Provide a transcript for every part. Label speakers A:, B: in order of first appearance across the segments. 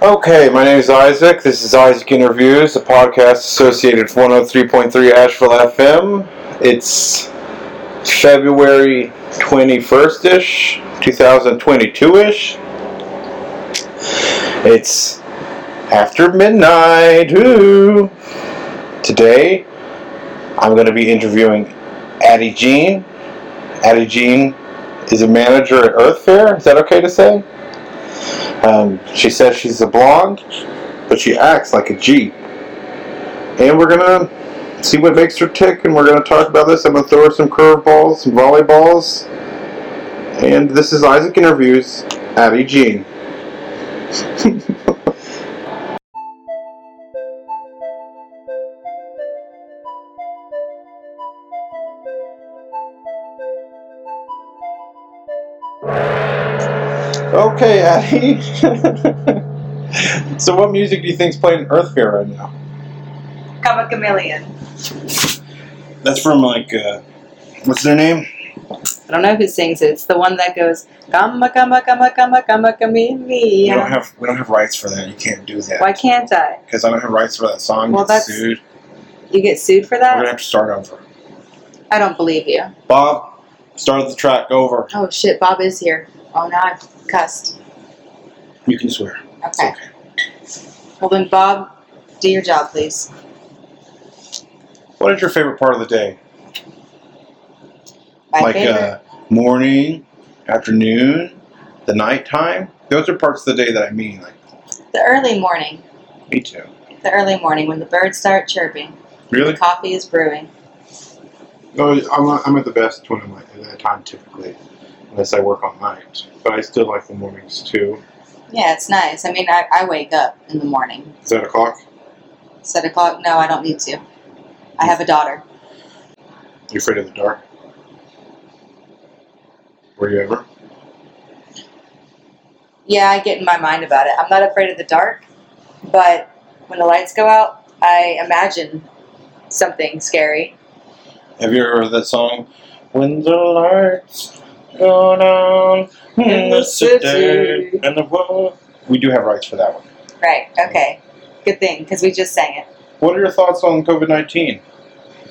A: Okay, my name is Isaac. This is Isaac Interviews, a podcast associated with 103.3 Asheville FM. It's February 21st ish, 2022 ish. It's after midnight. Ooh. Today, I'm going to be interviewing Addie Jean. Addie Jean is a manager at Earth Fair. Is that okay to say? Um, she says she's a blonde, but she acts like a G. And we're gonna see what makes her tick, and we're gonna talk about this. I'm gonna throw her some curveballs, some volleyballs, and this is Isaac interviews Abby Jean. Okay, Addie. so, what music do you think's playing at Earth Fair right now?
B: Come a chameleon.
A: That's from like, uh, what's their name?
B: I don't know who sings it. It's the one that goes, Gamma, gamma, gamma, gamma, gamma,
A: We don't
B: chameleon.
A: have we don't have rights for that. You can't do that
B: Why can't I?
A: because I don't have rights for that song.
B: Well,
A: Get
B: that's-
A: sued.
B: You get sued for
A: We're gonna
B: that?
A: have to start over.
B: I don't believe you.
A: Bob, start the track over.
B: Oh shit, Bob is here. Oh, now I've cussed.
A: You can swear.
B: Okay. Well then, Bob, do your job, please.
A: What is your favorite part of the day?
B: My
A: like
B: favorite.
A: Uh, morning, afternoon, the nighttime. Those are parts of the day that I mean. Like
B: the early morning.
A: me too.
B: The early morning when the birds start chirping,
A: Really?
B: the coffee is brewing.
A: Oh, I'm, I'm at the best when I'm like at that time typically, unless I work on night. But I still like the mornings too.
B: Yeah, it's nice. I mean, I, I wake up in the morning.
A: Is that o'clock?
B: Seven o'clock? No, I don't need to. I have a daughter.
A: You afraid of the dark? Were you ever?
B: Yeah, I get in my mind about it. I'm not afraid of the dark, but when the lights go out, I imagine something scary.
A: Have you ever heard that song? When the lights go down in the city and the world. We do have rights for that one.
B: Right, okay. Good thing, because we just sang it.
A: What are your thoughts on COVID 19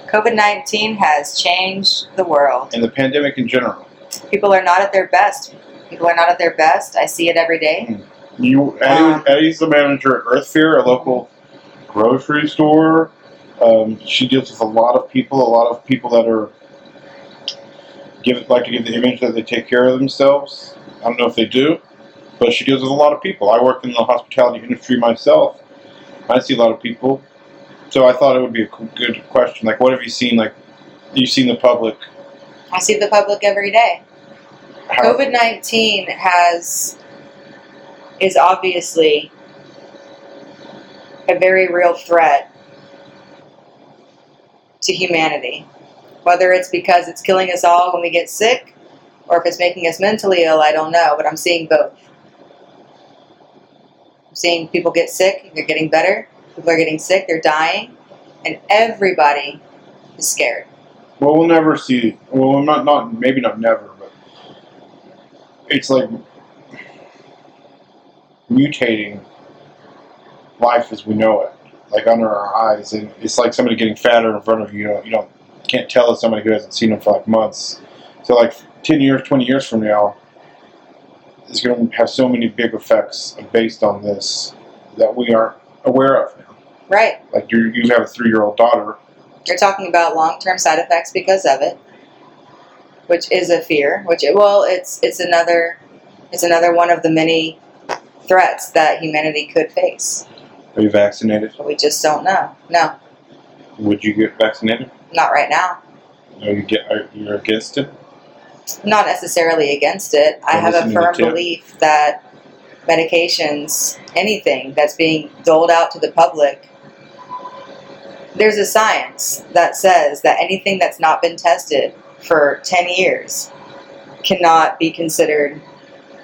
B: COVID 19 has changed the world.
A: and the pandemic in general?
B: People are not at their best. People are not at their best. I see it every day.
A: You, Eddie,
B: Um,
A: Eddie's the manager at Earth Fair, a local grocery store. Um, she deals with a lot of people, a lot of people that are give like to give the image that they take care of themselves. I don't know if they do, but she deals with a lot of people. I work in the hospitality industry myself. I see a lot of people, so I thought it would be a c- good question. Like, what have you seen? Like, you've seen the public.
B: I see the public every day.
A: How,
B: COVID 19 has, is obviously a very real threat to humanity. Whether it's because it's killing us all when we get sick or if it's making us mentally ill, I don't know, but I'm seeing both. I'm seeing people get sick, they're getting better, people are getting sick, they're dying, and everybody is scared.
A: Well, we'll never see. Well, not not maybe not never, but it's like mutating life as we know it, like under our eyes, and it's like somebody getting fatter in front of you. You don't, you don't can't tell it's somebody who hasn't seen them for like months. So like ten years, twenty years from now, it's going to have so many big effects based on this that we aren't aware of now.
B: Right.
A: Like you, you have a three-year-old daughter.
B: You're talking about long-term side effects because of it, which is a fear. Which it, well, it's it's another it's another one of the many threats that humanity could face.
A: Are you vaccinated?
B: But we just don't know. No,
A: Would you get vaccinated?
B: not right now.
A: Are you get, are, you're against it?
B: Not necessarily against it. I
A: Well,
B: have a
A: listen to the
B: firm
A: tip.
B: belief that medications, anything that's being doled out to the public, there's a science that says that anything that's not been tested for 10 years cannot be considered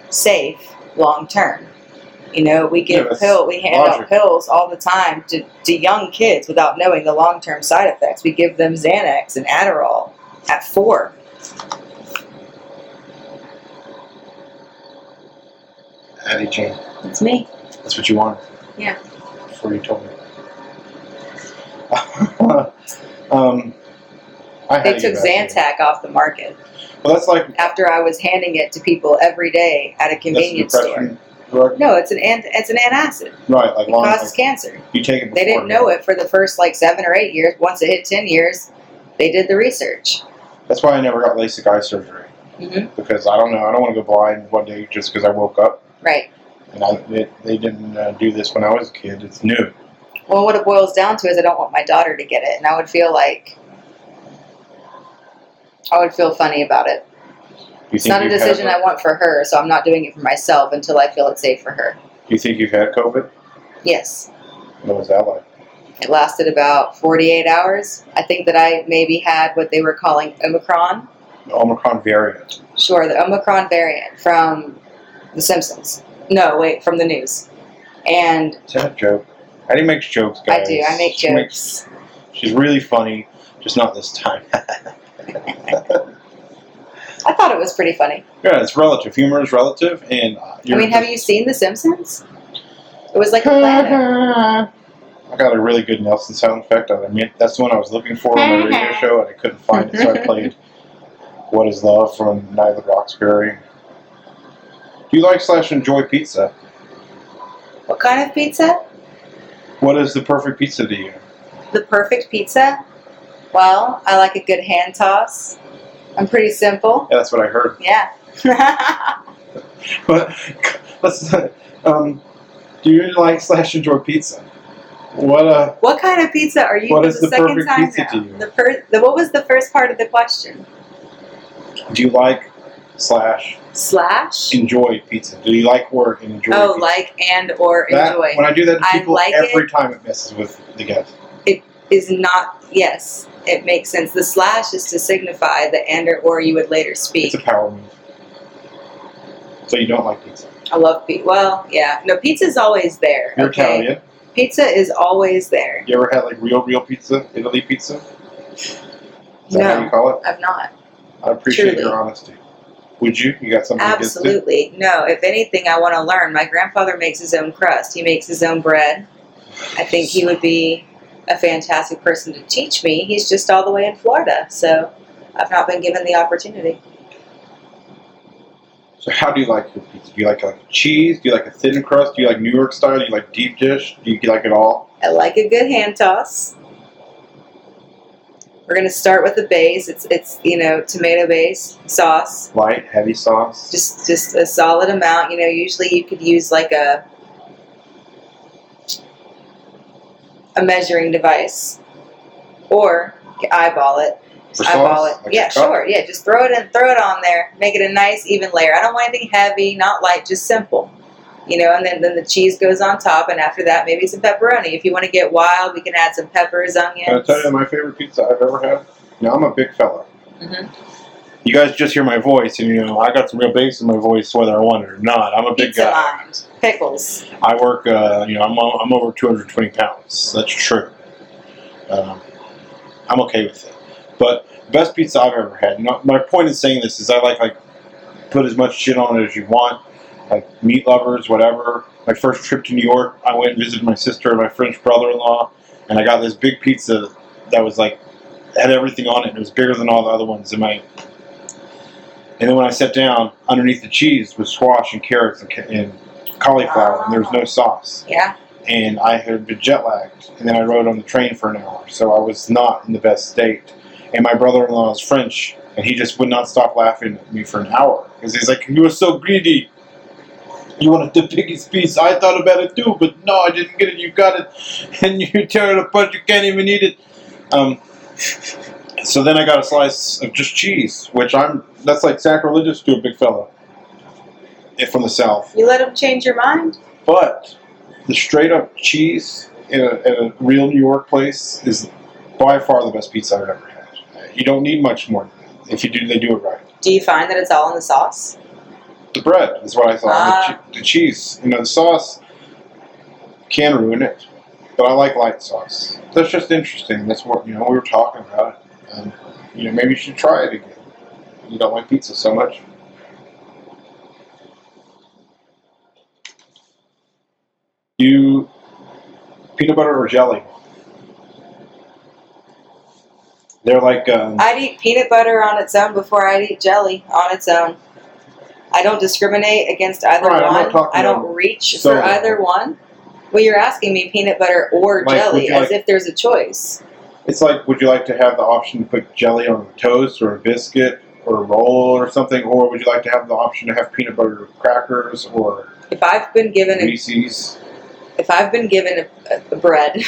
B: safe long term. You know, we
A: Yeah,
B: give
A: that's
B: pill, we hand
A: logic.
B: out pills all the time to, to young kids without knowing the long term side effects. We give them Xanax and Adderall at four.
C: Addie Jean.
B: It's me.
C: That's what you wanted.
B: Yeah.
C: Before you told me. um, I had
B: They
C: to
B: took
C: get back to you.
B: Zantac off the market
C: Well, that's like
B: after I was handing it to people every day at a convenience
C: that's a
B: store.
C: depression drug,
B: No, it's an ant- it's an antacid.
C: right? Like
B: It
C: long,
B: causes
C: like,
B: cancer.
C: you take it.
B: They didn't know it for the first like seven or eight years. Once it hit ten years, they did the research.
C: That's why I never got LASIK eye surgery
B: hmm
C: because I don't know. I don't want to go blind one day just because I woke up.
B: Right.
C: And I, it, they didn't uh, do this when I was a kid. It's new.
B: Well, what it boils down to is I don't want my daughter to get it, and I would feel like I would feel funny about it.
C: You
B: It's not a
C: you've had
B: decision
C: it-
B: I want for her, so I'm not doing it for myself until I feel it's safe for her.
C: You think you've had COVID?
B: Yes.
C: What was that like?
B: It lasted about 48 hours. I think that I maybe had what they were calling Omicron.
C: Omicron variant.
B: Sure, the Omicron variant from The Simpsons. No, wait, from the news. And
C: Is that a joke? Addie makes jokes, guys.
B: I do, I make
C: She makes-
B: jokes.
C: she's really funny, just not this time.
B: I thought it was pretty funny.
C: yeah, it's relative. Humor is relative, and uh,
B: I
C: you're
B: mean, have you seen The Simpsons? It was like a planet.
C: I got a really good Nelson sound effect. I mean, that's the one I was looking for on the radio show, and I couldn't find it, so I played "What Is Love" from Nyla Roxbury. Do you like slash enjoy pizza?
B: What kind of pizza?
C: What is the perfect pizza to you?
B: The perfect pizza? Well, I like a good hand toss. I'm pretty simple.
C: Yeah, that's what I heard.
B: Yeah.
C: But let's. Um, do you like slash enjoy pizza? What uh, a
B: what kind of pizza are you?
C: What
B: for
C: is the
B: second
C: perfect
B: time
C: pizza to
B: now.
C: you?
B: The first. The, what was the first part of the question?
C: do you like slash
B: Slash.
C: enjoy pizza? Do you like work and enjoy?
B: Oh,
C: pizza?
B: like and or
C: That-
B: enjoy
C: When I do that to
B: I
C: people,
B: like
C: every time it messes with the guys.
B: is not yes. It makes sense. The slash is to signify the and or, or you would later speak.
C: It's a power move. So you don't like pizza.
B: I love pizza. Well, yeah. No, pizza's always there.
C: You're
B: okay.
C: Italian.
B: Pizza is always there.
C: You ever had like real, real pizza, Italy pizza? Is that how you
B: No,
C: call it?
B: I've not.
C: I appreciate
B: Truly.
C: your honesty. Would you? You got something against
B: Absolutely. No, if anything, I want to learn. My grandfather makes his own crust, he makes his own bread. I think he would be a fantastic person to teach me. He's just all the way in Florida, so I've not been given the opportunity.
C: it? So how do you like your pizza? Do you like like cheese? Do you like a thin crust? Do you like New York style? Do you like deep dish? Do you like it all?
B: I like a good hand toss. We're going to start with the base. It's it's you know, tomato base, sauce,
C: Light, heavy sauce?
B: just just a solid amount. You know, usually you could use like a a measuring device, or you eyeball it.
C: For
B: eyeball
C: sauce?
B: it.
C: Like a
B: yeah,
C: cup?
B: sure. Yeah, just throw it in, throw it on there. Make it a nice even layer. I don't want anything heavy, not light, just simple. You know, and then, then the cheese goes on top, and after that, maybe some pepperoni. If you want to get wild, we can add some peppers,
C: Can I
B: onions.
C: tell you my favorite pizza I've ever had? Now I'm a big fella.
B: Mhm.
C: You guys just hear my voice, and you know I got some real bass in my voice, whether I want it or not. I'm a big
B: Pizza
C: guy.
B: mind, pickles.
C: I work, uh, you know, I'm, o- I'm over 220 pounds. That's true. Um, I'm okay with it. But best pizza I've ever had. No, my point in saying this is I like like put as much shit on it as you want, like meat lovers, whatever. My first trip to New York, I went and visited my sister and my French brother-in-law, and I got this big pizza that was like had everything on it, and it was bigger than all the other ones. And my and then when I sat down, underneath the cheese was squash and carrots and, ca- and cauliflower, and there was no sauce
B: Yeah,
C: and I had been jet lagged, and then I rode on the train for an hour, so I was not in the best state. And my brother-in-law is French, and he just would not stop laughing at me for an hour because he's like, "You were so greedy. You wanted the biggest piece. I thought about it too, but no, I didn't get it. You got it, and you tear it apart. You can't even eat it." Um, so then I got a slice of just cheese, which I'm that's like sacrilegious to a big fella eh, from the south.
B: you let them change your mind.
C: But the straight up cheese in a, in a real New York place is by far the best pizza I've ever had. You don't need much more than that. If you do, they do it right.
B: Do you find that it's all in the sauce?
C: The bread is what I thought.
B: Ah.
C: the, che- the cheese, you know, the sauce can ruin it. But I like light sauce. That's just interesting. That's what you know. We were talking about it. Um, you know, maybe you should try it again. You don't like pizza so much. You peanut butter or jelly? They're like um,
B: I'd eat peanut butter on its own before I'd eat jelly on its own. I don't discriminate against either
C: Right, I'm not
B: one.
C: talking
B: I don't
C: about
B: reach
C: soda.
B: for either one. Well, you're asking me peanut butter or
C: Like, would
B: jelly
C: you
B: as
C: like-
B: if there's a choice.
C: it's like would you like to have the option to put jelly on toast or a biscuit or a roll or something, or would you like to have the option to have peanut butter crackers or
B: If I've been given a,
C: Reese's?
B: if I've been given a, a bread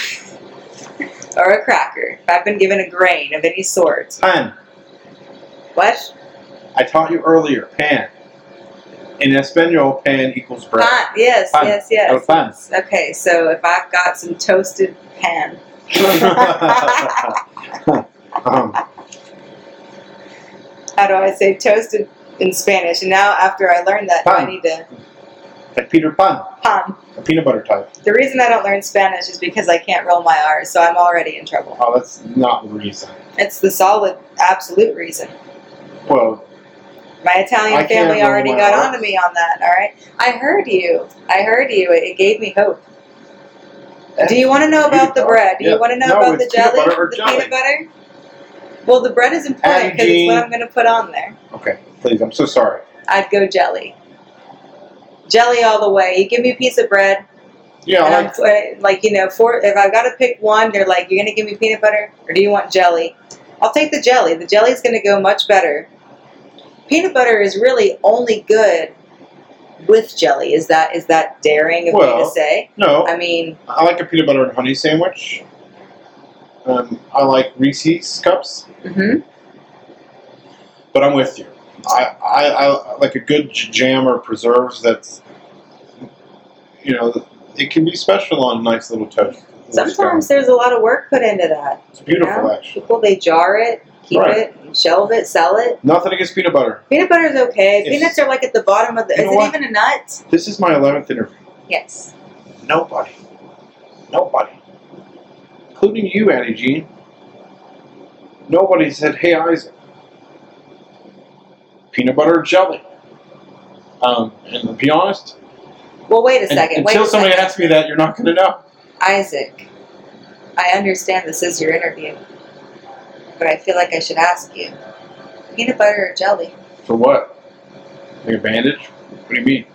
B: or a cracker, if I've been given a grain of any sort,
C: Pan.
B: what?
C: I taught you earlier. Pan. In Espanol, pan equals bread.
B: Pan. Yes,
C: Pan.
B: yes, yes.
C: Oh, pan.
B: Okay, so if I've got some toasted pan,
C: um,
B: how do I say toasted in Spanish? And now after I learned that, do I
C: Pan.
B: need to
C: like Peter Pan,
B: pan.
C: a peanut butter type.
B: Um, The reason I don't learn Spanish is because I can't roll my R's, so I'm already in trouble.
C: Oh, that's not the reason.
B: It's the solid, absolute reason.
C: Well,
B: My
C: I
B: Italian
C: can't
B: family
C: roll
B: already
C: my
B: got
C: R's.
B: onto me on that, all right? I heard you. I heard you. It, it gave me hope. Do you want to know about the bread? Do
C: Yeah.
B: you want to know
C: No,
B: about the
C: it's peanut
B: jelly?
C: butter or
B: the
C: jelly.
B: peanut butter? Well, the bread is important because it's
C: Adagine.
B: what I'm going to put on there.
C: Okay, please. I'm so sorry.
B: I'd go jelly. Jelly all the way. You give me a piece of bread,
C: Yeah, I
B: And
C: like,
B: I'm, uh, like you know, for if I've got to pick one, they're like, "You're gonna give me peanut butter, or do you want jelly?" I'll take the jelly. The jelly's gonna go much better. Peanut butter is really only good with jelly. Is that is that daring of me
C: Well-
B: to say?
C: no.
B: I mean,
C: I like a peanut butter and honey sandwich. Um, I like Reese's cups,
B: mhm.
C: but I'm with you. I, I, I like a good j- jam or preserves that's, you know, it can be special on a nice little toast.
B: sometimes there's a lot of work put into that.
C: It's beautiful,
B: Yeah.
C: actually.
B: People they jar it, keep
C: Right.
B: it, shelve it, sell it.
C: Nothing against peanut butter.
B: Peanut butter is okay.
C: It's-
B: Peanuts are like at the bottom of the.
C: You
B: is
C: know
B: it
C: what?
B: even a nut?
C: This is my 11th interview.
B: Yes.
C: Nobody. Nobody. Including you, Annie Jean. Nobody said, hey, Isaac. Peanut butter or jelly? Um, and to be honest,
B: Well, wait a
C: un-
B: second. wait
C: until
B: a
C: somebody
B: second.
C: asks me that, you're not going to know.
B: Isaac, I understand this is your interview, but I feel like I should ask you peanut butter or jelly?
C: For what? Like a bandage? What do you mean?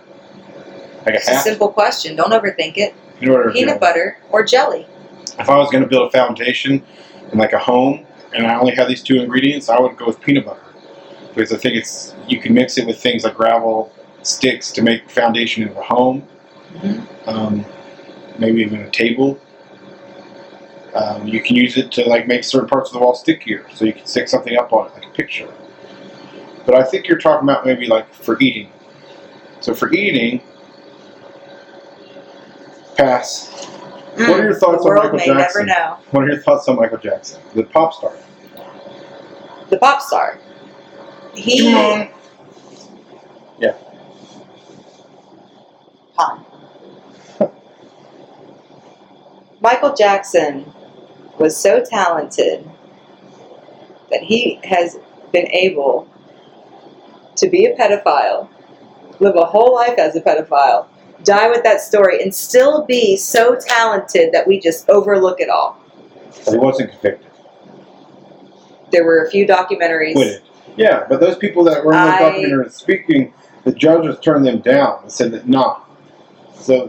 C: Like a
B: It's a
C: hat?
B: simple question. Don't overthink it.
C: Peanut butter or jelly?
B: Peanut butter or jelly?
C: If I was going to build a foundation and like a home, and I only had these two ingredients, I would go with peanut butter because I think it's you can mix it with things like gravel, sticks to make foundation of a home,
B: Mhm.
C: um, maybe even a table. Um, you can use it to like make certain parts of the wall stickier, so you can stick something up on it, like a picture. But I think you're talking about maybe like for eating. So for eating, pass. What are your thoughts
B: the
C: on
B: Mm. world
C: Michael
B: may
C: Jackson?
B: never know.
C: What are your thoughts on Michael Jackson, the pop star?
B: The pop star. He.
C: Yeah.
B: Pun. Michael Jackson was so talented that he has been able to be a pedophile, live a whole life as a pedophile, die with that story, and still be so talented that we just overlook it all.
C: He wasn't convicted.
B: There were a few documentaries.
C: Acquitted. Yeah, but those people that were in the
B: I-
C: documentary speaking, the judges turned them down and said that nah. So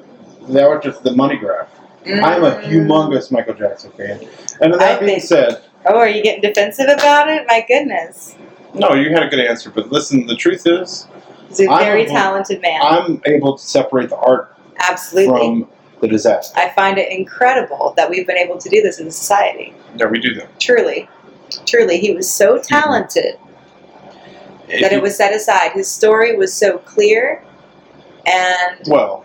C: that was just the money grab. I'm a
B: Mm.
C: humongous Michael Jackson fan. And with that
B: I
C: being
B: think-
C: said,
B: Oh, are you getting defensive about it? My goodness.
C: no, you had a good answer, but listen, the truth is,
B: He's a
C: I'm
B: very
C: a-
B: talented man.
C: I'm able to separate the art
B: Absolutely.
C: from the disaster.
B: I find it incredible that we've been able to do this in society.
C: No, we do that.
B: Truly. Truly. He was so talented
C: If
B: that
C: you-
B: it was set aside. His story was so clear and
C: well,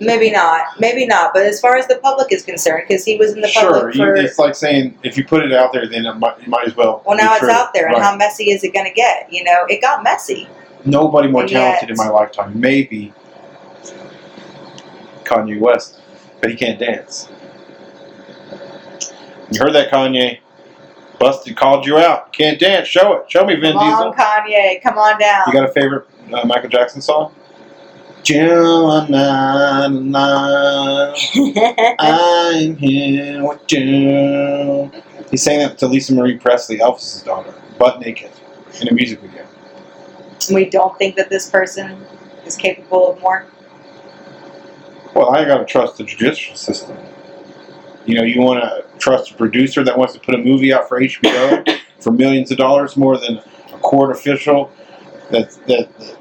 B: maybe not, maybe not, but as far as the public is concerned, because he was in the
C: sure.
B: public
C: You,
B: for.
C: it's like saying if you put it out there, then it might, it might as well.
B: well,
C: be
B: now it's
C: true.
B: out there, and
C: Right.
B: how messy is it going to get? You know, it got messy.
C: nobody more
B: And yet-
C: talented in my lifetime. Maybe Kanye West, but he can't dance. You heard that, Kanye? Busted called you out. Can't dance. Show it. Show me, Vin
B: Come on,
C: Diesel.
B: Kanye, come on down.
C: You got a favorite uh, Michael Jackson song? not alone. I'm here with you. He sang that to Lisa Marie Presley, Elvis's daughter, butt naked, in a music video.
B: we don't think that this person is capable of more.
C: Well, I gotta trust the judicial system. You know, you wanna trust a producer that wants to put a movie out for HBO for millions of dollars more than a court official. That that. that-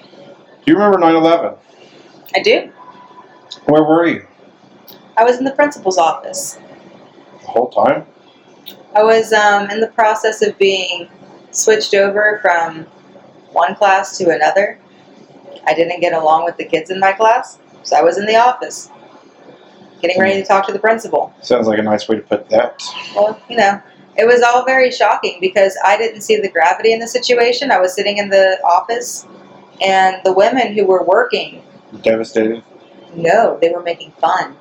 C: Do you remember 9/11?
B: I do.
C: Where were you
B: I was in the principal's office.
C: the whole time?
B: I was um, in the process of being switched over from one class to another. I didn't get along with the kids in my class, so I was in the office getting ready to talk to the principal.
C: Sounds like a nice way to put that.
B: well, you know, it was all very shocking because I didn't see the gravity in the situation. I was sitting in the office, and the women who were working,
C: Devastated.
B: no, E they were making fun.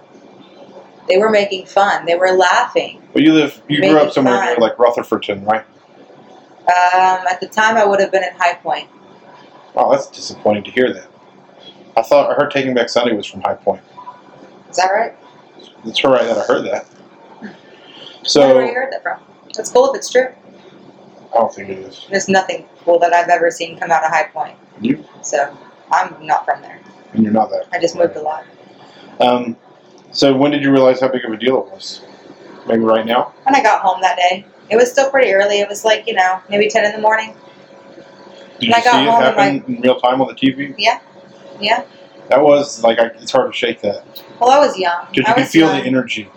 B: They were making fun. They were laughing.
C: Well, you live, you
B: Make
C: grew
B: it
C: up somewhere
B: fun.
C: near like Rutherfordton, right?
B: Um, at the time, I would have been at High Point.
C: Wow, Oh, that's disappointing to hear that. I thought her Taking Back Sunday was from High Point.
B: Is that right?
C: It's her right that I heard that.
B: I don't know where you
C: So
B: heard that from. That's cool if it's true.
C: I don't think it is.
B: There's nothing cool that I've ever seen come out of High Point.
C: You
B: So I'm not from there.
C: and you're not that.
B: I just moved a lot.
C: Um, so when did you realize how big of a deal it was? Maybe right now.
B: When I got home that day, it was still pretty early. It was like, you know, maybe 10 in the morning.
C: Did
B: When I
C: you see
B: got
C: it
B: home, I'm
C: happen in real time on the TV?
B: Yeah. Yeah.
C: That was like I, it's hard to shake that
B: Well, I was young.
C: because
B: I
C: you could
B: was
C: feel
B: young.
C: the energy.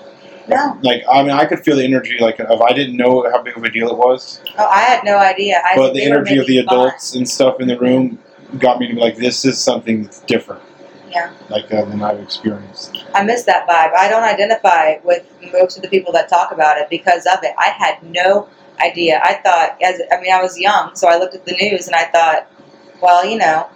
B: No,
C: Like I mean, I could feel the energy. Like if I didn't know how big of a deal it was,
B: oh, I had no idea. I
C: but the
B: they were
C: energy of the
B: making fun.
C: adults and stuff in the room got me to be like, this is something that's different.
B: Yeah.
C: Like uh, than I've experienced.
B: I miss that vibe. I don't identify with most of the people that talk about it because of it. I had no idea. I thought, as I mean, I was young, so I looked at the news and I thought, well, you know,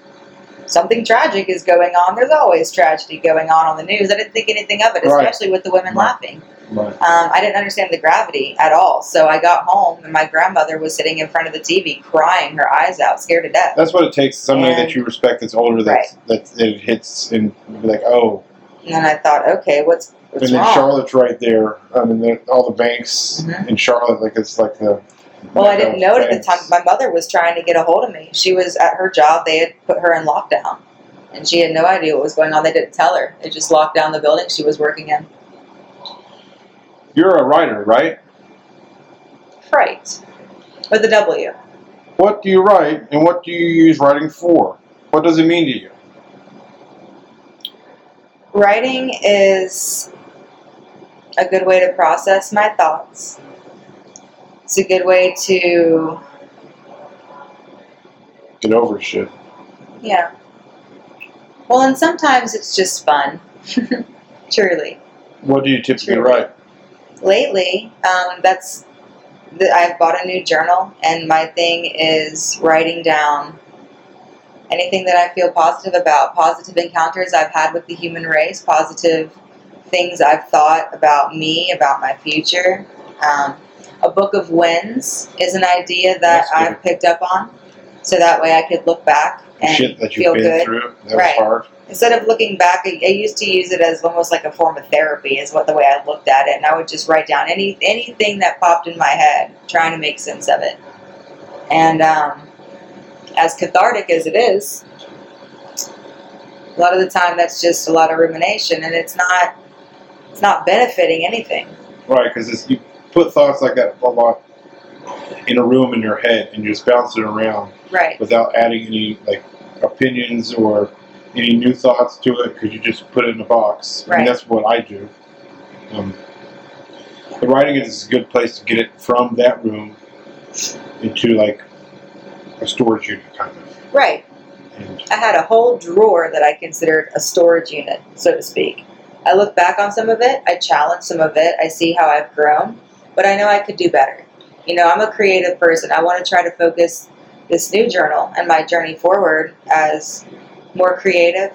B: something tragic is going on. There's always tragedy going on on the news. I didn't think anything of it,
C: Right.
B: especially with the women
C: Right.
B: laughing.
C: Right.
B: Um, I didn't understand the gravity at all. So I got home and my grandmother was sitting in front of the TV crying her eyes out, scared to death.
C: That's what it takes. Somebody that
B: And-
C: you respect that's older that that it hits and be like, oh,
B: And then I thought, okay, what's
C: and
B: what's
C: then
B: wrong?
C: Charlotte's right there. I mean, there- all the banks
B: Mhm.
C: in Charlotte, like it's like the.
B: well, I didn't know it at the
C: banks.
B: time. My mother was trying to get a hold of me. She was at her job. They had put her in lockdown, and she had no idea what was going on. They didn't tell her. They just locked down the building she was working in.
C: You're a writer, right?
B: Right, with a W.
C: What do you write, and what do you use writing for? What does it mean to you?
B: Writing is a good way to process my thoughts. It's a good way to
C: Get over shit.
B: Yeah. Well, and sometimes it's just fun. Truly.
C: What do you typically
B: True.
C: write?
B: Lately, um, that's the, I've bought a new journal, and my thing is writing down anything that I feel positive about, positive encounters I've had with the human race, positive things I've thought about me, about my future. Um, a book of wins is an idea that
C: That's good.
B: I've picked up on, so that way I could look back and
C: shit that you've
B: feel
C: been
B: good.
C: through. That
B: Right.
C: was hard.
B: instead of looking back, I, I used to use it as almost like a form of therapy, is what the way I looked at it, and I would just write down any anything that popped in my head, trying to make sense of it. And um, as cathartic as it is, a lot of the time that's just a lot of rumination, and it's not it's not benefiting anything.
C: Right, because you put thoughts like that a lot in a room in your head, and you just bounce it around.
B: Right.
C: without adding any like opinions or any new thoughts to it because you just put it in a box. I mean,
B: Right.
C: that's what I do. Um, the writing is a good place to get it from that room into like a storage unit kind of.
B: Right.
C: And
B: I had a whole drawer that I considered a storage unit, so to speak. I look back on some of it, I challenge some of it, I see how I've grown, but I know I could do better. You know, I'm a creative person. I want to try to focus this new journal and my journey forward as more creative.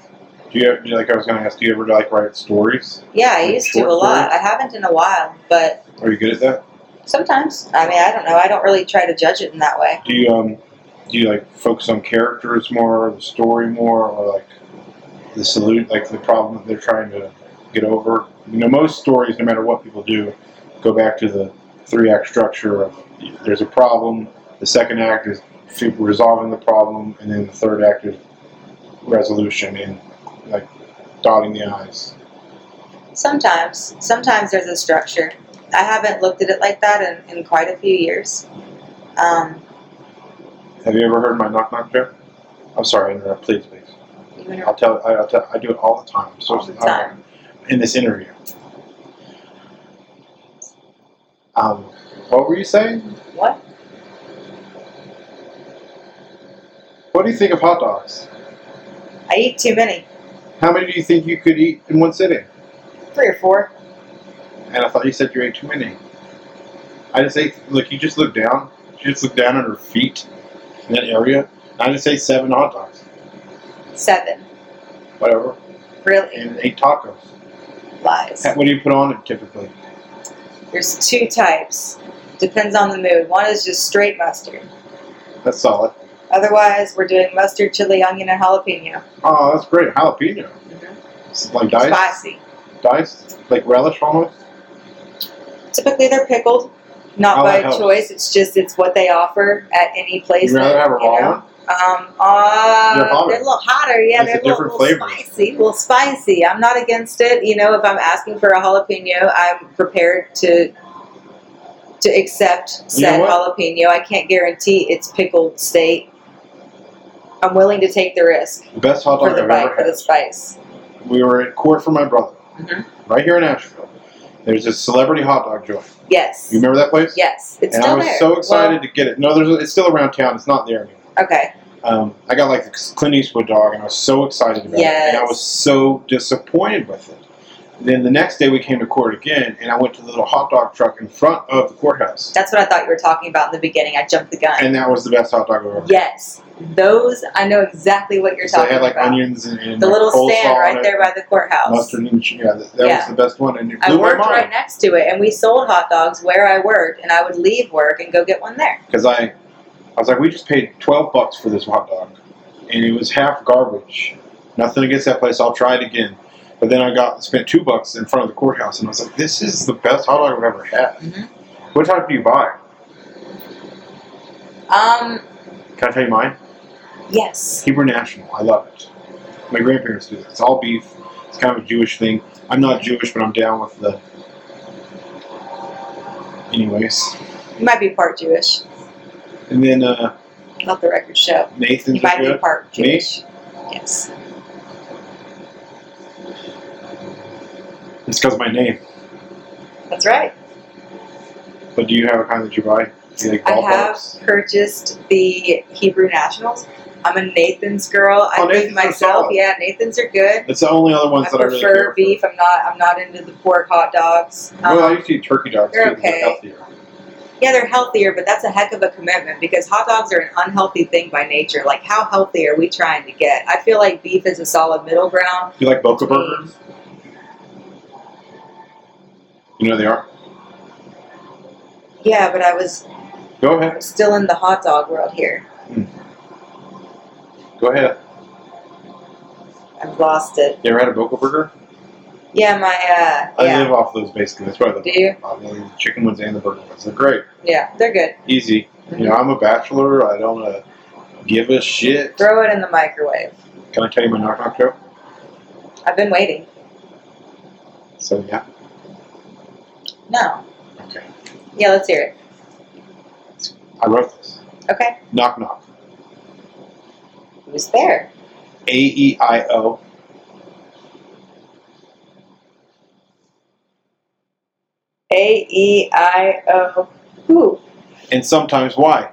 C: do you have, like I was going to ask, do you ever like write stories?
B: Yeah, I
C: Like
B: used to
C: short
B: a lot.
C: stories?
B: I haven't in a while, but
C: Are you good at that?
B: sometimes, I mean, I don't know. I don't really try to judge it in that way.
C: Do you um do you like focus on characters more, or the story more, or like the salute, like the problem that they're trying to get over. You know, most stories, no matter what people do, go back to the three act structure of there's a problem, the second act is fe- resolving the problem, and then the third act is resolution and like dotting the i's.
B: Sometimes. Sometimes there's a structure. I haven't looked at it like that in, in quite a few years. Um,
C: Have you ever heard my knock knock joke? I'm sorry, interrupt, please, please.
B: you and
C: I'll tell. I, I'll tell I do it all the time. So
B: All the time.
C: In this interview. Um, what were you saying?
B: what?
C: What do you think of hot dogs?
B: I eat too many.
C: How many do you think you could eat in one sitting?
B: Three or four.
C: And I thought you said you ate too many. I just ate. Look, you just looked down. She just looked down at her feet in that area. I just ate seven hot dogs,
B: Seven.
C: whatever,
B: Really?
C: and eight tacos.
B: Lies.
C: What do you put on it typically?
B: There's two types. Depends on the mood. One is just straight mustard.
C: That's solid.
B: Otherwise, we're doing mustard, chili, onion, and jalapeno.
C: Oh, that's great. Jalapeno. It's
B: Mm-hmm.
C: like diced.
B: Spicy.
C: diced, like relish almost.
B: Typically, they're pickled. Not
C: Oh,
B: by
C: that helps.
B: choice. It's just it's what they offer at any place.
C: You'd rather
B: that,
C: have a
B: you know?
C: raw one?
B: Um, uh,
C: They're hotter.
B: a little hotter. Yeah,
C: It's a
B: they're little-
C: different
B: little,
C: flavor.
B: spicy. Well, spicy. I'm not against it. You know, if I'm asking for a jalapeno, I'm prepared to to accept
C: You know
B: said
C: what?
B: jalapeno. I can't guarantee its pickled state. I'm willing to take the risk
C: The best hot
B: for
C: dog
B: the
C: I've
B: bite,
C: ever
B: for
C: had.
B: the spice.
C: We were at court for my brother,
B: Mhm.
C: right here in Asheville. There's this celebrity hot dog joint.
B: Yes.
C: You remember that place?
B: Yes. It's
C: and
B: still
C: I was
B: there.
C: so excited to get it. No, there's it's still around town. It's not there anymore.
B: Well, okay.
C: Um, I got like the Clint Eastwood dog, and I was so excited about it, and I
B: Yes.
C: was so disappointed with it. Then the next day we came to court again, and I went to the little hot dog truck in front of the courthouse,
B: That's what I thought you were talking about in the beginning. I jumped the gun.
C: and that was the best hot dog I've ever. had.
B: yes. Those I know exactly what you're
C: So
B: talking
C: they had like
B: about.
C: onions and, and
B: the
C: like,
B: little
C: coleslaw
B: stand
C: on
B: right
C: it.
B: there by the courthouse.
C: mustard and yeah, that, that
B: Yeah.
C: was the best one, and it
B: I
C: blew my
B: worked right
C: mind
B: next to it, and we sold hot dogs where I worked, and I would leave work and go get one there.
C: because I, I was like, we just paid twelve bucks for this hot dog, and it was half garbage. Nothing against that place. I'll try it again. But then I got spent two bucks in front of the courthouse, and I was like, this is the best hot dog I've ever had.
B: Mhm.
C: What type do you buy?
B: Um,
C: Can I tell you mine?
B: yes,
C: Hebrew National. I love it. My grandparents do that. It's all beef. It's kind of a Jewish thing. I'm not Jewish, but I'm down with the. Anyways,
B: you might be part Jewish.
C: and then uh,
B: Let the record show. You
C: Nathan's are
B: might
C: good.
B: be part
C: Me?
B: Jewish. Yes.
C: It's because my name.
B: That's right.
C: But do you have a kind that you buy? You like
B: I
C: ballparks?
B: have purchased the Hebrew Nationals. I'm a Nathan's girl. I
C: Oh,
B: think
C: Nathan's are
B: myself,
C: solid.
B: yeah, Nathan's are good.
C: It's the only other ones
B: I
C: that I really care
B: prefer
C: for.
B: beef. I'm not. I'm not into the pork hot dogs. Um,
C: well, I used to eat turkey dogs.
B: they're
C: too, 'cause they're
B: okay.
C: healthier.
B: Yeah, they're healthier, but that's a heck of a commitment because hot dogs are an unhealthy thing by nature. Like, how healthy are we trying to get? I feel like beef is a solid middle ground.
C: You like Boca
B: Mm.
C: burgers? You know they are.
B: Yeah, but I was
C: Go
B: I
C: ahead.
B: was still in the hot dog world here.
C: Go ahead.
B: I've lost it.
C: You ever had a Boca burger?
B: Yeah, my uh,
C: I
B: yeah.
C: live off those basically. That's why I love
B: Do you?
C: I love the chicken ones and the burger ones. They're great.
B: Yeah, they're good.
C: Easy. You know, I'm a bachelor. I don't uh, give a shit.
B: Throw it in the microwave.
C: Can I tell you my knock knock joke?
B: I've been waiting.
C: So yeah.
B: No.
C: Okay.
B: Yeah, let's hear it.
C: I wrote this.
B: Okay.
C: Knock knock.
B: Who's there?
C: A E I O.
B: A E I O. Who?
C: And sometimes why?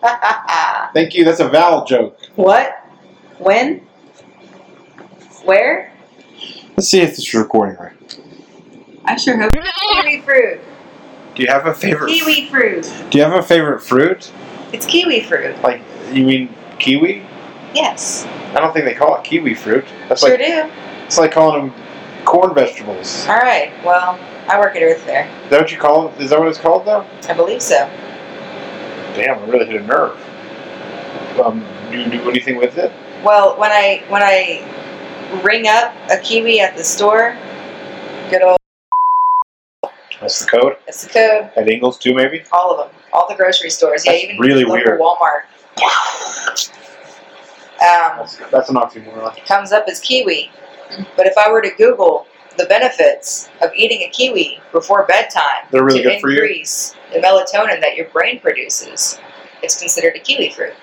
B: Ha, ha, ha.
C: Thank you. That's a vowel joke.
B: what? When? Where?
C: Let's see if this is recording right.
B: I sure hope. Kiwi fruit.
C: Do you have a favorite?
B: Kiwi fruit.
C: Do you have a favorite fruit?
B: It's kiwi fruit.
C: Like you mean kiwi?
B: Yes.
C: I don't think they call it kiwi fruit. That's
B: sure
C: like
B: do.
C: it's like calling them corn vegetables. Is
B: All right. Well, I work at Earth Fair.
C: that what you call it? Is that what it's called though?
B: I believe so.
C: Damn, I really hit a nerve. Um, do you do anything with it?
B: Well, when I when I ring up a kiwi at the store, good old
C: That's the code.
B: that's the code.
C: At Ingles too, maybe.
B: All of them, all the grocery stores.
C: That's
B: yeah, even
C: really
B: local
C: weird.
B: Walmart. Um,
C: That's, that's an oxymoron.
B: it comes up as kiwi, but if I were to Google the benefits of eating a kiwi before bedtime,
C: They're really
B: to
C: good for you?
B: increase the melatonin that your brain produces, it's considered a kiwi fruit.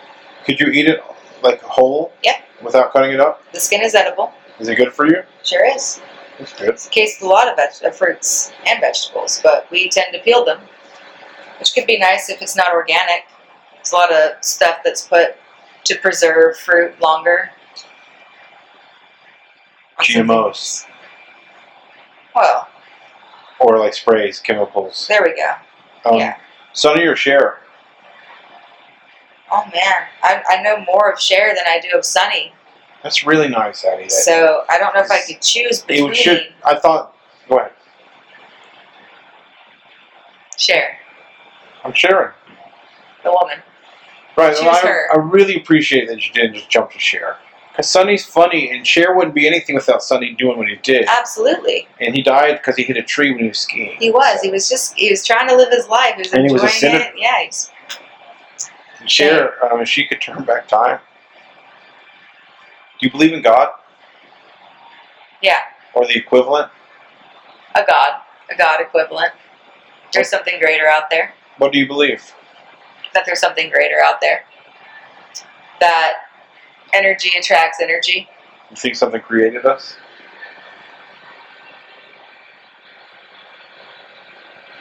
C: Could you eat it like whole?
B: Yeah.
C: Without cutting it up?
B: The skin is edible.
C: Is it good for you?
B: Sure is.
C: It's good.
B: It's the case with a lot of veg- of fruits and vegetables, but we tend to peel them, which could be nice if it's not organic. There's a lot of stuff that's put to preserve fruit longer.
C: GMOs
B: Well,
C: or like sprays, chemicals.
B: there we go.
C: Um,
B: Yeah.
C: Sonny or Cher?
B: Oh man, I, I know more of Cher than I do of Sunny,
C: That's really nice, Addie. That-
B: so I don't know if I could choose
C: it
B: between
C: was, should. I thought. What?
B: Cher,
C: I'm sharing.
B: the woman.
C: Right.
B: Choose
C: and I,
B: her.
C: I really appreciate that you didn't just jump to Cher. Because Sonny's funny, and Cher wouldn't be anything without Sonny doing what he did.
B: Absolutely,
C: and he died because he hit a tree when he was skiing.
B: Uh, he was. He was just he was trying to live his life. He was
C: And he was
B: enjoying
C: a sinner.
B: it. Yeah, he's,
C: And Cher, um, if she could turn back time. Do you believe in God
B: yeah,
C: or the equivalent?
B: a god, a god equivalent. There's something greater out there.
C: What do you believe?
B: That there's something greater out there. That energy attracts energy.
C: You think something created us?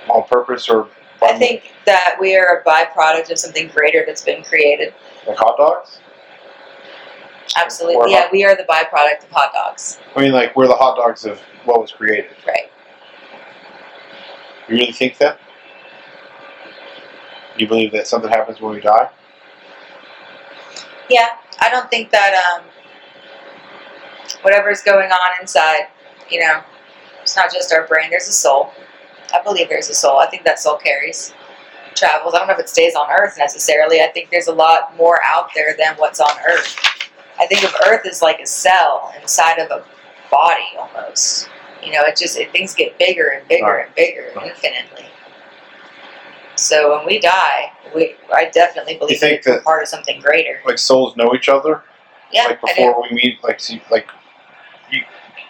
C: On purpose or by
B: I think that we are a byproduct of something greater that's been created.
C: like hot dogs? Or
B: Absolutely,
C: hot-
B: yeah, we are the byproduct of hot dogs.
C: I mean, like we're the hot dogs of what was created.
B: Right.
C: You really think that? You believe that something happens when we die?
B: Yeah, I don't think that um, whatever's going on inside, you know, it's not just our brain. There's a soul. I believe there's a soul. I think that soul carries, travels. I don't know if it stays on Earth necessarily. I think there's a lot more out there than what's on Earth. I think of Earth as like a cell inside of a body almost. You know, it just it, things get bigger and bigger
C: Right.
B: and bigger
C: Right.
B: infinitely. So when we die, we I definitely believe
C: think
B: that we're
C: that-
B: part of something greater.
C: Like souls know each other?
B: Yeah,
C: like
B: I do.
C: before we meet, like see, like you,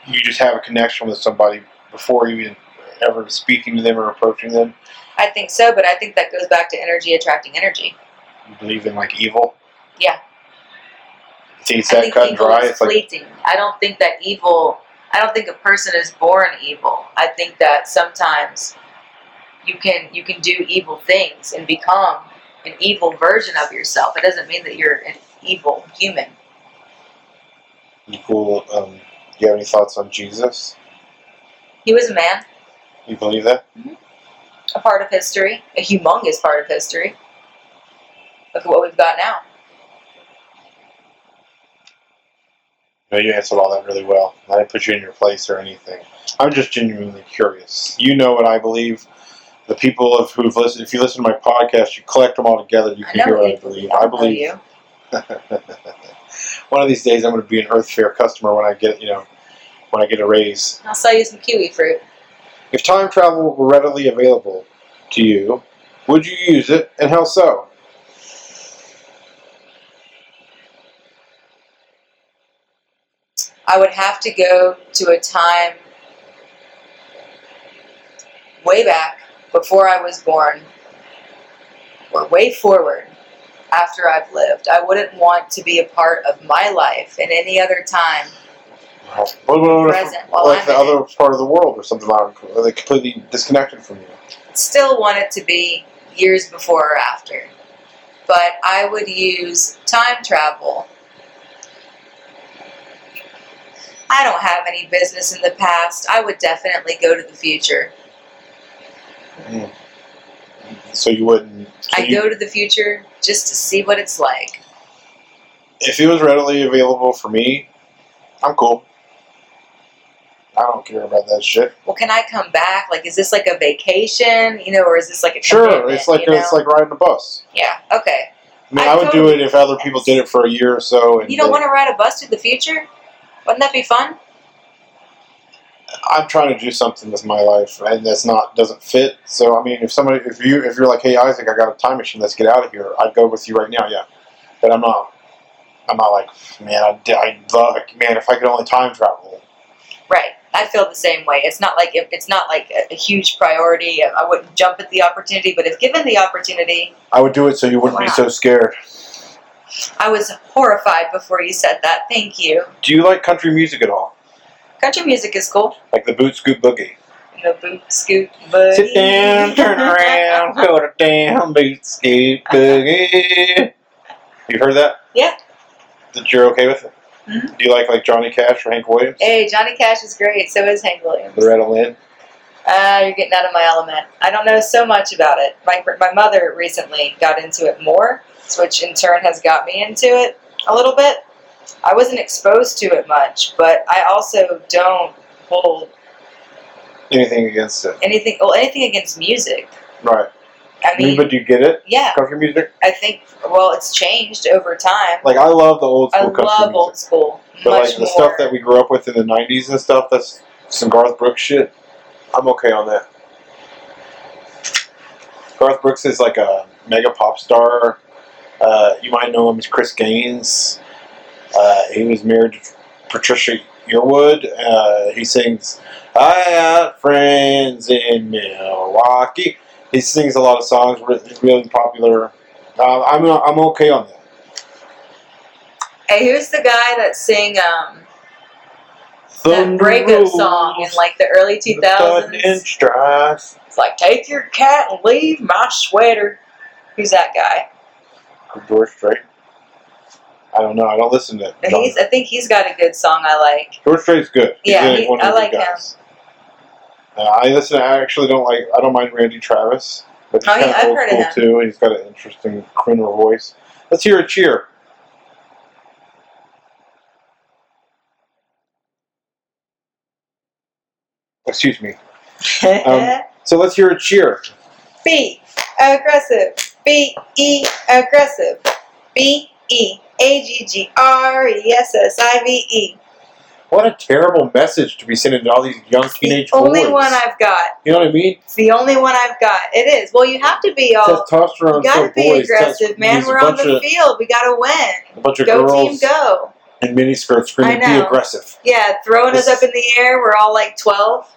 C: you just have a connection with somebody before you even ever speaking to them or approaching them.
B: I think so, but I think that goes back to energy attracting energy.
C: You believe in like evil.
B: Yeah.
C: You think it's
B: I
C: that
B: think
C: cut and
B: evil
C: dry.
B: is
C: It's like
B: fleeting. I don't think that evil. I don't think a person is born evil. I think that sometimes you can you can do evil things and become an evil version of yourself. It doesn't mean that you're an evil human.
C: you cool. Um, do you have any thoughts on Jesus?
B: He was a man,
C: You believe that?
B: a part of history, a humongous part of history. Look at what we've got now.
C: No, you answered all that really well. I didn't put you in your place or anything. I'm just genuinely curious. You know what I believe. The people of who've listened, if you listen to my podcast, you collect them all together. You
B: I
C: can
B: know
C: hear
B: what
C: what I
B: you believe.
C: believe.
B: I
C: I
B: don't know
C: believe
B: you.
C: One of these days, I'm going to be an Earth Fair customer when I get, you know, when I get a raise.
B: I'll sell you some kiwi fruit.
C: If time travel were readily available to you, would you use it, and how so?
B: I would have to go to a time way back before I was born or way forward after I've lived. I wouldn't want to be a part of my life in any other time.
C: What about if-
B: Present, while
C: like
B: I'm
C: the
B: in
C: other part of the world or something like like completely disconnected from you?
B: Still want it to be years before or after. But I would use time travel. I don't have any business in the past. I would definitely go to the future.
C: So you wouldn't. so
B: I
C: you-
B: go to the future just to see what it's like.
C: if it was readily available for me, I'm cool. I don't care about that shit.
B: Well, can I come back? Like, is this like a vacation, you know, or is this like a
C: Sure,
B: commitment,
C: it's like
B: you know?
C: it's like riding a bus.
B: yeah, okay.
C: I, mean,
B: I
C: I would
B: totally-
C: do it if other people did it for a year or so. And
B: You don't
C: they-
B: want to ride a bus to the future? Wouldn't that be fun?
C: I'm trying to do something with my life, and that's not doesn't fit. So I mean, if somebody, if you, if you're like, hey Isaac, I got a time machine, let's get out of here. I'd go with you right now, yeah. But I'm not. I'm not like, man, I, d- I love, man, if I could only time travel.
B: Right. I feel the same way. It's not like it's not like a, a huge priority. I I wouldn't jump at the opportunity, but if given the opportunity,
C: I would do it so you wouldn't be so scared.
B: I was horrified before you said that. Thank you.
C: Do you like country music at all?
B: Country music is cool.
C: Like the boot scoop boogie?
B: You know, boot scoop buddy.
C: Sit down, turn around, go to town, boot scoop boogie. You heard that?
B: Yeah.
C: That you're okay with it?
B: Mhm.
C: Do you like like Johnny Cash or Hank Williams?
B: hey, Johnny Cash is great. So is Hank Williams.
C: Loretta Lynn.
B: Ah, you're getting out of my element. I don't know so much about it. My my mother recently got into it more, which in turn has got me into it a little bit. I wasn't exposed to it much, but I also don't hold
C: Anything against it?
B: anything well anything against music.
C: Right.
B: I
C: I mean,
B: mean,
C: but do you get it?
B: yeah,
C: Country music.
B: I think well it's changed over time.
C: Like I love the old
B: I
C: school country
B: love
C: music,
B: old school.
C: but
B: much
C: like the
B: more.
C: stuff that we grew up with in the '90s and stuff. That's some Garth Brooks shit. I'm okay on that. Garth Brooks is like a mega pop star. Uh, you might know him as Chris Gaines. Uh, he was married to Patricia Earwood. Uh, he sings "I Got Friends in Milwaukee." He sings a lot of songs. re- Really popular. Uh, I'm I'm okay on that.
B: Hey, who's the guy that sang um, that breakup song in like the early two thousands?
C: Inch drives.
B: It's like, take your cat and leave my sweater. Who's that guy?
C: George Strait. I don't know. I don't listen to
B: And
C: John.
B: He's, I think he's got a good song I like.
C: George Strait's good. He's
B: Yeah,
C: really
B: he-
C: one of
B: I
C: the good
B: like him.
C: guys. Uh, I listen. I actually don't like. I don't mind Randy Travis, but he's
B: Oh, yeah,
C: kind
B: I've
C: of old
B: heard
C: school
B: of
C: too. He's got an interesting crooner voice. Let's hear a cheer. Excuse me. Um, So let's hear a cheer.
B: be aggressive. B E aggressive. B E A G G R E S S I V E.
C: What a terrible message to be sending to all these young
B: The
C: teenage
B: only
C: boys.
B: one I've got.
C: you know what I mean?
B: It's the only one I've got. It is. Well, you have to be all. You
C: Testosterone
B: gotta
C: for
B: be
C: boys.
B: aggressive,
C: test-
B: man.
C: there's a
B: We're on
C: bunch
B: the
C: of,
B: field. We gotta win.
C: a bunch of
B: Go team,
C: girls
B: go.
C: in miniskirts screaming,
B: I
C: "Be
B: know.
C: aggressive."
B: Yeah, throwing us
C: This-
B: up in the air. We're all like 12.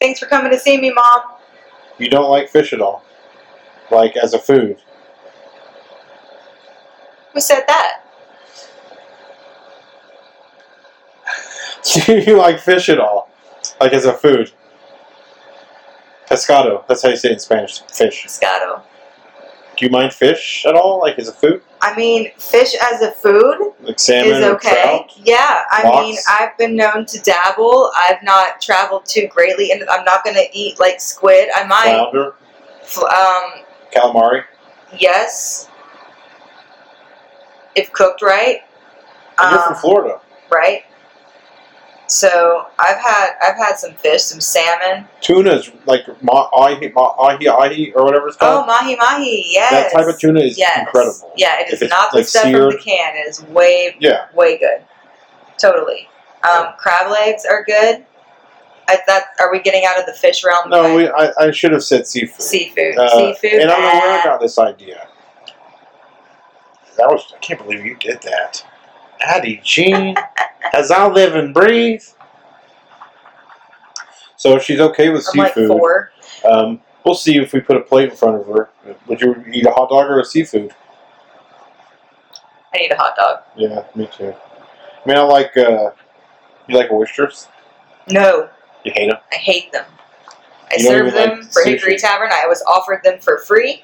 B: Thanks for coming to see me, Mom.
C: You don't like fish at all, like as a food.
B: Who said that?
C: Do you like fish at all, like as a food? Pescado. That's how you say it in Spanish. Fish.
B: Pescado.
C: Do you mind fish at all, like as a food,
B: I mean, fish as a food
C: like salmon
B: is
C: or
B: okay.
C: trout?
B: Yeah, I
C: Lox.
B: mean, I've been known to dabble. I've not traveled too greatly, and I'm not going to eat like squid. I might.
C: Flounder,
B: F- Um,
C: calamari.
B: yes, if cooked right.
C: And you're from
B: Um,
C: Florida.
B: right? So I've had I've had some fish, some salmon.
C: Tuna's like ma- ahi, ma- ahi ahi or whatever it's
B: Oh,
C: called.
B: mahi mahi,
C: that
B: yes.
C: type of tuna is
B: yes.
C: incredible.
B: Yeah, it is
C: If it's,
B: not the
C: like,
B: stuff from the
C: seared.
B: can. It is way
C: Yeah.
B: way good. Totally. Um, crab legs are good. I, that are we getting out of the fish realm?
C: No, we, I, I should have said seafood.
B: seafood.
C: Uh,
B: seafood.
C: And I don't know where I
B: ah.
C: got this idea. That was I can't believe you did that. Addie Jean, as I live and breathe. So if she's okay with
B: I'm like
C: seafood,
B: four.
C: um, we'll see if we put a plate in front of her. Would you eat a hot dog or a seafood?
B: I need a hot dog.
C: Yeah, me too. I mean, I like. Uh, you like oysters?
B: No,
C: You hate them?
B: I hate them. I
C: You don't
B: served
C: even
B: them
C: like
B: for Hickory
C: sushi.
B: Tavern. I was offered them for free.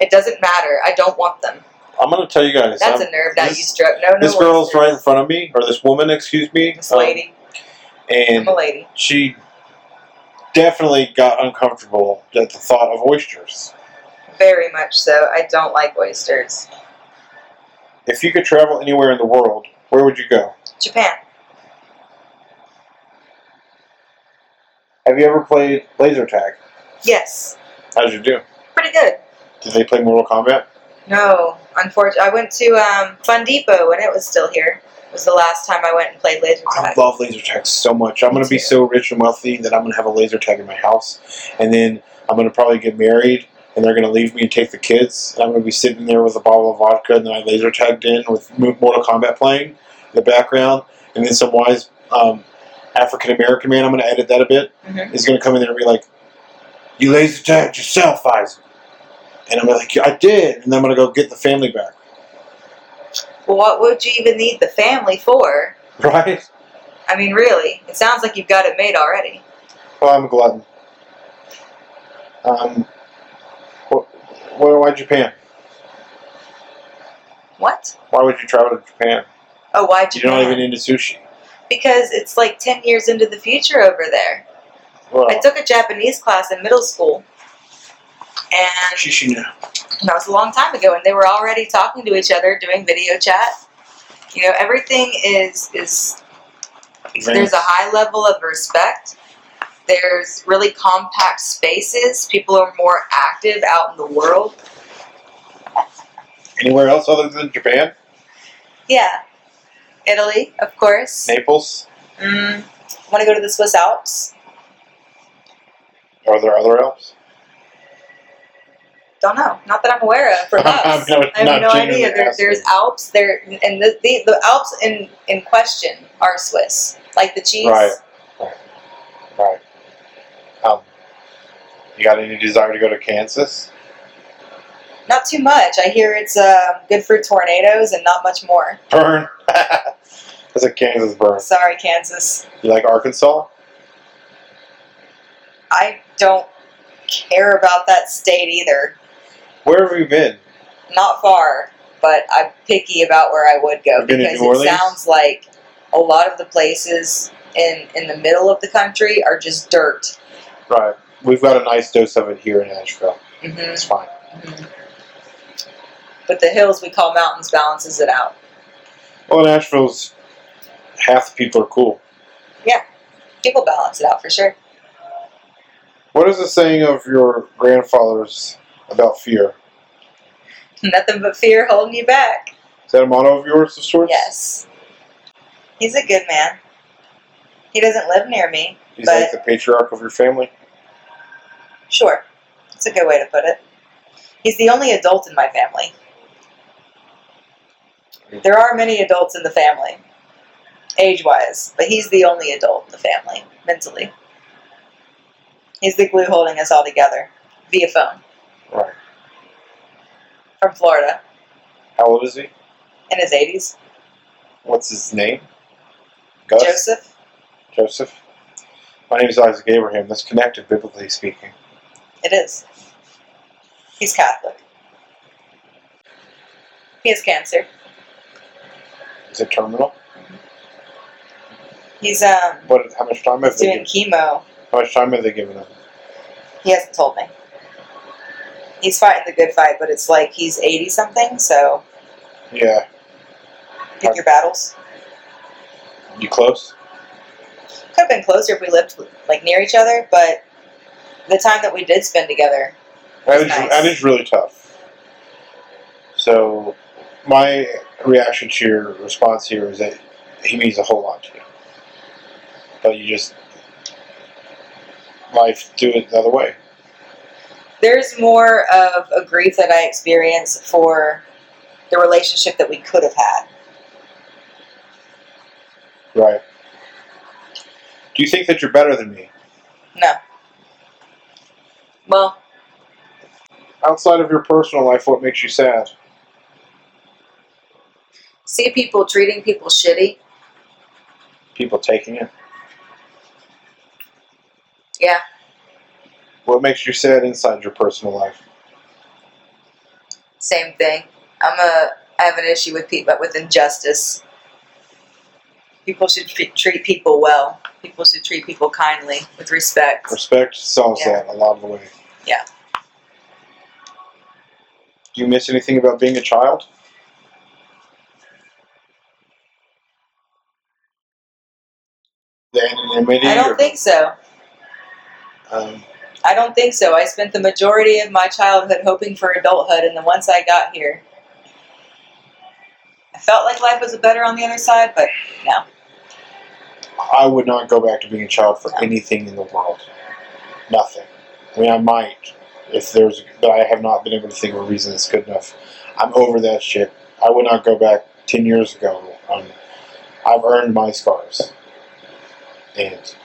B: It doesn't matter. I don't want them.
C: I'm gonna tell you guys.
B: That's
C: I'm-
B: a nerve that
C: this-
B: you struck. No, no.
C: this girl's
B: oysters.
C: right in front of me, or this woman, excuse me,
B: This
C: um,
B: lady.
C: and
B: I'm a lady.
C: she definitely got uncomfortable at the thought of oysters.
B: Very much so. I don't like oysters.
C: If you could travel anywhere in the world, where would you go?
B: Japan.
C: Have you ever played laser tag?
B: Yes.
C: I How'd you do?
B: Pretty good.
C: Did they play Mortal Kombat?
B: No, unfortunately, I went to um, Fun Depot when it was still here. It was the last time I went and played laser
C: I
B: tag.
C: love laser tag so much. I'm
B: Me
C: gonna be
B: too.
C: so rich and wealthy that I'm gonna have a laser tag in my house, and then I'm gonna probably get married, and they're gonna leave me and take the kids, and I'm gonna be sitting there with a bottle of vodka, and then I laser tagged in with Mo- Mortal Kombat playing in the background, and then some wise um, African American man. I'm gonna edit that a bit.
B: Mhm.
C: Is gonna come in there and be like, "You laser tagged yourself, Isaac," and I'm gonna be like, "I did," and then I'm gonna go get the family back,
B: Well, what would you even need the family for?
C: right?
B: I mean, really, it sounds like you've got it made already.
C: Well, I'm a glutton. Um, wh- why, why Japan?
B: What?
C: Why would you travel to Japan?
B: Oh, why
C: You're
B: Japan?
C: not even into sushi.
B: because it's like 10 years into the future over there.
C: Well,
B: I took a Japanese class in middle school, and
C: sushi now.
B: that was a long time ago and they were already talking to each other doing video chat you know everything is is there's a high level of respect there's really compact spaces people are more active out in the world
C: Anywhere else other than Japan?
B: yeah italy of course
C: Naples?
B: mm, want to go to the swiss alps
C: Are there other Alps?
B: don't know not that i'm aware of for us
C: I'm not-
B: I have
C: not
B: no
C: genuinely
B: idea. There,
C: asking.
B: there's Alps there, and the, the, the Alps in, in question are Swiss, like the cheese.
C: Right. Right. Um, you got any desire to go to Kansas?
B: Not too much. I hear it's um, good for tornadoes and not much more.
C: Burn. That's a Kansas burn.
B: Sorry, Kansas.
C: You like Arkansas?
B: I don't care about that state either.
C: Where have you been?
B: Not far, but I'm picky about where I would go
C: You've been to
B: because
C: New
B: it
C: Orleans?
B: sounds like a lot of the places in in the middle of the country are just dirt.
C: Right. We've got a nice dose of it here in Asheville.
B: hmm
C: It's fine.
B: But the hills we call mountains balances it out.
C: Well, Nashville's half the people are cool.
B: People balance it out for sure.
C: What is the saying of your grandfather's about fear?
B: Nothing but fear holding you back.
C: Is that a motto of yours of sorts?
B: Yes. He's a good man. He doesn't live near me,
C: He's like the patriarch of your family.
B: Sure. That's a good way to put it. He's the only adult in my family. There are many adults in the family, age wise, but he's the only adult in the family, mentally. He's the glue holding us all together via phone
C: Right.
B: from Florida
C: How old is he?
B: in his 80s.
C: What's his name? Gus?
B: Joseph.
C: Joseph? My name is Isaac Abraham. That's connected, biblically speaking.
B: It is. He's Catholic. He has cancer.
C: Is it terminal?
B: He's um
C: What? How much time have they
B: doing
C: given?
B: chemo.
C: How much time have they given him?
B: He hasn't told me. He's fighting the good fight, but it's like he's 80 something, so
C: Yeah.
B: pick your battles.
C: You close?
B: Could have been closer if we lived like near each other, but the time that we did spend together,
C: That is,
B: Nice.
C: that is really tough. So, my reaction to your response here is that he means a whole lot to you. But you just, life, do it another way.
B: there's more of a grief that I experience for the relationship that we could have had.
C: Right. Do you think that you're better than me?
B: No. Well,
C: Outside of your personal life, what makes you sad?
B: see people treating people shitty.
C: People taking it.
B: Yeah.
C: What makes you sad inside your personal life?
B: Same thing. I'm a. I have an issue with people with injustice. People should treat, treat people well. People should treat people kindly with respect.
C: Respect solves
B: Yeah.
C: that a lot of the way.
B: Yeah.
C: Do you miss anything about being a child? The anonymity?
B: I
C: or,
B: don't think so.
C: Um,
B: I don't think so. I spent the majority of my childhood hoping for adulthood, and then once I got here, I felt like life was better on the other side, but no.
C: I would not go back to being a child for anything in the world. Nothing. I mean, I might if there's, but I have not been able to think of a reason that's good enough. I'm over that shit. I would not go back ten years ago. Um, I've earned my scars, and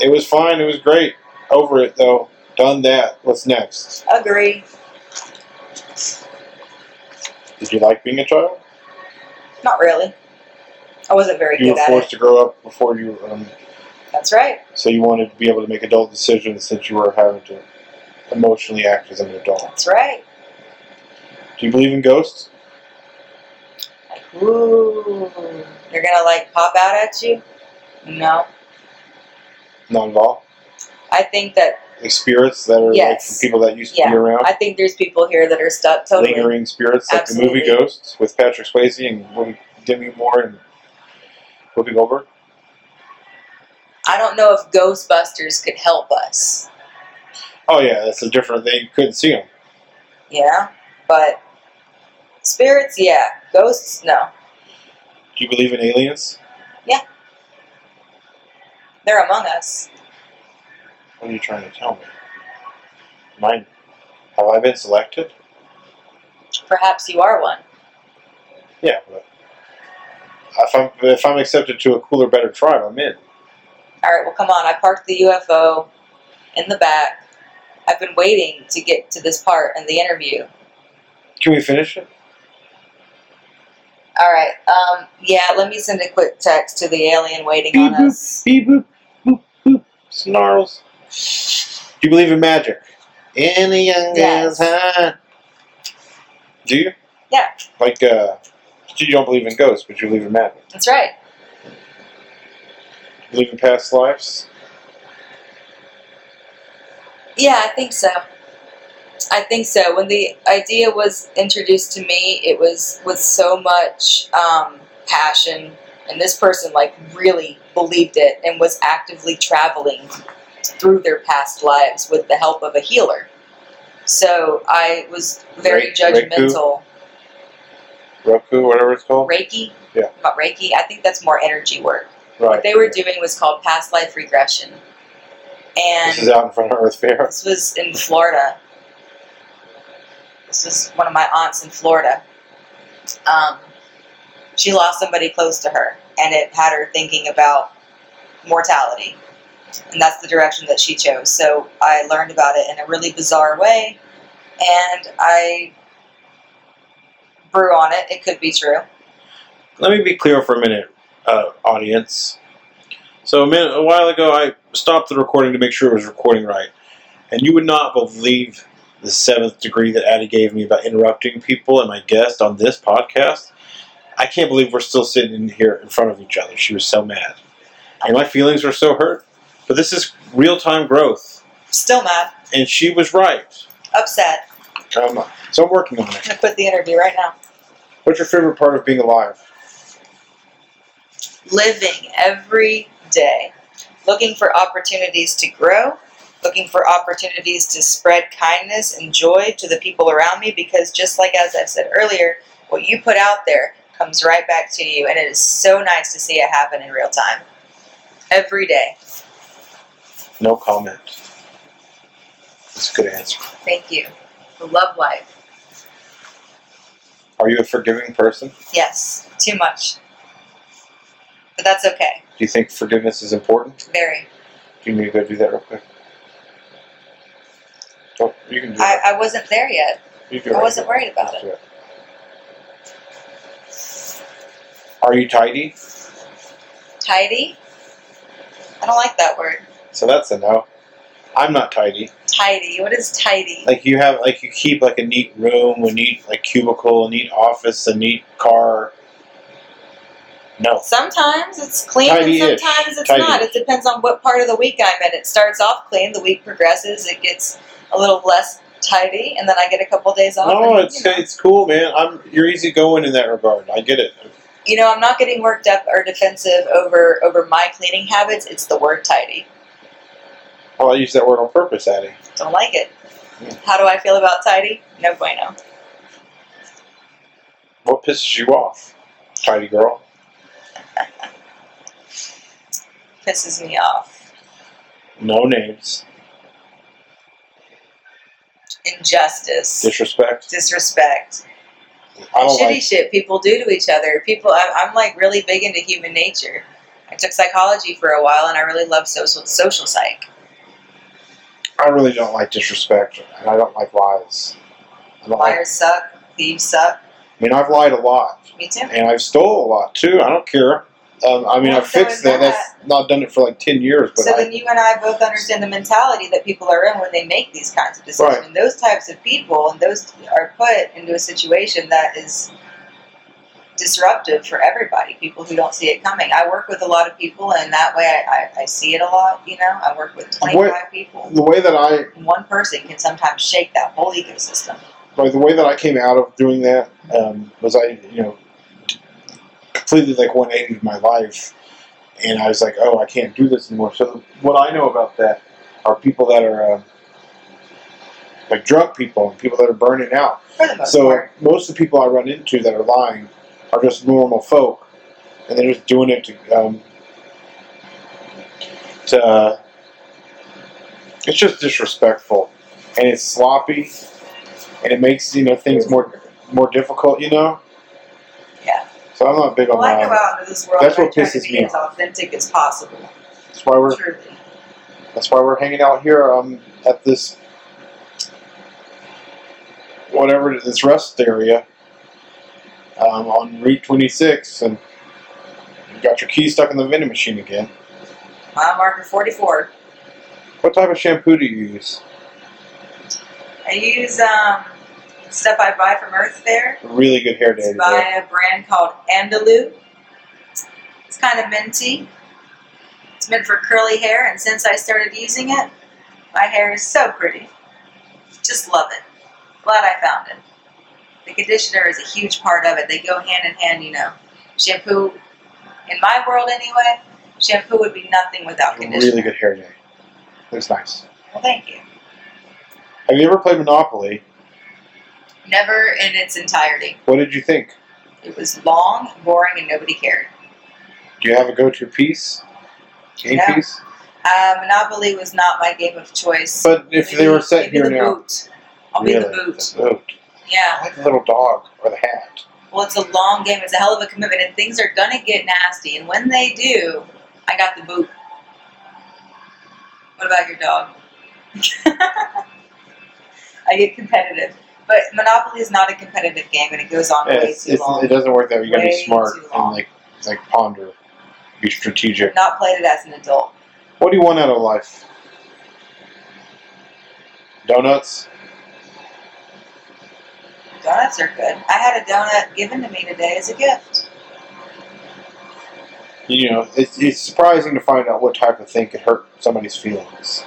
C: it was fine. It was great. Over it though. Done that. What's next?
B: Agree.
C: Did you like being a child?
B: Not really. I wasn't very
C: You
B: good
C: were
B: at
C: forced
B: it.
C: to grow up before you, um,
B: That's right.
C: so you wanted to be able to make adult decisions since you were having to emotionally act as an adult.
B: That's right.
C: Do you believe in ghosts?
B: Like, ooh. They're gonna like pop out at you? No.
C: Not at all.
B: I think that
C: Like spirits that are
B: Yes.
C: like people that used to
B: Yeah.
C: be around.
B: I think there's people here that are stuck totally.
C: lingering spirits, like the movie
B: Absolutely.
C: Ghosts with Patrick Swayze and Whoopi- Demi Moore and Whoopi Goldberg.
B: I don't know if Ghostbusters could help us.
C: Oh yeah, that's a different. They couldn't see them.
B: Yeah. But spirits, yeah. Ghosts, no.
C: Do you believe in aliens?
B: They're among us.
C: What are you trying to tell me? Mine. Have I been selected?
B: Perhaps you are one.
C: Yeah, but if I'm if I'm accepted to a cooler, better tribe, I'm in.
B: All right, well, come on. I parked the UFO in the back. I've been waiting to get to this part in the interview.
C: Can we finish it?
B: All right. Um, yeah, let me send a quick text to the alien waiting
C: Beep,
B: on us.
C: Beep boop boop boop snarls. Do you believe in magic? In a young
B: Yes.
C: man's heart. Do you?
B: Yeah.
C: Like uh, you don't believe in ghosts, but you believe in magic.
B: That's right.
C: You believe in past lives.
B: Yeah, I think so. I think so. When the idea was introduced to me, it was with so much um, passion, and this person like really believed it and was actively traveling through their past lives with the help of a healer. So I was very
C: Re- Reiki?
B: judgmental.
C: Roku, whatever it's called.
B: Reiki,
C: Yeah.
B: not Reiki. I think that's more energy work.
C: right.
B: what they were doing was called past life regression. And
C: This is out in front of Earth Fair.
B: this was in Florida. This was one of my aunts in Florida. Um, she lost somebody close to her, and it had her thinking about mortality. And that's the direction that she chose. So I learned about it in a really bizarre way, and I brew on it. It could be true.
C: Let me be clear for a minute, uh, audience. So a minute, a while ago, I stopped the recording to make sure it was recording right, and you would not believe the seventh degree that Addie gave me about interrupting people and my guest on this podcast. I can't believe we're still sitting in here in front of each other. She was so mad, and my feelings were so hurt. But this is real time growth,
B: Still mad,
C: and she was right.
B: upset.
C: Um, so I'm working on it.
B: I'm gonna quit the interview right now.
C: What's your favorite part of being alive?
B: living every day, looking for opportunities to grow, looking for opportunities to spread kindness and joy to the people around me because just like as I said earlier, what you put out there comes right back to you and it is so nice to see it happen in real time. Every day.
C: No comment. That's a good answer.
B: Thank you. The love life.
C: Are you a forgiving person?
B: Yes, too much. But that's okay.
C: Do you think forgiveness is important?
B: Very.
C: Do you need to go do that real quick? Don't, you can do it.
B: I, I wasn't there yet.
C: You
B: I
C: do it.
B: wasn't worried about
C: Just do it. Are you tidy?
B: Tidy? I don't like that word.
C: So that's a no. I'm not tidy.
B: Tidy. What is tidy?
C: Like you have, like you keep like a neat room, a neat like cubicle, a neat office, a neat car. No.
B: Sometimes it's clean
C: Tidy-ish.
B: and sometimes it's
C: Tidy-ish.
B: not. It depends on what part of the week I'm in. It starts off clean, the week progresses, it gets a little less tidy, and then I get a couple days off.
C: No,
B: and,
C: it's
B: you, know,
C: it's cool, man. I'm you're easy going in that regard. I get it.
B: You know, I'm not getting worked up or defensive over over my cleaning habits. It's the word tidy.
C: Oh, I used that word on purpose, Addie.
B: Don't like it. How do I feel about tidy? No bueno.
C: What pisses you off, tidy girl?
B: Pisses me off.
C: No names.
B: Injustice.
C: Disrespect.
B: disrespect.
C: I
B: And
C: don't
B: shitty
C: like.
B: shit people do to each other. People, I'm, I'm like really big into human nature. I took psychology for a while, and I really love social social psych.
C: I really don't like disrespect, and I don't like lies. I don't like.
B: Liars suck. Thieves suck.
C: I mean, I've lied a lot,
B: Me too.
C: and I've stole a lot too. I don't care. Um, I mean,
B: Well,
C: I've
B: so
C: fixed
B: is
C: that.
B: that.
C: That's not done it for like ten years, but
B: So
C: I,
B: then you and I both understand the mentality that people are in when they make these kinds of decisions.
C: Right.
B: And those types of people and those are put into a situation that is disruptive for everybody, people who don't see it coming. I work with a lot of people and that way I, I, I see it a lot, you know. I work with twenty five people.
C: the way that I
B: And one person can sometimes shake that whole ecosystem.
C: like the way that I came out of doing that um, was I, you know, completely like 180 my life, and I was like, oh, I can't do this anymore. So what I know about that are people that are uh, like drug people and people that are burning out.
B: For the most
C: so
B: part.
C: most of the people I run into that are lying are just normal folk, and they're just doing it to. Um, to uh, it's just disrespectful, and it's sloppy, and it makes you know things more more difficult. You know.
B: Yeah.
C: So I'm not big on
B: Well, I go
C: lying.
B: out into this world
C: um, That's
B: and I
C: what
B: try
C: pisses
B: to be
C: me
B: as authentic as possible.
C: That's why we're
B: Truly.
C: that's why we're hanging out here um, at this whatever it is, this rest area um, on Route 26, and you got your key stuck in the vending machine again.
B: Mile marker forty four.
C: What type of shampoo do you use?
B: I use um, stuff I buy from Earth Fair.
C: Really good hair day
B: It's
C: today.
B: by a brand called Andalou. It's kind of minty. It's meant for curly hair, and since I started using it, my hair is so pretty. Just love it. Glad I found it. The conditioner is a huge part of it. They go hand in hand, you know. Shampoo, in my world anyway, shampoo would be nothing without conditioner.
C: Really good hair day. Looks nice.
B: Well, thank you.
C: Have you ever played Monopoly?
B: Never in its entirety.
C: What did you think?
B: It was long, boring, and nobody cared.
C: Do you have a go-to piece? Game
B: No.
C: piece?
B: Uh, Monopoly was not my game of choice.
C: But if they
B: Maybe-
C: were set
B: maybe
C: here
B: the
C: now,
B: boot. I'll
C: really,
B: be the boot.
C: the boot.
B: Yeah.
C: I like the little dog or the hat.
B: Well, it's a long game. It's a hell of a commitment, and things are gonna get nasty. And when they do, I got the boot. What about your dog? I get competitive, but Monopoly is not a competitive game, and it goes on
C: Yeah,
B: way
C: it's,
B: too
C: it's,
B: long.
C: it doesn't work that way. You gotta
B: Way
C: be smart
B: too
C: and
B: long.
C: like like ponder, be strategic.
B: not played it as an adult.
C: What do you want out of life? Donuts.
B: Donuts are good. I had a donut given to me today as a gift.
C: You know, it's, it's surprising to find out what type of thing could hurt somebody's feelings.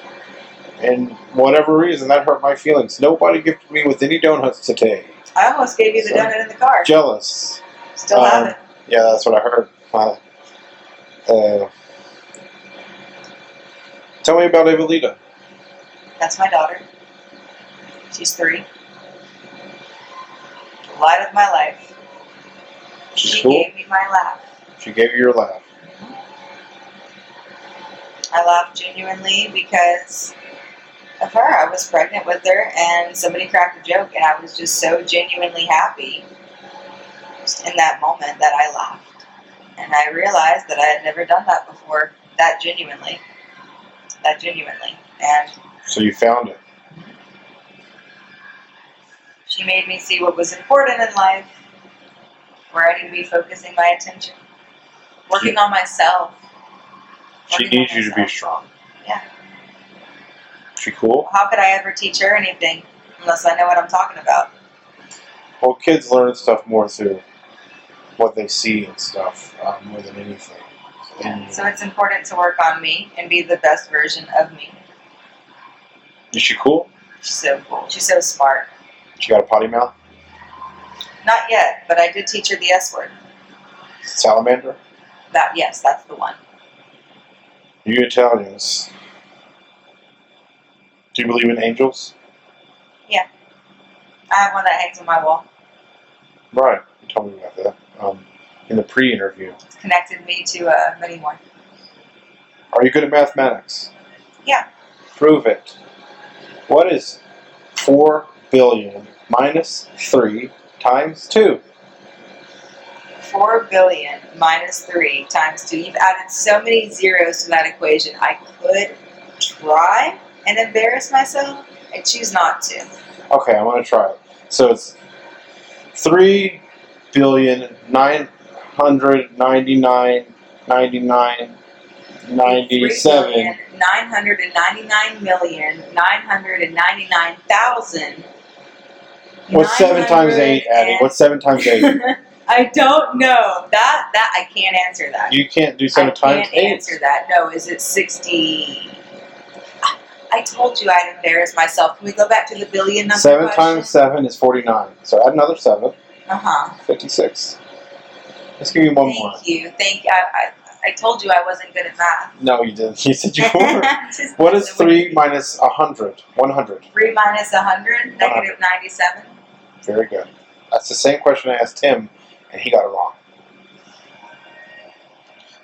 C: And whatever reason, that hurt my feelings. Nobody gifted me with any donuts today.
B: I almost gave you the
C: So-
B: donut in the car.
C: Jealous.
B: Still have
C: Um,
B: it.
C: Yeah, that's what I heard. My- uh, tell me about Evelita.
B: That's my daughter. She's three. Light of my life.
C: She's
B: she
C: cool.
B: gave me my laugh.
C: She gave you your laugh.
B: I laughed genuinely because of her. I was pregnant with her, and somebody cracked a joke, and I was just so genuinely happy in that moment that I laughed. And I realized that I had never done that before, that genuinely. That genuinely. And
C: So you found it.
B: She made me see what was important in life, where I need to be focusing my attention, working on myself.
C: She
B: working on
C: needs you to be
B: myself.
C: strong.
B: Yeah.
C: She cool?
B: How could I ever teach her anything unless I know what I'm talking about?
C: Well, kids learn stuff more through what they see and stuff um, more than anything. And
B: So it's important to work on me and be the best version of me.
C: is she cool?
B: She's so cool. She's so smart.
C: She got a potty mouth?
B: Not yet, but I did teach her the S word.
C: Salamander?
B: That yes, that's the one.
C: You Italians. Do you believe in angels?
B: I have one that hangs on my wall.
C: Right. You told me about that um, in the pre-interview.
B: It's connected me to uh, many more.
C: Are you good at mathematics?
B: Yeah.
C: Prove it. What is four billion minus three times two?
B: Four billion minus three times two. You've added so many zeros to that equation. I could try and embarrass myself. I choose not to.
C: Okay, I'm gonna try it. So it's three billion nine hundred ninety nine ninety nine ninety seven.
B: 999,999,999,000.
C: What's seven times eight, Addie? What's seven times eight?
B: I don't know. That that I can't answer that.
C: You can't do seven
B: I
C: times
B: can't
C: eight.
B: answer that. No, is it 60? I- I told you I'd embarrass myself. Can we go back to the billion number
C: Seven
B: question?
C: times seven is forty nine. So add another seven.
B: Uh-huh.
C: Fifty six. Let's give you one
B: Thank
C: more.
B: you. Thank I, I, I told you I wasn't good at math.
C: No, you didn't. You said you were.
B: Just-
C: What is
B: so
C: three minus a hundred? One hundred.
B: 3 minus 100, negative 97?
C: Very good. That's the same question I asked him, and he got it wrong.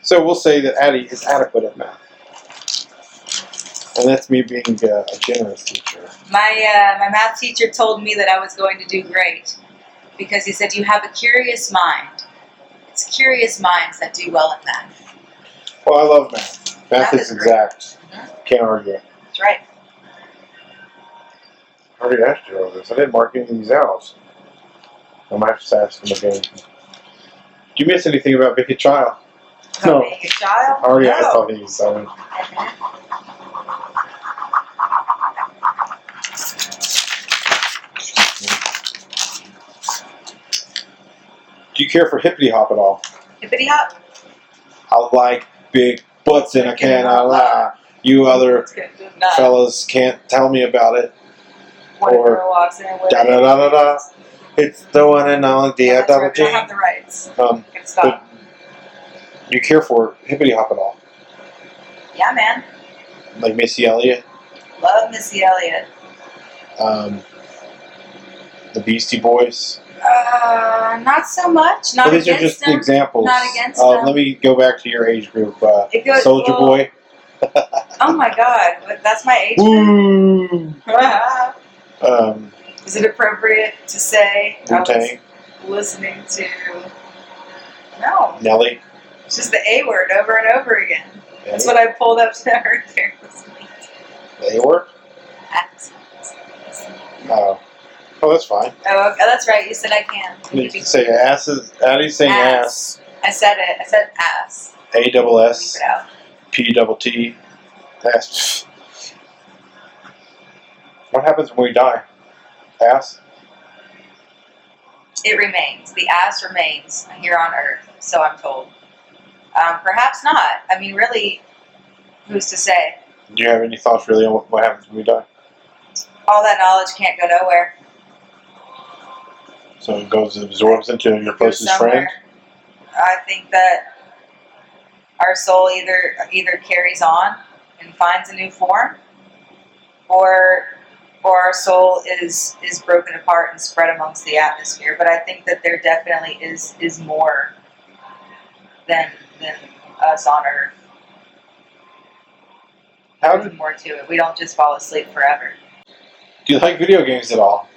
C: So we'll say that Addie is adequate at math. And that's me being uh, a generous teacher.
B: My, uh, my math teacher told me that I was going to do great because he said, You have a curious mind. It's curious minds that do well at math.
C: Well, I love math.
B: Math
C: Math is
B: is great.
C: exact. Can't argue it.
B: That's right.
C: I already asked you all this. I didn't mark any of these out. I might have to ask them again. Did you miss anything about Vicky Child? No.
B: About being a child?
C: I already asked
B: no.
C: all these. I mean, do you care for hippity hop at all?
B: Hippity hop.
C: I like big butts and I cannot lie. You other
B: It's good. Not
C: fellas can't tell me about it.
B: one
C: or
B: girl walks in with
C: Da da da da da. It's the one and only
B: Yeah, that's
C: D.I. double
B: right. We
C: G.
B: don't have the rights.
C: Um,
B: Good stuff.
C: you care for hippity hop at all?
B: yeah, man.
C: Like Missy Elliott,
B: Love Missy Elliott.
C: um, the Beastie Boys.
B: Uh, not so much. Not
C: Well, these are
B: against
C: just
B: them.
C: examples.
B: Not against
C: uh,
B: them.
C: Let me go back to your age group. Uh,
B: It goes-
C: Soldier
B: well,
C: Boy.
B: Oh my God, but that's my age. group.
C: Woo! Um,
B: Is it appropriate to say I
C: Wu
B: was
C: Tang,
B: listening to? No,
C: Nelly.
B: it's just the A word over and over again. That's
C: Nelly.
B: what I pulled up to her there. listening
C: They were.
B: to accents.
C: Oh, oh, that's fine.
B: Oh, okay. that's right. You said I can.
C: You can say asses. Addie's saying ass.
B: I said it. I said ass.
C: A double
B: Leave
C: S
B: it out.
C: P double T. Ass. What happens when we die? Ass.
B: It remains. The ass remains here on earth, so I'm told. Um, perhaps not. I mean, really, who's to say?
C: Do you have any thoughts really on what, what happens when we die?
B: All that knowledge can't go nowhere.
C: So it goes and absorbs into your
B: It goes
C: closest friend.
B: I think that our soul either either carries on and finds a new form, or or our soul is is broken apart and spread amongst the atmosphere. But I think that there definitely is is more than than us on Earth.
C: How
B: There's
C: did,
B: more to it. We don't just fall asleep forever.
C: do you like video games at all?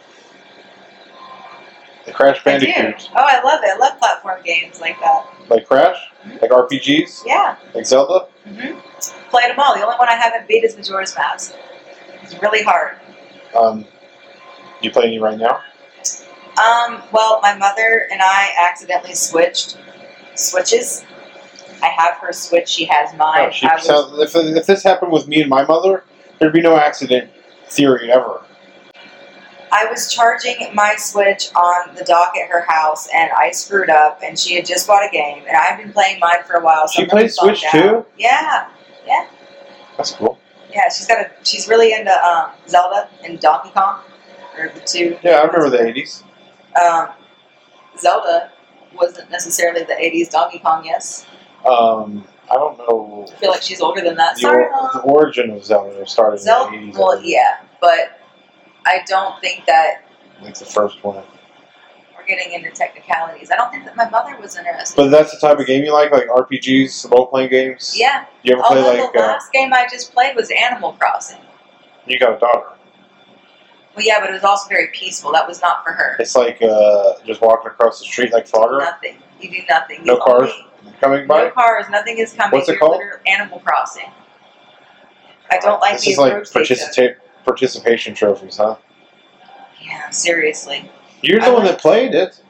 C: The Crash
B: I do.
C: Bandicoot,
B: Oh, I love it. I love platform games like that.
C: like Crash, like RPGs,
B: Yeah.
C: like Zelda.
B: hmm Played them all. The only one I haven't beat is Majora's Mask. It's really hard.
C: Um, you play any right now?
B: Um, well, my mother and I accidentally switched switches. I have her switch, she has mine.
C: No, Oh, she
B: I was,
C: sounds- if, if this happened with me and my mother, there'd be no accident theory ever.
B: I was charging my switch on the dock at her house and I screwed up and she had just bought a game and I've been playing mine for a while. So
C: She
B: I'm really
C: plays Switch
B: bummed out.
C: too.
B: Yeah.
C: That's cool.
B: Yeah, she's got a she's really into um, Zelda and Donkey Kong. Or the two
C: Yeah, I remember the '80s.
B: um, Zelda wasn't necessarily the 80s Donkey Kong, yes.
C: Um, I don't know
B: I feel like she's older than that.
C: the,
B: Sorry,
C: or,
B: Mom.
C: the origin of Zelda. It started
B: Zelda,
C: in the '80s.
B: well, yeah, but I don't think that
C: Like the first one.
B: we're getting into technicalities. I don't think that my mother was interested.
C: But that's the type of game you like, like RPGs, role playing games.
B: yeah, Oh,
C: You ever play
B: although
C: like
B: the
C: uh,
B: last game I just played was Animal Crossing.
C: you got a daughter?
B: Well, yeah, but it was also very peaceful. That was not for her.
C: It's like uh, just walking across the street like Frogger,
B: Nothing. You do nothing.
C: No
B: The
C: cars?
B: only-
C: coming
B: No
C: by.
B: cars. Nothing is coming.
C: What's it
B: You're
C: called?
B: literally Animal Crossing. I don't like
C: This
B: the
C: is like
B: approach they took.
C: participate participation trophies, huh?
B: Yeah, seriously.
C: You're the
B: I
C: one
B: like-
C: that played it.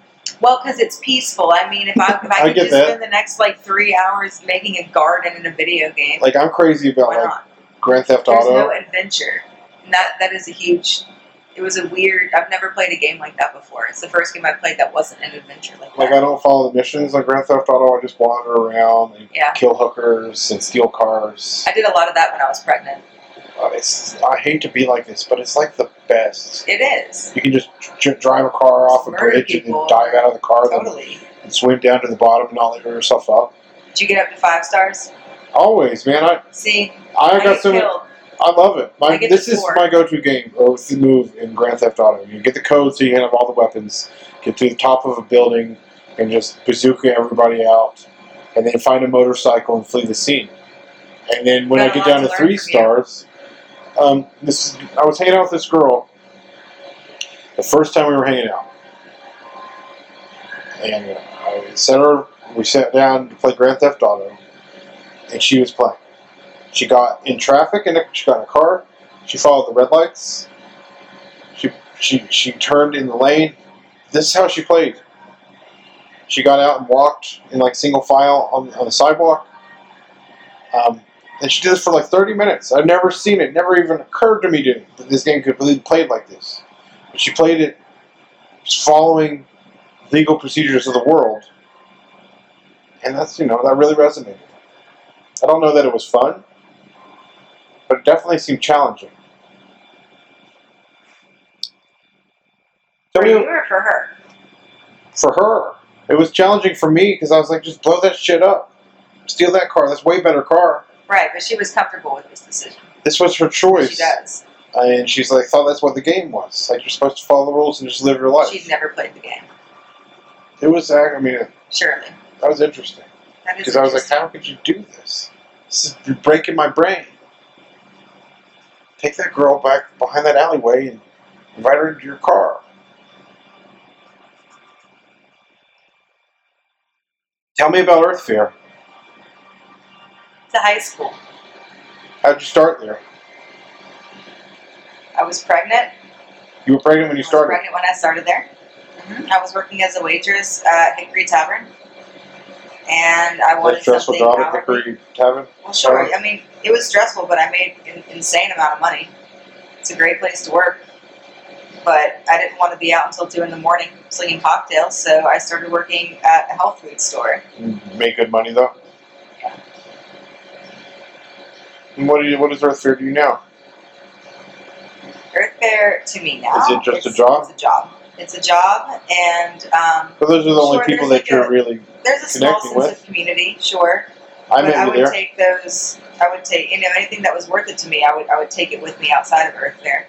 B: Well, because it's peaceful. I mean, if I if
C: I
B: I could
C: get
B: just
C: that.
B: spend the next like three hours making a garden in a video game,
C: Like I'm crazy about
B: why
C: like
B: not?
C: Grand Theft
B: There's
C: Auto.
B: no adventure. And that that is a huge. It was a weird. I've never played a game like that before. It's the first game I played that wasn't an adventure like
C: Like
B: that.
C: I don't follow the missions on Grand Theft Auto. I just wander around and
B: Yeah.
C: kill hookers and steal cars.
B: I did a lot of that when I was pregnant.
C: Uh, it's I hate to be like this, but it's like the best.
B: It is
C: You can just j- drive a car off a
B: Murder
C: bridge and
B: people.
C: then dive out of the car then-
B: totally.
C: and swim down to the bottom and not let yourself up.
B: Did you get up to five stars?
C: Always, man. I
B: See,
C: I got
B: get
C: so many-
B: killed.
C: I love it.
B: I
C: My,
B: get
C: this
B: the
C: is
B: sword.
C: my go-to game or with the move in Grand Theft Auto. You get the code so you can have all the weapons. Get to the top of a building and just bazooka everybody out, and then find a motorcycle and flee the scene. And then when
B: Got
C: I
B: a lot
C: get down
B: to
C: to
B: learn
C: three
B: from you.
C: stars, um, this I was hanging out with this girl the first time we were hanging out, and uh, I set her. We sat down to play Grand Theft Auto, and she was playing. She got in traffic and she got in a car. She followed the red lights. She she she turned in the lane. This is how she played. She got out and walked in like single file on, on the sidewalk. Um, and she did this for like 30 minutes. I've never seen it. Never even occurred to me to, that this game could be played like this. But she played it just following legal procedures of the world. And that's, you know, that really resonated. I don't know that it was fun, but it definitely seemed challenging.
B: For
C: Tell me-
B: you or for her?
C: for her. It was challenging for me because I was like, just blow that shit up, steal that car. That's way better car.
B: Right, but she was comfortable with this decision.
C: This was her
B: She
C: choice,
B: does.
C: and she's like, thought that's what the game was. Like you're supposed to follow the rules and just live your life.
B: She'd never played the game.
C: it was, uh, I mean, it-
B: Surely.
C: that was interesting
B: That is
C: because I was like,
B: interesting.
C: how could you do this? This is you're breaking my brain. Take that girl back behind that alleyway and invite her into your car. Tell me about Earth Fair.
B: to high school.
C: How'd you start there?
B: I was pregnant.
C: You were pregnant when you
B: I was
C: started.
B: pregnant when I started there. Mhm. I was working as a waitress at Hickory Tavern. And I
C: Was that
B: wanted
C: stressful
B: something
C: job at the
B: hourly.
C: Creek Tavern?
B: Well, sure. I mean, it was stressful, but I made an insane amount of money. It's a great place to work. But I didn't want to be out until 2 in the morning slinging cocktails, so I started working at a health food store.
C: You Make good money though.
B: Yeah.
C: And what do you, what does Earth Fair do now?
B: Earth Fair to me now.
C: Is it just a
B: it's-
C: job?
B: It's a job. It's a job, and um,
C: Well, those are the only
B: Sure,
C: people
B: there's
C: that you're
B: like a-
C: really.
B: there's a small
C: Connecting
B: sense
C: with?
B: of community, sure.
C: I
B: but I
C: met you
B: would
C: there.
B: take those. I would take you know anything that was worth it to me. I would I would take it with me outside of Earth Fair.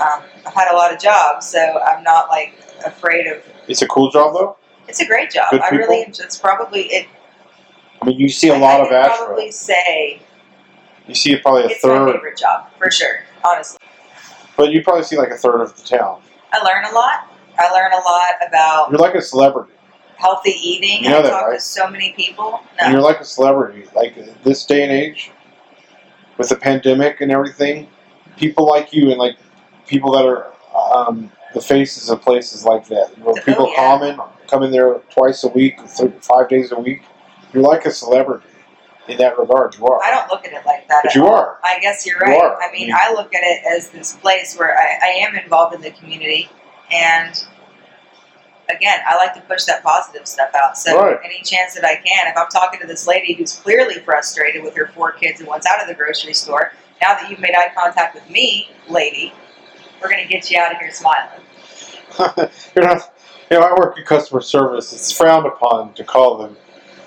B: Um, I've had a lot of jobs, so I'm not like afraid of.
C: It's a cool job though.
B: It's a great job.
C: Good
B: I really
C: people?
B: enjoy. It's probably it.
C: I mean, you see a
B: I-
C: lot
B: I
C: of
B: could
C: Asheville.
B: Probably say
C: You see probably a
B: it's my
C: third,
B: favorite job for sure. Honestly,
C: but you probably see like a third of the town.
B: I learn a lot. I learn a lot about
C: You're like a celebrity.
B: healthy eating.
C: You know
B: I
C: that,
B: talk
C: right?
B: to so many people. No,
C: And you're like a celebrity. Like this day and age, with the pandemic and everything, people like you and like people that are um, the faces of places like that, where
B: Oh,
C: people
B: yeah.
C: come in, come in there twice a week, th- five days a week. You're like a celebrity in that regard. You are,
B: I don't look at it like that.
C: but
B: at
C: you
B: all.
C: are.
B: I guess you're
C: You
B: right.
C: are. Mm-hmm.
B: I mean, I look at it as this place where I, I am involved in the community, and again, I like to push that positive stuff out. So
C: Right.
B: any chance that I can, if I'm talking to this lady who's clearly frustrated with her four kids and wants out of the grocery store, now that you've made eye contact with me, lady, we're gonna get you out of here smiling.
C: you're not. You know, I work in customer service. It's frowned upon to call them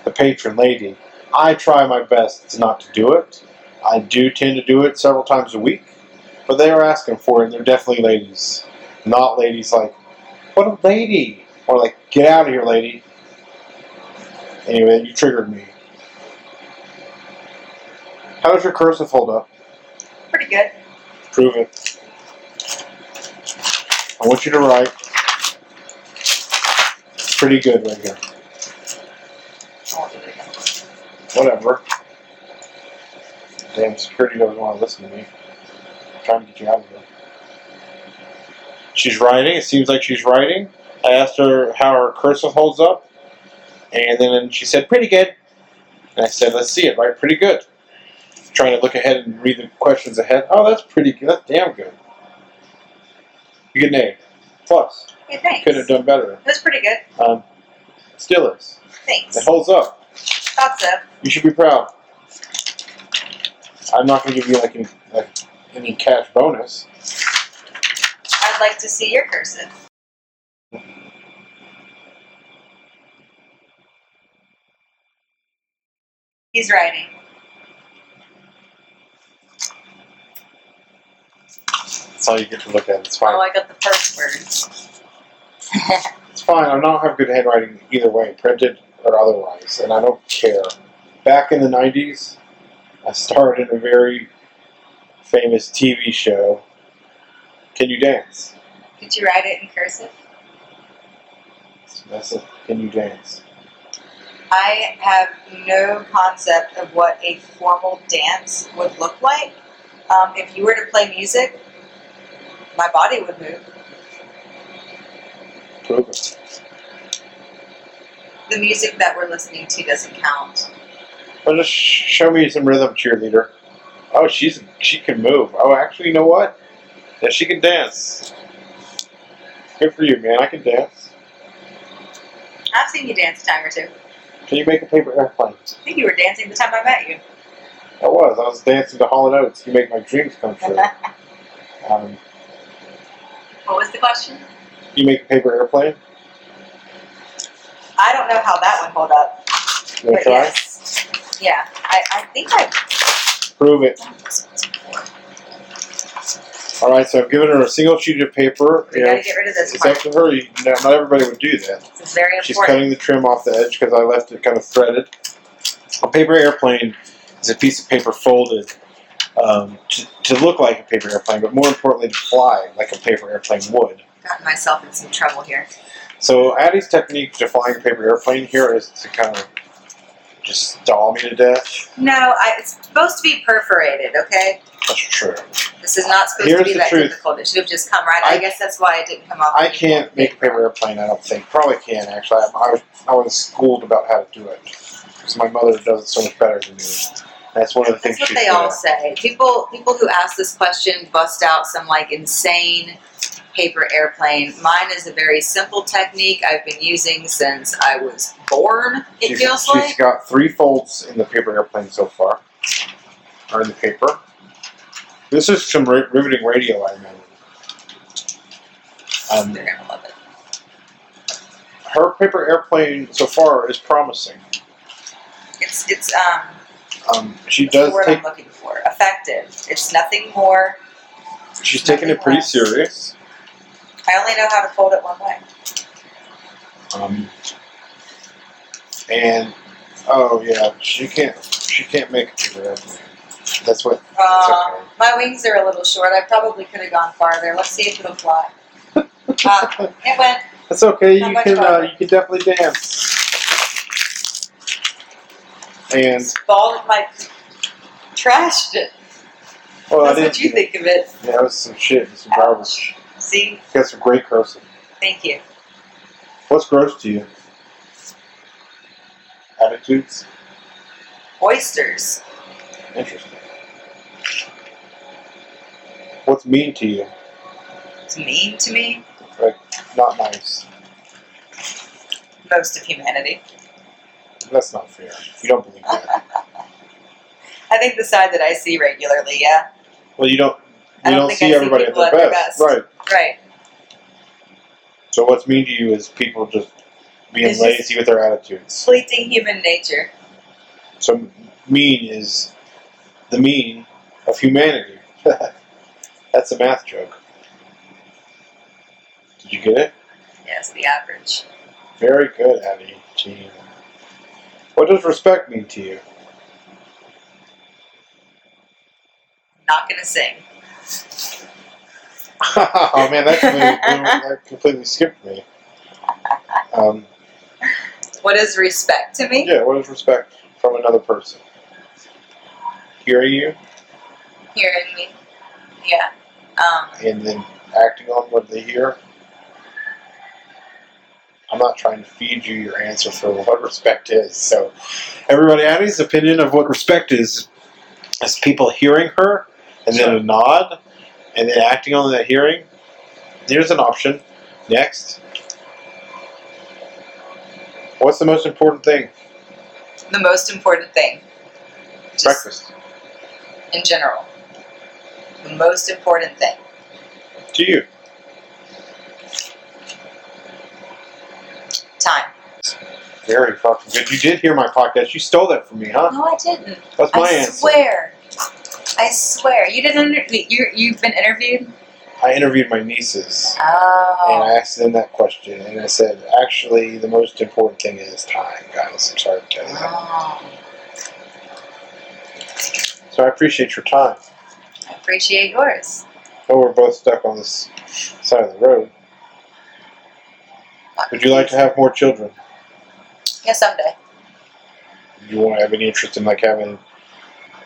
C: the patron lady. I try my best not to do it. I do tend to do it several times a week. But they were asking for it, and they're definitely ladies. Not ladies like, what a lady! Or like, get out of here, lady. Anyway, you triggered me. How does your cursive hold up?
B: Pretty good.
C: Prove it. I want you to write. Pretty good right here.
B: I won't do it again.
C: Whatever. Damn, security doesn't want to listen to me. I'm trying to get you out of here. She's writing. It seems like she's writing. I asked her how her cursive holds up, and then she said, pretty good. And I said, let's see it, right? Pretty good. Trying to look ahead and read the questions ahead. Oh, that's pretty good. That's damn good. You get an A. Plus.
B: Hey, thanks.
C: Could have done better.
B: That's pretty good.
C: Um, still is.
B: Thanks.
C: It holds up.
B: Thought so.
C: You should be proud. I'm not gonna give you like any like any cash bonus.
B: I'd like to see your cursive. He's writing.
C: That's all you get to look at. It's
B: Oh,
C: fine.
B: I got the first words.
C: It's fine. I don't have good handwriting either way, printed or otherwise, and I don't care. Back in the '90s, I starred in a very famous TV show. Can you dance?
B: Could you write it in cursive?
C: That's it. Can you dance?
B: I have no concept of what a formal dance would look like. Um, if you were to play music, my body would move.
C: Prove it.
B: The music that we're listening to doesn't count.
C: Well, just sh- show me some rhythm, cheerleader. Oh, she's she can move. Oh, actually, you know what? Yeah, she can dance. Good for you, man. I can dance.
B: I've seen you dance a time or two.
C: Can you make a paper airplane?
B: I think you were dancing the time I met you.
C: I was. I was dancing to Hall and Oates. You make my dreams come true. um,
B: What was the question?
C: you make a paper airplane.
B: I don't know how that would hold up.
C: You wanna
B: but
C: try?
B: yes. Yeah. I, I think I've
C: Prove it.
B: done this before.
C: All right. So I've given her a single sheet of paper.
B: We gotta get rid of this
C: It's up to her. You, no, not everybody would do that.
B: This is very important.
C: She's cutting the trim off the edge because I left it kind of threaded. A paper airplane is a piece of paper folded um, to, to look like a paper airplane, but more importantly, to fly like a paper airplane would.
B: Gotten myself in some trouble here.
C: So Addie's technique to flying a paper airplane here is to kind of just stall me to death.
B: No, I, it's supposed to be perforated, okay?
C: That's true.
B: This is not supposed
C: Here's
B: to be
C: the
B: that
C: truth.
B: difficult. It should have just come right. I,
C: I-
B: guess that's why it didn't come off.
C: I can't make a paper airplane. I don't think. Probably can actually. I, I, was- I was schooled about how to do it because my mother does it so much better than me. That's one of the
B: That's
C: things
B: what
C: she's
B: they
C: good
B: all
C: at.
B: say. People, people who ask this question bust out some like insane paper airplane. Mine is a very simple technique I've been using since I was born. It
C: She's-
B: feels
C: She's
B: like
C: got three folds in the paper airplane so far, or in the paper. This is some ri- riveting radio, I imagine. Um,
B: they're gonna love it.
C: her paper airplane so far is promising.
B: It's it's um.
C: Um, she
B: what's the
C: does
B: word
C: take.
B: I'm looking for? Effective. It's nothing more.
C: She's taking it pretty
B: Nothing less.
C: serious.
B: I only know how to fold it one way.
C: Um, and oh yeah, she can't. She can't make a paper airplane. That's what. That's
B: Um,
C: okay.
B: My wings are a little short. I probably could have gone farther. Let's see if it'll fly. Uh, it went.
C: That's okay.
B: Not
C: You
B: much
C: can. Uh,
B: farther.
C: you can definitely dance. And
B: Ball in my trashed it.
C: well, Oh, I
B: That's
C: didn't
B: what you think of it.
C: Yeah, that was some shit. Some garbage.
B: Ouch. See?
C: Got some great cursive.
B: Thank you.
C: What's gross to you? Attitudes.
B: Oysters.
C: Interesting. What's mean to you?
B: It's mean to me.
C: Not nice.
B: Most of humanity.
C: That's not fair. You don't believe that.
B: I think the side that I see regularly. Yeah.
C: Well, you don't.
B: I
C: You
B: don't
C: don't,
B: think
C: see
B: I see
C: everybody
B: people
C: at their best. right?
B: Right.
C: So what's mean to you is people just being
B: It's just-
C: lazy with their attitudes.
B: Fleeting human nature.
C: So mean is the mean of humanity. That's a math joke. Did you get it?
B: Yes, the average.
C: Very good, Abby. Gene. What does respect mean to you?
B: Not gonna sing.
C: oh man, that completely, that completely skipped me. Um,
B: What is respect to me?
C: yeah, what is respect from another person? Hearing you
B: Hearing me. Yeah. Um,
C: and then acting on what they hear. I'm not trying to feed you your answer for what respect is. So, everybody, Addie's opinion of what respect is is people hearing her and then a nod and then acting on that hearing. Here's an option. Next. What's the most important thing?
B: the most important thing. Just
C: Breakfast.
B: in general. The most important thing.
C: To you.
B: Time.
C: Very fucking good. You did hear my podcast. You stole that from me, huh?
B: No, I didn't.
C: That's my
B: I
C: answer.
B: swear. I swear. You didn't inter- you you've been interviewed?
C: I interviewed my nieces. And
B: Oh.
C: I asked them that question, and I said, actually, the most important thing is time, guys. I'm sorry to tell you that.
B: Oh.
C: So I appreciate your time.
B: I appreciate yours.
C: Oh, we're both stuck on this side of the road. Would you like to have more children?
B: Yeah, someday.
C: Do you want to have any interest in like having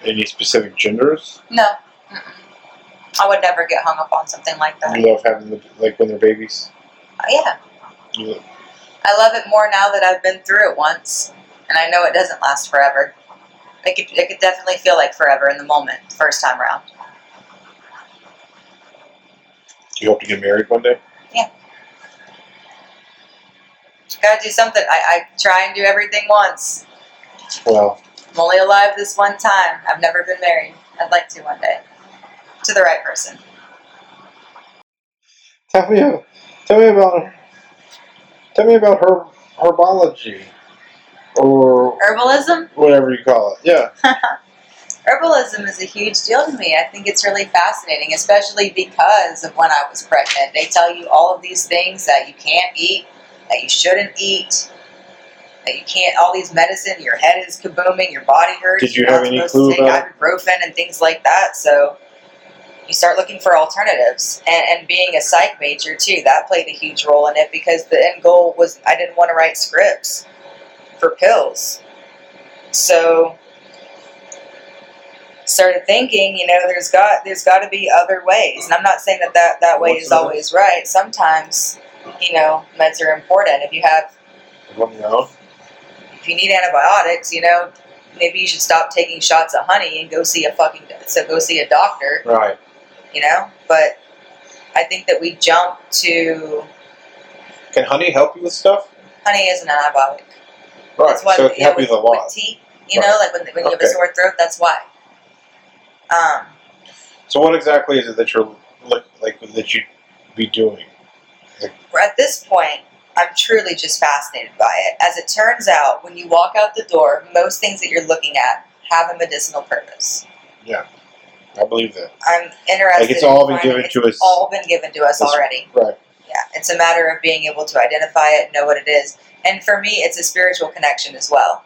C: any specific genders?
B: No. Mm-mm. I would never get hung up on something like that.
C: You love having the, like when they're babies.
B: Yeah.
C: You love,
B: I love it more now that I've been through it once, and I know it doesn't last forever. It could, it could definitely feel like forever in the moment, the first time around.
C: do you hope to get married one day?
B: Gotta do something. I, I try and do everything once.
C: Well,
B: I'm only alive this one time. I've never been married. I'd like to one day. To the right person.
C: tell me, tell me about her. Tell me about her herbology, or
B: Herbalism?
C: whatever you call it. Yeah.
B: Herbalism is a huge deal to me. I think it's really fascinating, especially because of when I was pregnant. They tell you all of these things that you can't eat, that you shouldn't eat, that you can't, all these medicine, your head is kabooming, your body hurts.
C: Did you
B: you're
C: have
B: not
C: any
B: supposed
C: clue
B: to take
C: about
B: ibuprofen and things like that. So you start looking for alternatives. And, and being a psych major, too, that played a huge role in it because the end goal was I didn't want to write scripts for pills. So started thinking, you know, there's got there's got to be other ways, and I'm not saying that that, that way
C: What's
B: is
C: the-
B: always right. Sometimes, you know, meds are important. If you have
C: Well, no.
B: if you need antibiotics, you know, maybe you should stop taking shots of honey and go see a fucking so go see a doctor,
C: Right.
B: you know. But I think that we jump to
C: Can honey help you with stuff?
B: honey is an antibiotic.
C: Right.
B: That's why
C: so
B: we-
C: it can help you
B: with,
C: with a lot.
B: with tea, you know, like when, when you have a
C: Okay.
B: sore throat, that's why. Um,
C: So what exactly is it that you're look like that you be doing?
B: at this point, I'm truly just fascinated by it. As it turns out, when you walk out the door, most things that you're looking at have a medicinal purpose.
C: I believe that.
B: I'm interested.
C: Like it's
B: in
C: all been
B: finding-
C: given
B: it's
C: to us.
B: all been given to us
C: It's-
B: already.
C: Right.
B: Yeah, it's a matter of being able to identify it, know what it is, and for me, it's a spiritual connection as well.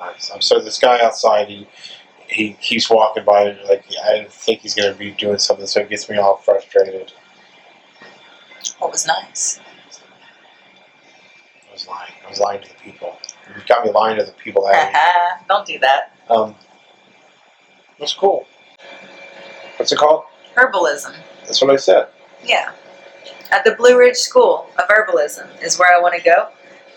C: Nice. Um, So this guy outside, he he keeps walking by. and you're Like I think he's gonna be doing something, so it gets me all frustrated.
B: What was nice?
C: I was lying. I was lying to the people. You got me lying to the people. Abby.
B: Don't do that.
C: um, that's cool. What's it called?
B: Herbalism.
C: That's what I said.
B: Yeah. At the Blue Ridge School of Herbalism is where I want to go.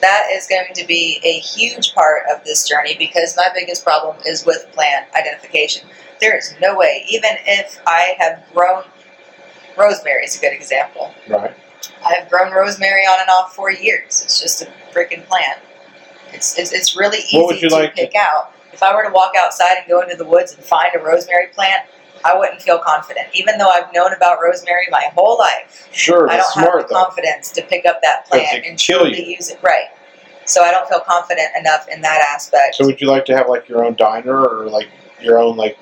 B: That is going to be a huge part of this journey because my biggest problem is with plant identification. There is no way, even if I have grown, rosemary is a good example.
C: Right.
B: I've grown rosemary on and off for years. It's just a freaking plant. It's, it's, it's really easy
C: What would you
B: to
C: like to-
B: pick out. If I were to walk outside and go into the woods and find a rosemary plant, I wouldn't feel confident, even though I've known about rosemary my whole life.
C: Sure.
B: I
C: That's
B: don't
C: smart
B: have the
C: though.
B: confidence to pick up that
C: 'Cause
B: plant
C: it
B: and
C: kill
B: truly use it right. So I don't feel confident enough in that aspect.
C: So would you like to have like your own diner or like your own like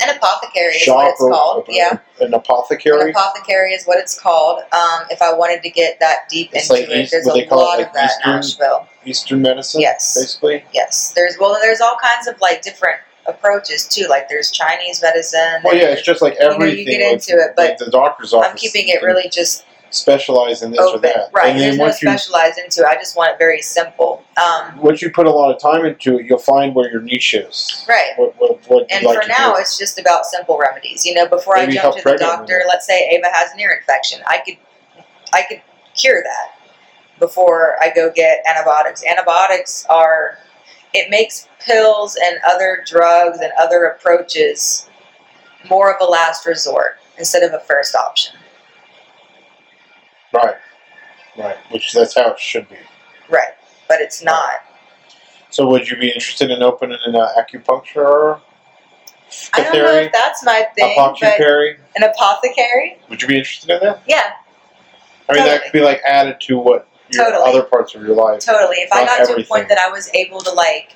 B: an apothecary is what it's
C: wrote
B: called.
C: a-
B: Yeah,
C: An
B: an
C: apothecary.
B: apothecary is what it's called. Um, if I wanted to get that deep
C: It's
B: into
C: like
B: it,
C: East-
B: there's
C: what
B: a
C: they call it,
B: lot
C: like
B: of that in
C: Eastern-
B: Asheville.
C: Eastern medicine.
B: Yes.
C: Basically.
B: Yes, there's well, there's all kinds of like different approaches too. Like there's Chinese medicine.
C: Well, Oh, yeah, it's just like
B: know, you
C: everything.
B: get
C: like,
B: into it, but
C: like the doctor's office.
B: I'm keeping it
C: can
B: really just
C: specialize in this or
B: open,
C: that.
B: right?
C: And
B: There's
C: then
B: no
C: once you
B: specialize into. it. I just want it very simple. Um,
C: once you put a lot of time into it, you'll find where your niche is.
B: Right.
C: What, what, what you
B: and
C: like
B: for
C: to
B: now,
C: do.
B: it's just about simple remedies. You know, before
C: Maybe
B: I
C: help
B: jump to the
C: pregnant
B: doctor,
C: women.
B: let's say Ava has an ear infection, I could, I could cure that before I go get antibiotics. Antibiotics are, it makes pills and other drugs and other approaches more of a last resort instead of a first option.
C: right. Right. Which that's how it should be.
B: Right, but it's not.
C: So, would you be interested in opening an uh, acupuncture?
B: I don't know if that's my thing, but
C: apothecary.
B: an apothecary,
C: Would you be interested in that?
B: yeah,
C: I mean, that could be like added to what your
B: Totally.
C: other parts of your life.
B: Totally. If I
C: Not
B: got to a
C: everything.
B: point that I was able to like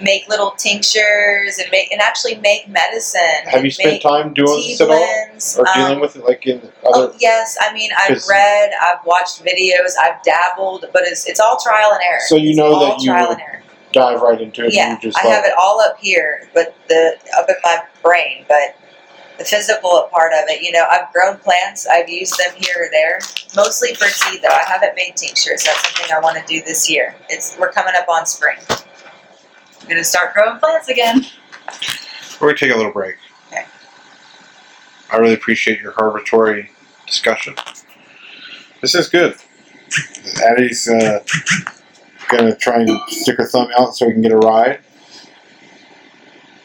B: make little tinctures and make and actually make medicine.
C: Have you
B: and
C: spent
B: make
C: time doing
B: tea
C: this at all,
B: blends,
C: or dealing
B: um,
C: with it like in
B: Oh
C: other?
B: yes, I mean I've
C: 'Cause-
B: read, I've watched videos, I've dabbled, but it's it's all trial and error.
C: So you
B: It's
C: know
B: all
C: that you
B: trial
C: would
B: and error.
C: dive right into it.
B: Yeah,
C: and you just
B: I
C: like,
B: have it all up here, but the up in my brain, but the physical part of it, you know, I've grown plants, I've used them here or there, mostly for tea though. I haven't made tinctures. That's something I want to do this year. It's we're coming up on spring. I'm gonna start growing plants again.
C: We're gonna take a little break.
B: Okay.
C: I really appreciate your herbatory discussion. This is good. Addie's uh, gonna try and stick her thumb out so we can get a ride,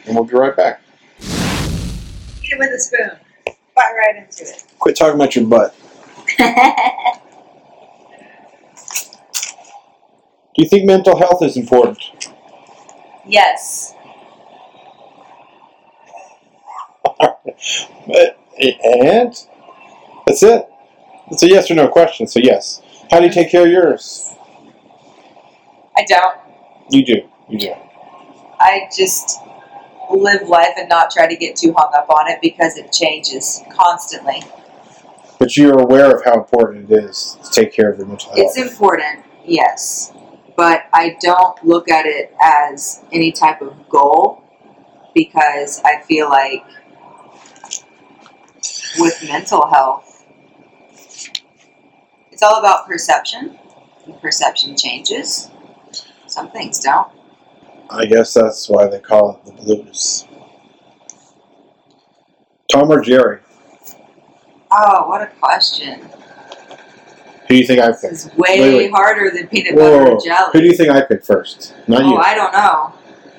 C: and we'll be right back.
B: Eat it with a spoon. Bite right into it.
C: Quit talking about your butt. Do you think mental health is important?
B: Yes.
C: And that's it. It's a yes or no question. So yes. How do you take care of yours?
B: I don't.
C: You do. You do.
B: I just live life and not try to get too hung up on it because it changes constantly.
C: But you're aware of how important it is to take care of your mental health.
B: It's important, yes, but I don't look at it as any type of goal because I feel like with mental health, it's all about perception. And perception changes. Some things don't.
C: I guess that's why they call it the blues. Tom or Jerry?
B: Oh, what a question!
C: Who do you think I pick?
B: This is way
C: Wait, wait.
B: harder than peanut
C: Whoa,
B: butter
C: whoa,
B: and
C: whoa. Who do
B: jelly.
C: you think I pick first? Not
B: Oh,
C: you.
B: I don't know.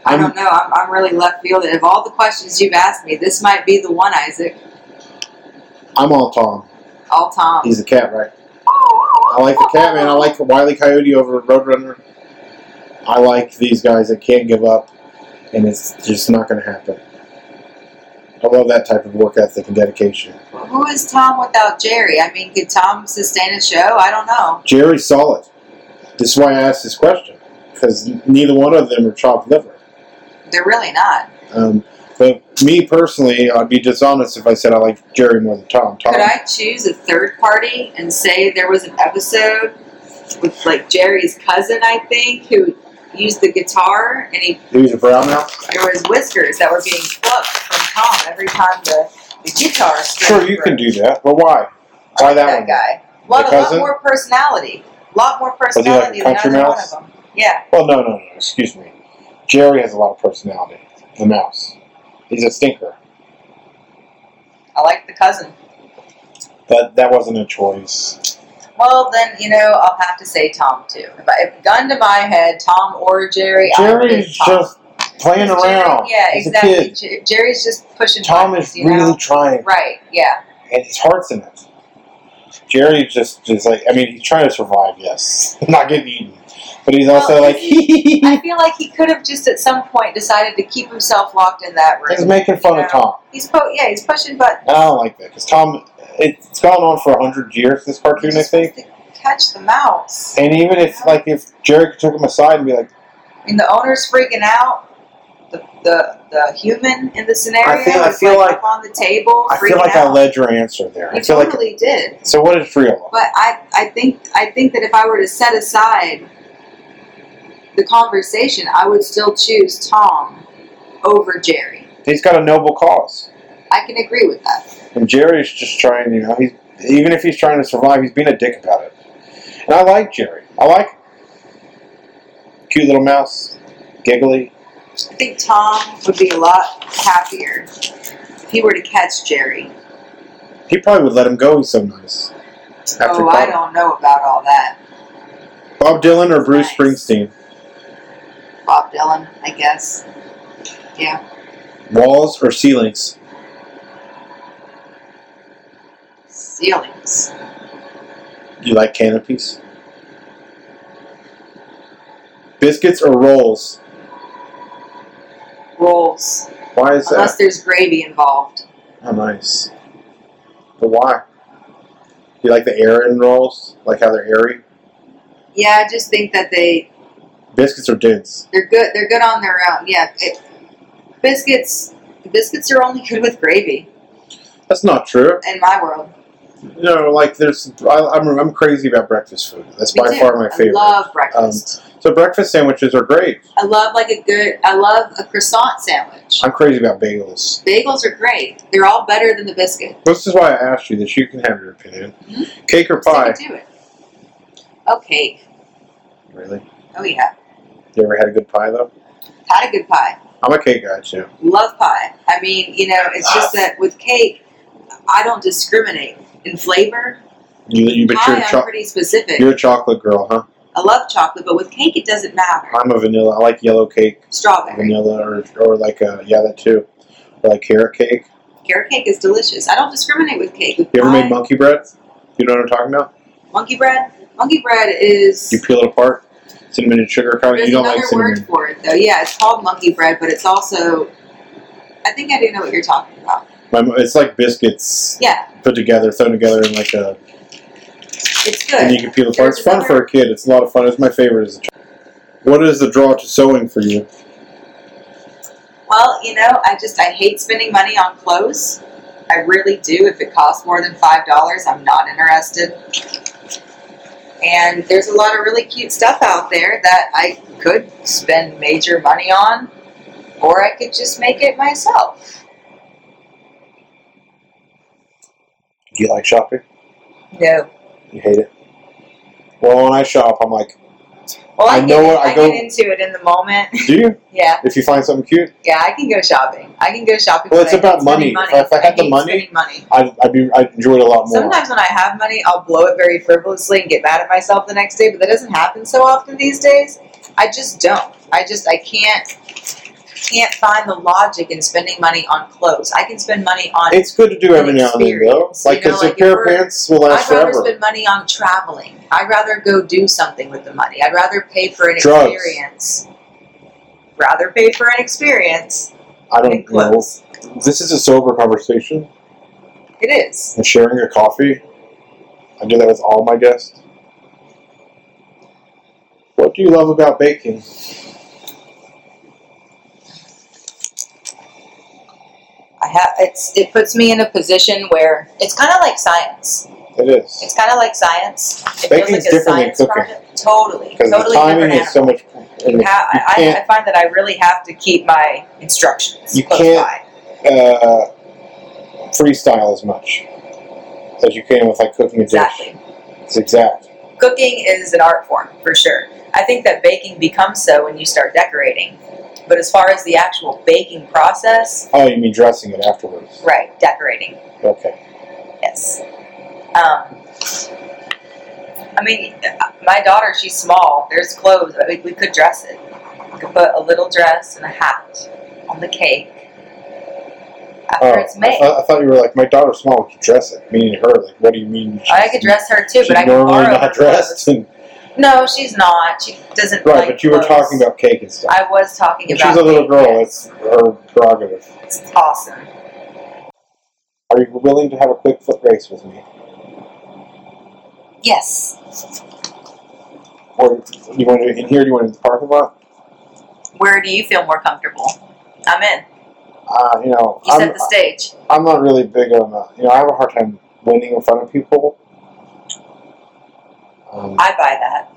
B: I
C: I'm-
B: don't know. I'm, I'm really left fielded. Of all the questions you've asked me, this might be the one, Isaac.
C: I'm all Tom.
B: All Tom.
C: He's a cat, right? I like the cat, man. I like Wiley Coyote over Roadrunner. I like these guys that can't give up, and it's just not going to happen. I love that type of work ethic and dedication.
B: Well, Who is Tom without Jerry? I mean, could Tom sustain a show? I don't know.
C: Jerry's solid. This is why I asked this question because neither one of them are chopped liver.
B: They're really not.
C: Um, but me personally, I'd be dishonest if I said I like Jerry more than Tom. Tom,
B: Could I choose a third party and say there was an episode with like Jerry's cousin, I think, who used the guitar and he
C: he was a brown out.
B: there was whiskers that were being plucked from Tom every time the, the guitar. string
C: Sure, you
B: broke.
C: can do that, but why?
B: I
C: Why
B: like
C: that one?
B: guy? Lot, a lot
C: cousin? Oh,
B: more personality. A lot more
C: he like a
B: personality than
C: country
B: either
C: mouse?
B: one of them. Yeah.
C: Well, Oh, no, no, no. Excuse me. Jerry has a lot of personality. The mouse. He's a stinker.
B: I like the cousin.
C: That that wasn't a choice.
B: Well, then you know I'll have to say Tom too. If, I, if gun to my head, Tom or Jerry. I would
C: Jerry's
B: pick Tom.
C: just playing
B: Jerry-
C: around.
B: yeah,
C: He's a
B: exactly.
C: kid.
B: Jer- Jerry's just pushing.
C: Tom
B: buttons,
C: is
B: you know?
C: really trying,
B: right. Yeah,
C: and his heart's in it. Jerry just is like. I mean, he's trying to survive. Yes, not getting eaten, but he's also
B: Well,
C: like.
B: I feel like he could have just at some point decided to keep himself locked in that
C: He's
B: room.
C: making fun
B: Yeah.
C: of Tom.
B: He's po- yeah, he's pushing buttons.
C: I don't like that because Tom. It's gone on for a hundred years. This
B: He
C: cartoon, I
B: just
C: think.
B: wants to catch the mouse.
C: And even if like if Jerry took him aside and be like,
B: I mean, the owner's freaking out. the, the, the human in the scenario
C: I feel- I
B: is
C: feel
B: like,
C: like-
B: up on the table.
C: I feel
B: freaking
C: like
B: out.
C: I led your answer there.
B: You
C: I feel like
B: totally did.
C: so. What did Friola?
B: But I, I think I think that if I were to set aside the conversation, I would still choose Tom over Jerry.
C: He's got a noble cause,
B: I can agree with that.
C: and Jerry's just trying. You know, he's even if he's trying to survive, he's being a dick about it. And I like Jerry. I like him. cute little mouse, giggly.
B: I think Tom would be a lot happier if he were to catch Jerry.
C: He probably would let him go. He's so nice. After
B: oh, I
C: Bob,
B: don't know about all that.
C: Bob Dylan or Bruce
B: Nice.
C: Springsteen.
B: Bob Dylan, I guess. Yeah,
C: Walls or ceilings?
B: ceilings.
C: You like canopies? Biscuits or rolls?
B: Rolls.
C: Why is
B: Unless
C: that?
B: there's gravy involved.
C: Oh, nice. But why? You like the air in rolls? Like how they're airy?
B: Yeah, I just think that they
C: Biscuits or dents?
B: they're good. They're good on their own. Yeah, it, biscuits. Biscuits are only good with gravy
C: That's not true.
B: in my world.
C: No, like there's. I, I'm, I'm crazy about breakfast food. That's
B: Me
C: by
B: too.
C: far my favorite. Um,
B: I love breakfast.
C: so breakfast sandwiches are great.
B: I love like a good. I love a croissant sandwich.
C: I'm crazy about bagels.
B: Bagels are great. They're all better than the biscuit.
C: This is why I asked you that you can have your opinion.
B: Hmm?
C: Cake or
B: So you
C: pie?
B: do it. Oh, cake.
C: Really?
B: Oh yeah,
C: You ever had a good pie though?
B: had a good pie.
C: I'm a cake guy too.
B: love pie. I mean, you know, it's just that with cake, I don't discriminate in flavor.
C: You, you but you're
B: pie,
C: a,
B: I'm
C: cho-
B: pretty specific.
C: you're a chocolate girl, huh?
B: I love chocolate, but with cake, it doesn't matter.
C: I'm a vanilla. I like yellow cake,
B: Strawberry
C: vanilla, or, or like a yeah, that too, or like carrot cake.
B: carrot cake is delicious. I don't discriminate with cake. With
C: You ever
B: pie,
C: made monkey bread? You know what I'm talking about?
B: monkey bread? Monkey bread is.
C: You peel it apart, cinnamon and sugar covered.
B: there's
C: You don't
B: another
C: like
B: word
C: cinnamon.
B: for it, though. Yeah, it's called monkey bread, but it's also. I think I do know what you're talking about.
C: My, mo- it's like biscuits
B: Yeah,
C: put together, thrown together in like a,
B: it's good.
C: and you can peel it apart. It's
B: There's
C: fun for a kid. It's a lot of fun. It's my favorite. As a child. What is the draw to sewing for you?
B: Well, you know, I just I hate spending money on clothes. I really do. If it costs more than five dollars, I'm not interested. And there's a lot of really cute stuff out there that I could spend major money on, or I could just make it myself.
C: Do you like shopping?
B: No.
C: You hate it. Well, when I shop, I'm like,
B: Well, I,
C: I
B: get,
C: know
B: in-
C: what- I
B: I,
C: go-
B: get into it in the moment.
C: do you?
B: yeah,
C: If you find something cute,
B: yeah, I can go shopping. I can go shopping.
C: Well,
B: but
C: it's
B: I hate
C: about
B: spending
C: money. If I- if I had the
B: hate
C: money-
B: spending money.
C: I'd, I'd be I'd enjoy it a lot more.
B: Sometimes when I have money, I'll blow it very frivolously and get mad at myself the next day, but that doesn't happen so often these days. I just don't. I just I can't can't find the logic in spending money on clothes. I can spend money on
C: It's good to do
B: an
C: every now and then, though.
B: experience,
C: Like,
B: you
C: because
B: know,
C: a
B: like
C: pair of
B: if we're-
C: pants will
B: I'd
C: last
B: rather
C: forever.
B: spend money on traveling. I'd rather go do something with the money. I'd rather pay for an
C: Drugs.
B: experience. Rather pay for an experience
C: I
B: than
C: don't know.
B: clothes.
C: This is a sober conversation.
B: It is.
C: And sharing a coffee. I do that with all my guests. What do you love about baking?
B: I have it's it puts me in a position where it's kinda like science.
C: It is.
B: It's kind of like science. It feels
C: Baking's
B: like a
C: different than
B: science
C: cooking.
B: project. Totally,
C: Because
B: totally
C: the timing
B: different.
C: is so
B: animal.
C: much.
B: you ha-
C: you
B: I,
C: can't-
B: I find that I really have to keep my instructions
C: You
B: close
C: can't-
B: by.
C: uh, freestyle as much as you can with like cooking a dish.
B: Exactly.
C: It's exact.
B: Cooking is an art form for sure. I think that baking becomes so when you start decorating. But as far as the actual baking process,
C: Oh, you mean dressing it afterwards?
B: right, decorating,
C: Okay.
B: yes. Um, I mean, my daughter, she's small. There's clothes. I mean, we could dress it. We could put a little dress and a hat on the cake after
C: Oh,
B: it's made.
C: I, thought- I thought you were like my daughter's small. We could dress it. Meaning her. Like, what do you mean?
B: I could dress her too,
C: She's
B: but I can
C: normally
B: borrow her
C: not dressed.
B: clothes.
C: And,
B: No, she's not. She doesn't.
C: right,
B: like
C: but you were
B: clothes.
C: talking about cake and stuff.
B: I was talking
C: When
B: about.
C: she's a little
B: cake,
C: girl.
B: yes.
C: It's her prerogative.
B: It's awesome.
C: Are you willing to have a quick foot race with me?
B: Yes.
C: Or you want to in here? Do you want to in the parking lot?
B: Where do you feel more comfortable? I'm in.
C: Uh, you know,
B: You set
C: I'm,
B: the stage.
C: I'm not really big on that. You know, I have a hard time winning in front of people. Um,
B: I buy that.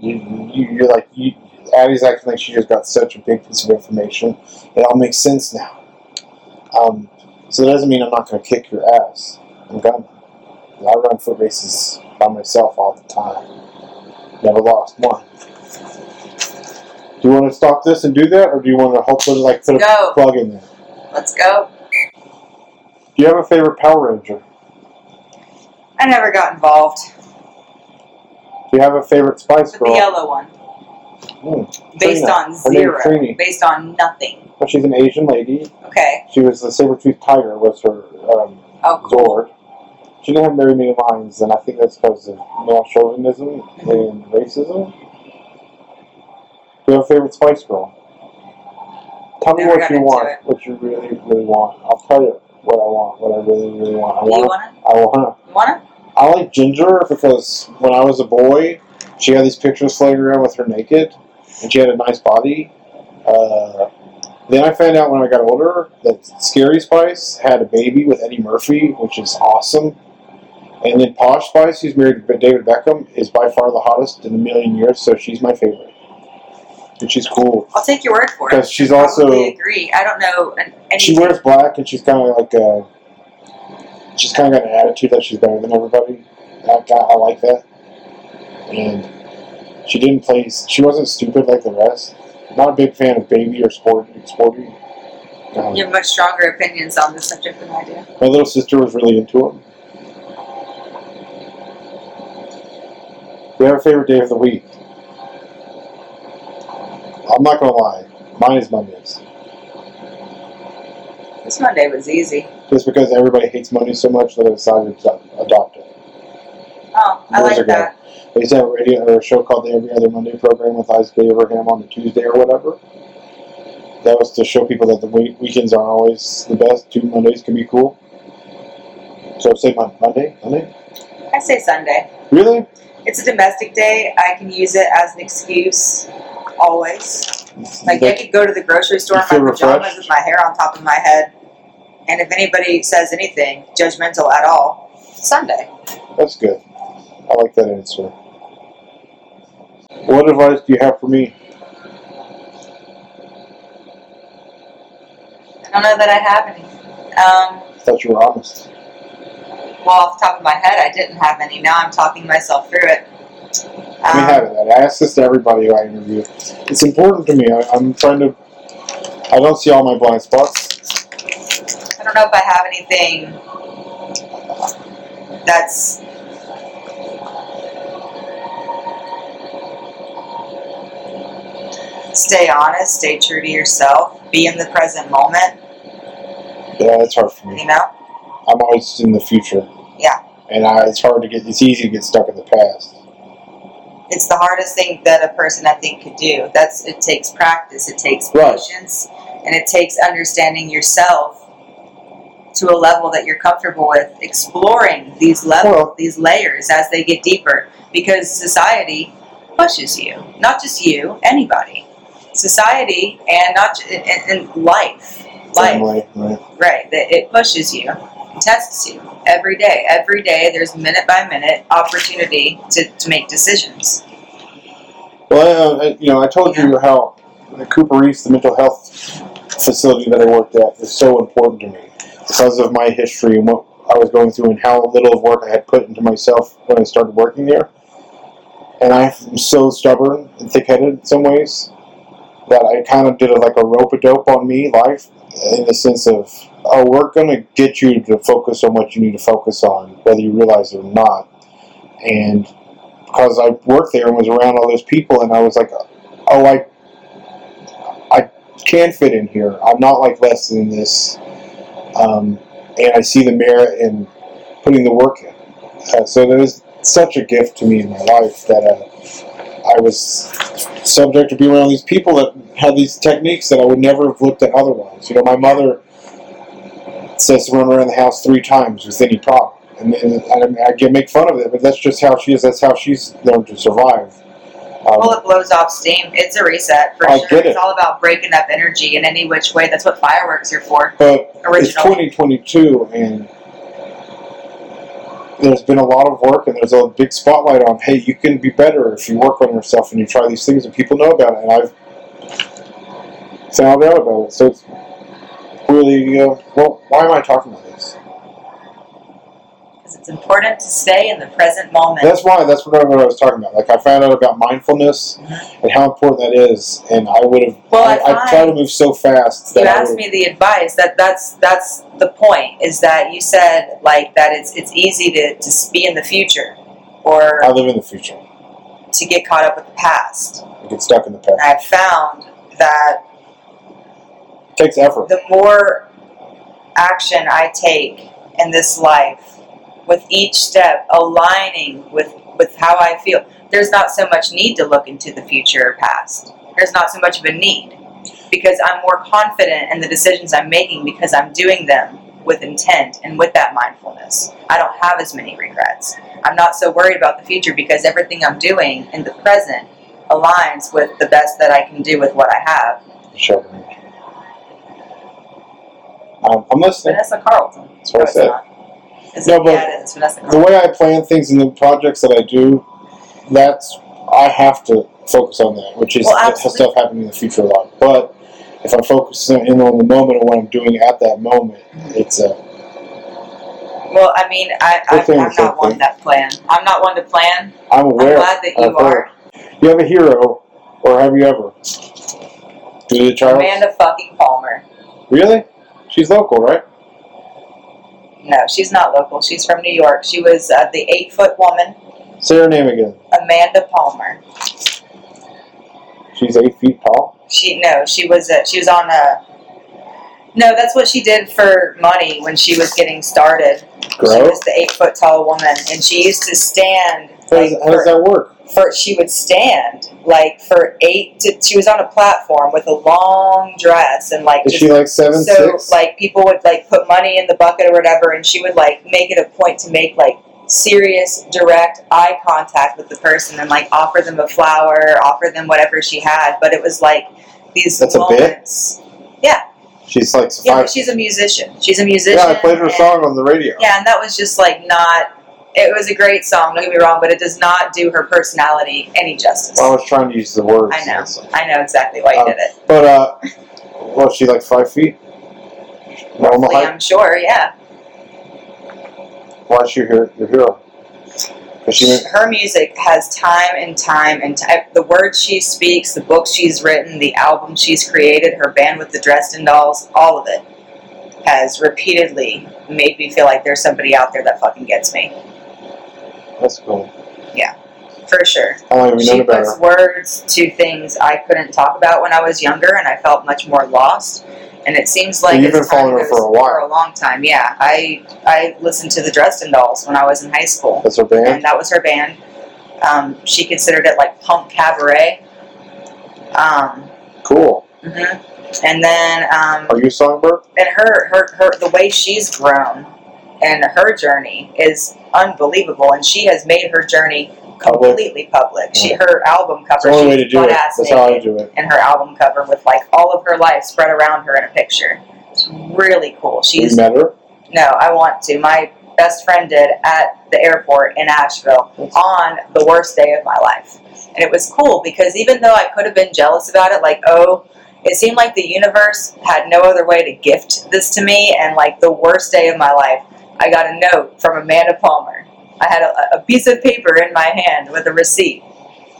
C: you, you, you're like, you, Addie's acting like she just got such a big piece of information. It all makes sense now. Um, so that doesn't mean I'm not going to kick your ass. I'm gonna. I run foot races by myself all the time. Never lost one. Do you want to stop this and do that, or do you want to hopefully like put a
B: No.
C: plug in there?
B: Let's go.
C: Do you have a favorite Power Ranger?
B: I never got involved.
C: Do you have a favorite Spice
B: But
C: Girl?
B: the yellow one.
C: Hmm,
B: Based
C: Trina.
B: on
C: Her name's
B: zero.
C: Trini.
B: Based on nothing.
C: But she's an Asian lady.
B: Okay.
C: She was the saber-toothed tiger was her um,
B: Oh, cool.
C: Zord. She didn't have very many lines, and I think that's because of male chauvinism and racism. Do you have a favorite Spice Girl? Tell me
B: Never
C: what
B: got
C: you
B: into
C: want,
B: it.
C: what you really, really want. I'll tell you what I want, what I really, really want. I
B: Do you
C: want,
B: wanna?
C: I want,
B: You wanna?
C: I like Ginger because when I was a boy, she had these pictures floating around with her naked, and she had a nice body. Uh, then I found out when I got older that Scary Spice had a baby with Eddie Murphy, which is awesome. And then Posh Spice, who's married to David Beckham, is by far the hottest in a million years, so she's my favorite. And she's cool.
B: I'll take your word for it.
C: Because she's
B: I
C: also-
B: probably agree. I don't know an- anything.
C: She wears black, and she's kind of like a. She's kind of got an attitude that she's better than everybody. That guy, I like that. And she didn't play. She wasn't stupid like the rest. Not a big fan of baby or sporty. Sporty. Um,
B: You have much stronger opinions on this subject than I do.
C: My little sister was really into him. We have a favorite day of the week. I'm not gonna lie, mine is Mondays.
B: This Monday was easy.
C: Just because everybody hates money so much that I decided to adopt it.
B: Oh, I
C: Those are
B: like
C: good.
B: that.
C: They used to have a radio or a show called the Every Other Monday program with Isaac Abraham on the Tuesday or whatever. That was to show people that the week- weekends aren't always the best. Two Mondays can be cool. So say Mon- Monday, Monday.
B: I say Sunday.
C: Really?
B: It's a domestic day. I can use it as an excuse always. Like I could go to the grocery store
C: You
B: in my
C: feel
B: pajamas
C: refreshed?
B: with my hair on top of my head, and if anybody says anything judgmental at all, it's Sunday.
C: That's good. I like that answer. What advice do you have for me?
B: I don't know that I have any. Um,
C: I thought you were honest.
B: well, off the top of my head, I didn't have any. Now I'm talking myself through it.
C: we
B: Um,
C: have it. I ask this to everybody I interview. It's important to me. I, I'm trying to. I don't see all my blind spots.
B: I don't know if I have anything that's. Stay honest, stay true to yourself, be in the present moment,
C: Yeah, it's hard for me.
B: you know?
C: I'm always in the future.
B: Yeah.
C: And I, it's hard to get. It's easy to get stuck in the past.
B: It's the hardest thing that a person I think could do. That's it takes practice, it takes
C: Right.
B: patience, and it takes understanding yourself to a level that you're comfortable with, exploring these levels,
C: Well-
B: these layers as they get deeper because society pushes you, not just you, anybody. Society and not ju- and, and life. Life.
C: Family, right?
B: Right, that it pushes you, it tests you every day. Every day, there's minute by minute opportunity to, to make decisions.
C: Well, I, I- you know, I told you how the Cooper East, the mental health facility that I worked at, was so important to me because of my history and what I was going through and how little of work I had put into myself when I started working there. And I'm so stubborn and thick-headed in some ways that I kind of did a, like a rope-a-dope on me life in the sense of, oh, we're going to get you to focus on what you need to focus on, whether you realize it or not. And because I worked there and was around all those people, and I was like, oh, I, I can fit in here. I'm not like less than this, um, and I see the merit in putting the work in. Uh, so there was such a gift to me in my life that uh, I was subject to be around these people that had these techniques that I would never have looked at otherwise. You know, my mother says to run around the house three times with any problem. And then and I, mean, I can make fun of it, but that's just how she is. That's how she's learned to survive. Um,
B: Well, it blows off steam. It's a reset for
C: I
B: sure.
C: get
B: It's
C: it.
B: all about breaking up energy in any which way. That's what fireworks are for.
C: but it's
B: Original.
C: 2022, and there's been a lot of work, and there's a big spotlight on, hey, you can be better if you work on yourself and you try these things, and people know about it. And I've found out about it, so it's really uh, well. Why am I talking about this?
B: Because it's important to stay in the present moment.
C: That's why. That's what I, what I was talking about. Like I found out about mindfulness and how important that is, and I would have.
B: Mm-hmm. Well, I
C: I, I try
B: find-
C: to move so fast
B: you
C: that I
B: asked
C: would-
B: me the advice that that's that's the point is that you said like that it's it's easy to, to be in the future or
C: I live in the future.
B: to get caught up with the past
C: I get stuck in the past.
B: and i've found that
C: It takes effort.
B: the more action i take in this life with each step aligning with with how i feel there's not so much need to look into the future or past there's not so much of a need because i'm more confident in the decisions i'm making because i'm doing them with intent and with that mindfulness i don't have as many regrets i'm not so worried about the future because everything i'm doing in the present aligns with the best that i can do with what i have
C: Sure. Um, I'm listening.
B: vanessa carlton
C: That's what I
B: it's
C: said.
B: not. It's-
C: No, but-
B: yeah, it is. Vanessa
C: The
B: Carlton.
C: way I plan things and the projects that I do, that's I have to focus on that, which is
B: Well,
C: that has
B: absolutely.
C: stuff happening in the future a lot. But if I'm focusing in on the moment and what I'm doing at that moment, it's a
B: Well, I mean, I, I,
C: We're
B: I'm
C: saying the
B: not
C: same
B: one
C: thing.
B: that plan. I'm not one to plan.
C: I'm aware.
B: I'm glad that you
C: I've heard.
B: are.
C: You have a hero, or have you ever? Julia Charles.
B: Amanda fucking Palmer.
C: Really? She's local, right?
B: No, she's not local. She's from New York. She was uh, the eight foot woman,
C: Say her name again.
B: Amanda Palmer.
C: She's eight feet tall.
B: She no, she was a, she was on a. No, that's what she did for money when she was getting started. She
C: Grow.
B: was the eight foot tall woman, and she used to stand.
C: How does,
B: like,
C: how does
B: for-
C: that work?
B: for she would stand like for eight to she was on a platform with a long dress and like
C: Is
B: just
C: she like seven
B: so
C: six?
B: like people would like put money in the bucket or whatever and she would like make it a point to make like serious direct eye contact with the person and like offer them a flower offer them whatever she had but it was like these
C: That's a bit?
B: moments
C: She's like
B: yeah
C: five.
B: but she's a musician she's a musician
C: Yeah, I played her
B: and-
C: song on the radio.
B: yeah, and that was just like not. It was a great song. Don't get me wrong, but it does not do her personality any justice.
C: Well, I was trying to use the words.
B: I know. I know exactly why you
C: Um,
B: did it.
C: But uh, was she like five feet? Normal
B: Hopefully,
C: height.
B: I'm sure. Yeah,
C: Why is she your your hero? Because she
B: her music has time and time and time. The words she speaks, the books she's written, the album she's created, her band with the Dresden Dolls, all of it has repeatedly made me feel like there's somebody out there that fucking gets me
C: that's cool.
B: for sure.
C: How long have you known
B: she
C: about
B: puts
C: her?
B: words to things I couldn't talk about when I was younger, and I felt much more lost. And it seems like
C: you've
B: as
C: been
B: time
C: following her
B: goes-
C: for a while.
B: for a long time. Yeah, I I listened to the Dresden Dolls when I was in high school,
C: That's her band.
B: and that was her band. Um, she considered it like punk cabaret. Um,
C: Cool.
B: mhm.
C: Mm-hmm.
B: And then um,
C: Are you a songbird?
B: and her, her, her the way she's grown and her journey is unbelievable and she has made her journey
C: Public.
B: completely public. She her album
C: Mm-hmm. It's the
B: cover
C: only way
B: she's
C: to do it.
B: butt-ass
C: That's how I
B: naked
C: do it.
B: and her album cover with like all of her life spread around her in a picture. It's really cool.
C: Have
B: She's
C: you met her?
B: no, I want to. My best friend did at the airport in Asheville on the worst day of my life. And it was cool because even though I could have been jealous about it, like, oh, it seemed like the universe had no other way to gift this to me. And like the worst day of my life, I got a note from Amanda Palmer. I had a, a piece of paper in my hand with a receipt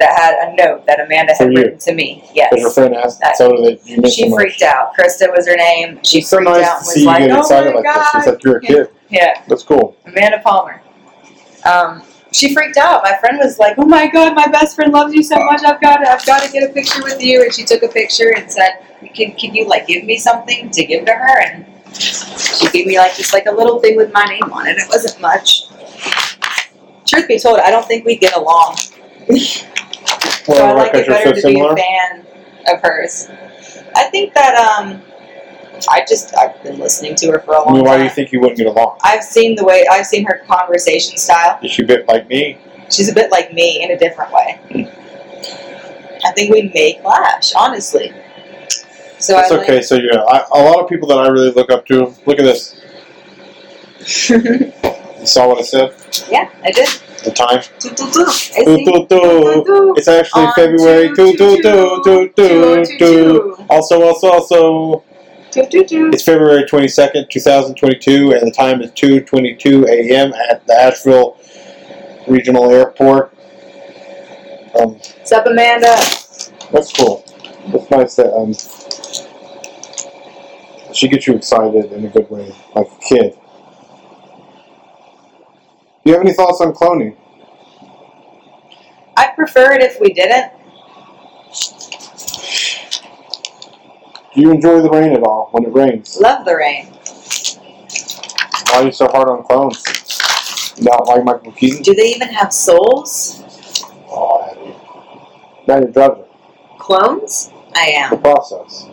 B: that had a note that Amanda
C: For
B: had
C: you.
B: written to me. Yes.
C: Because your friend asked
B: That-
C: so that you met
B: She
C: someone.
B: freaked out. Krista was her name. She
C: It's so
B: freaked
C: nice
B: out
C: to
B: and was
C: see you
B: like,
C: get
B: oh
C: excited
B: my
C: like
B: God.
C: this. She's like, you're a kid.
B: yeah.
C: That's cool.
B: Amanda Palmer. Um, she freaked out. My friend was like, "Oh my god, my best friend loves you so much. I've got to, I've got to get a picture with you." And she took a picture and said, "Can can you like give me something to give to her?" And she gave me like just like a little thing with my name on it. It wasn't much. Truth be told, I don't think we get along. so I
C: Well,
B: like
C: because
B: it
C: you're so
B: better to be
C: similar.
B: a fan of hers. I think that um, I just I've been listening to her for a long
C: I mean,
B: time.
C: why do you think you wouldn't get along?
B: I've seen the way I've seen her conversation style.
C: Is she a bit like me?
B: She's a bit like me in a different way. I think we may clash, honestly. So
C: It's
B: I
C: okay. So yeah, I, a lot of people that I really look up to. Look at this.
B: okay.
C: You saw what I said?
B: yeah, I did.
C: The time.
B: Doo, doo, doo. I
C: Doo,
B: sing
C: doo, doo.
B: doo, doo.
C: It's actually
B: On
C: February.
B: two, two,
C: Doo, doo, doo, doo,
B: two,
C: doo,
B: two,
C: doo.
B: two.
C: Also, also, also.
B: Doo, doo, doo.
C: It's February 22nd, 2022, and the time is 2:22 a.m. at the Asheville Regional Airport. Um,
B: What's up, Amanda?
C: that's cool. That's nice that um, she gets you excited in a good way, like a kid. Do you have any thoughts on cloning?
B: I prefer it if we didn't.
C: Do you enjoy the rain at all when it rains?
B: Love the rain.
C: Why are you so hard on clones? You Not like Michael Keaton?
B: Do they even have souls?
C: Oh, Abby. now you're judging
B: Clones? I
C: the
B: am.
C: process.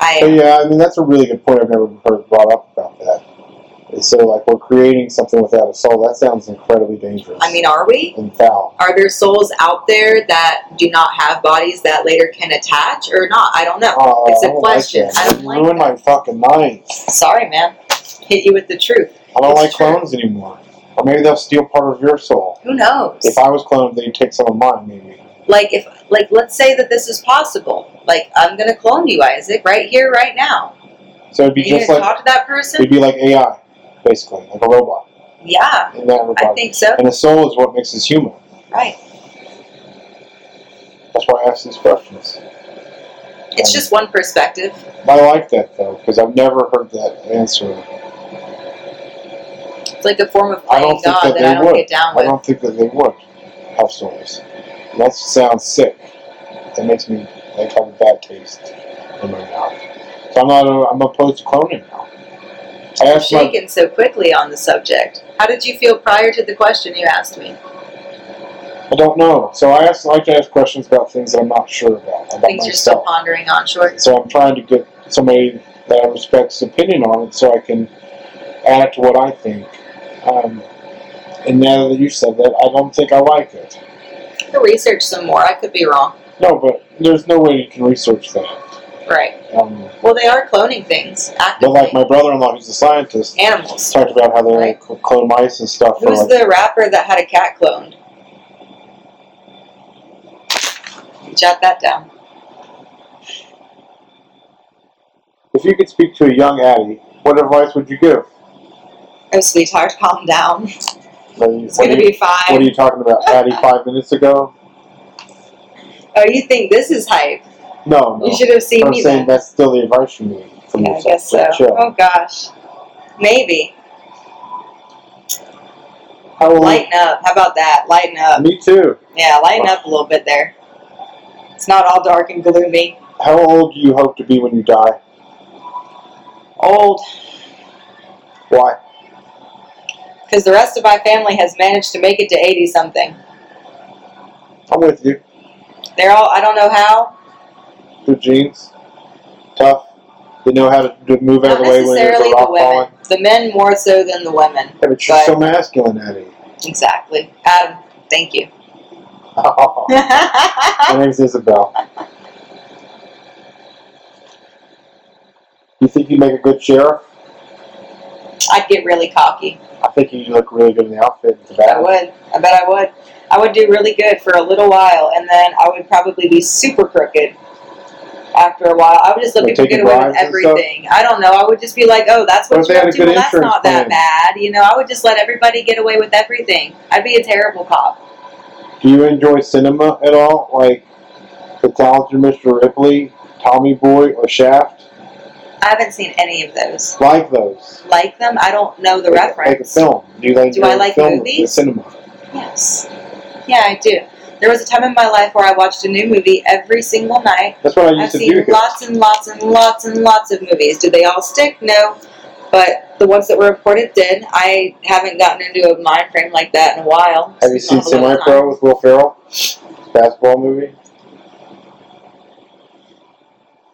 B: I
C: But
B: am.
C: yeah, I mean that's a really good point. I've never heard brought up about that. And so like we're creating something without a soul. That sounds incredibly dangerous.
B: I mean, are we?
C: and foul.
B: Are there souls out there that do not have bodies that later can attach or not? I don't know.
C: Oh,
B: It's a
C: I don't
B: question.
C: Like
B: I
C: that.
B: don't
C: You
B: like
C: ruined my fucking night.
B: Sorry, man. Hit you with the truth.
C: I don't
B: It's
C: like
B: true.
C: clones anymore. Or maybe they'll steal part of your soul.
B: Who knows?
C: If I was cloned, they'd take some of mine. Maybe.
B: like if like let's say that this is possible. Like I'm gonna clone you, Isaac, right here, right now.
C: So it'd
B: Are
C: be
B: you
C: just
B: gonna
C: like
B: talk to that
C: it'd
B: person?
C: be like AI, basically, like a robot
B: Yeah,
C: in that regard.
B: I think so.
C: and a soul is what makes us human.
B: Right.
C: That's why I ask these questions.
B: It's
C: Um,
B: just one perspective.
C: I like that though because I've never heard that answer.
B: It's like a form of
C: I
B: playing
C: don't think
B: God
C: that
B: that,
C: they
B: I don't
C: would.
B: get down
C: I
B: with.
C: don't think that they would have stories. That sounds sick. That makes me like have a bad taste in my mouth. So I'm not. I'm opposed to cloning now. I
B: You're
C: asked my.
B: shaken so quickly on the subject. How did you feel prior to the question you asked me?
C: I don't know. So I ask. I like to ask questions about things that I'm not sure about. About
B: Things you're still
C: myself.
B: pondering on, short.
C: So I'm trying to get somebody that I respect's opinion on it, so I can add to what I think. Um, and now that you said that, I don't think I like it.
B: I could research some more. I could be wrong.
C: No, but there's no way you can research that.
B: Right.
C: Um,
B: Well, they are cloning things
C: But
B: actively.
C: like my brother-in-law, who's a scientist,
B: Animals.
C: talked about how they
B: Right.
C: like clone mice and stuff. for,
B: Who's
C: like,
B: the rapper that had a cat cloned? Jot that down.
C: if you could speak to a young Addie, what advice would you give?
B: Oh, sweetheart, calm down.
C: What are you,
B: It's
C: what
B: gonna
C: are you-
B: be fine.
C: what are you talking about, Addie? Five minutes ago?
B: oh, you think this is hype?
C: No, no.
B: You should have seen
C: I'm
B: me
C: saying
B: then.
C: that's still the advice you need from
B: Yeah, I
C: yourself.
B: guess so.
C: Chill.
B: Oh gosh, maybe
C: How old-
B: lighten up. How about that? Lighten up.
C: Me too.
B: Yeah, lighten up a little bit there. It's not all dark and gloomy.
C: How old do you hope to be when you die?
B: Old,
C: Why?
B: because the rest of my family has managed to make it to eighty something.
C: I'm with you.
B: They're all I don't know how.
C: Good genes, tough. They know how to do- move out
B: Not
C: of the way when there's a
B: necessarily
C: rock
B: the women.
C: falling.
B: The men more so than the women.
C: Yeah, but you're
B: But-
C: so masculine, Addie.
B: Exactly. Adam, thank you.
C: My name's Isabel. You think you make a good sheriff?
B: I'd get really cocky.
C: I think you look really good in the outfit. With the
B: I
C: bat.
B: would. I bet I would. I would do really good for a little while, and then I would probably be super crooked after a while. I would just look
C: Like
B: at to get
C: taking
B: away with
C: bribes and
B: everything. I don't know. I would just be like, oh, that's
C: What
B: what
C: if they
B: you're up
C: had a
B: to.
C: good
B: Well, that's
C: insurance
B: not that
C: plan?
B: bad. You know, I would just let everybody get away with everything. I'd be a terrible cop.
C: Do you enjoy cinema at all? Like The Talented Mr. Ripley, Tommy Boy, or Shaft?
B: I haven't seen any of those.
C: Like those.
B: Like them, I don't know the
C: like, Like a
B: reference.
C: film. Do you like
B: Do I
C: enjoy
B: like
C: film The
B: movies?
C: cinema.
B: Yes. Yeah, I do. There was a time in my life where I watched a new movie every single night.
C: That's what I used
B: I've
C: to
B: seen
C: do. here.
B: lots and lots and lots and lots of movies. Did they all stick? No. But the ones that were reported did. I haven't gotten into a mind frame like that in a while.
C: Have you
B: It's been
C: seen
B: a little
C: Semi
B: time.
C: Pro with Will Ferrell? Basketball movie?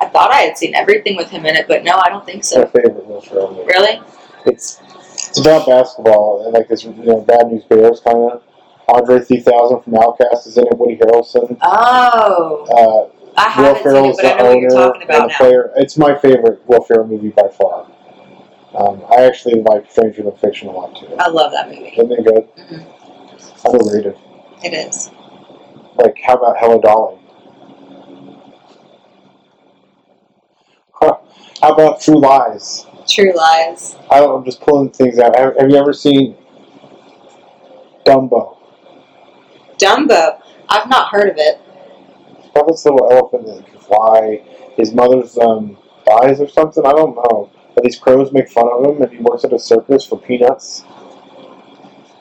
B: I thought I had seen everything with him in it, but no, I don't think
C: It's my
B: so.
C: favorite Will Ferrell movie.
B: Really?
C: It's it's about basketball and like this you know bad news bears kind of. Andre 3000 from Outcast is in it. Woody Harrelson.
B: Oh,
C: Uh,
B: I
C: Will
B: haven't seen it,
C: Ferrell's
B: but I
C: the
B: know what you're
C: owner
B: talking about
C: and the
B: now.
C: player. It's my favorite Will Ferrell movie by far. Um, I actually like Stranger Than Fiction a lot too.
B: I love that movie.
C: Isn't it good?
B: Mhm.
C: Underrated.
B: It is.
C: Like, how about Hello Dolly? Huh. How about True Lies?
B: True Lies.
C: I don't, I'm just pulling things out. Have, have you ever seen Dumbo?
B: Dumbo. I've not heard of it.
C: Have this little elephant that can fly. His mother's um, dies or something. I don't know. But these crows make fun of him, and he works at a circus for peanuts.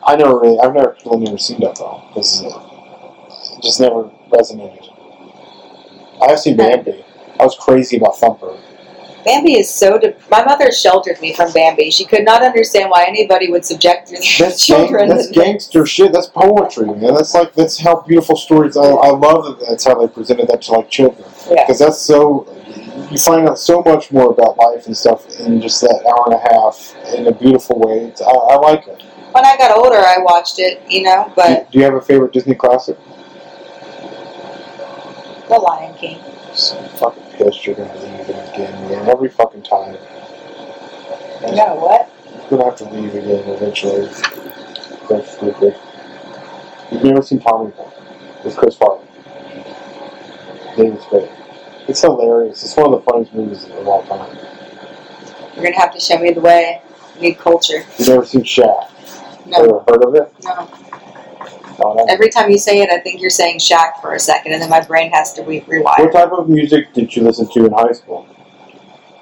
C: I never really, I've never really never seen that though. This is it. It just never resonated. I have seen Bambi. I was crazy about Thumper.
B: Bambi is so. De- My mother sheltered me from Bambi. She could not understand why anybody would subject their
C: That's
B: children.
C: Gang, that's gangster shit. That's poetry, man. That's like that's how beautiful stories. I, I love that. That's how they presented that to like children.
B: yeah.
C: because that's so you find out so much more about life and stuff in just that hour and a half in a beautiful way. It's, I, I like it.
B: When I got older, I watched it. You know,
C: Do,
B: but
C: do you have a favorite Disney classic?
B: The Lion King.
C: Some fucking pissed you're gonna leave it again, man. Every fucking time.
B: You know what?
C: You're gonna have to leave again eventually. That's stupid. You've never seen Tommy Boy with Chris Farley. David Spade. It's hilarious. It's one of the funniest movies of all time.
B: You're gonna have to show me the way. Need culture.
C: You've never seen Shaft.
B: No,
C: Ever heard of it?
B: no.
C: No, no.
B: Every time you say it, I think you're saying Shaq for a second, and then my brain has to re-
C: What
B: rewire.
C: type of music did you listen to in high school?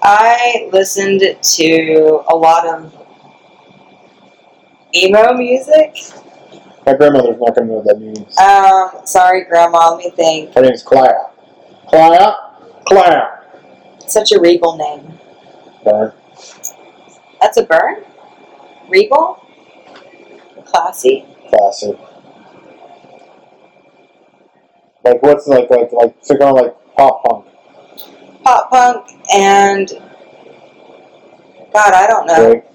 B: I listened to a lot of emo music.
C: My grandmother's not going to know what that means.
B: Um, sorry, Grandma. Let me think.
C: Her name's Clara. Clara? Clara.
B: Such a regal name.
C: Burn.
B: That's a burn. Regal. Classy.
C: Classic. Like, what's like, like, like, so kind of like pop punk,
B: Pop punk and God, I don't know.
C: right?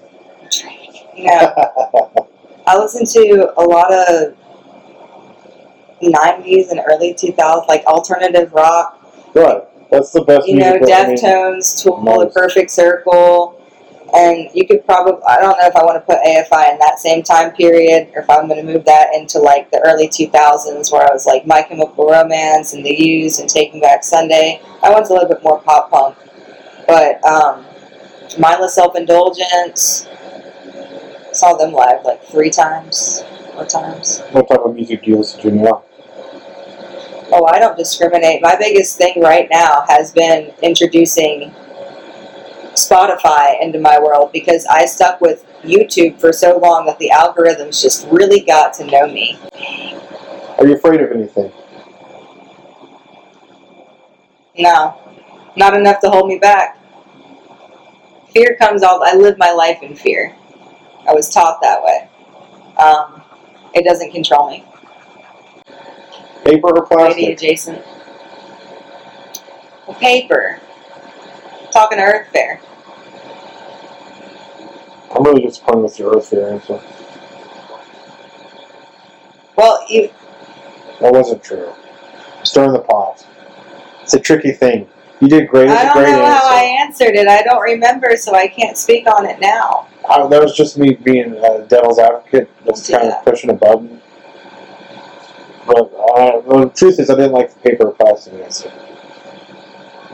B: No, I listen to a lot of '90s and early 2000s, like alternative rock.
C: right. That's the best
B: You know,
C: music. I mean,
B: Deftones, Tool, The
C: Nice.
B: Perfect Circle. And you could probably, I don't know if I want to put AFI in that same time period or if I'm going to move that into like the early 2000s where I was like My Chemical Romance and The Used and Taking Back Sunday. That one's a little bit more pop punk. But um, Mindless Self Indulgence, saw them live like three times, four times.
C: what type of music do you listen to now?
B: Oh, I don't discriminate. My biggest thing right now has been introducing Spotify into my world because I stuck with YouTube for so long that the algorithms just really got to know me.
C: Are you afraid of anything?
B: No, not enough to hold me back. Fear comes all. I live my life in fear. I was taught that way. Um, it doesn't control me.
C: Paper or
B: Lady
C: plastic?
B: adjacent. Well, paper. Talking to Earth Fair.
C: I'm really disappointed with your Earth Fair answer.
B: Well, you,
C: That wasn't true. Stirring the pot. It's a tricky thing. You did great. It was
B: I
C: a
B: don't know
C: great answer.
B: how I answered it. I don't remember, so I can't speak on it now.
C: I, that was just me being a devil's advocate, just
B: Yeah.
C: kind of pushing a button. But uh, well, the truth is, I didn't like the paper or plastic answer.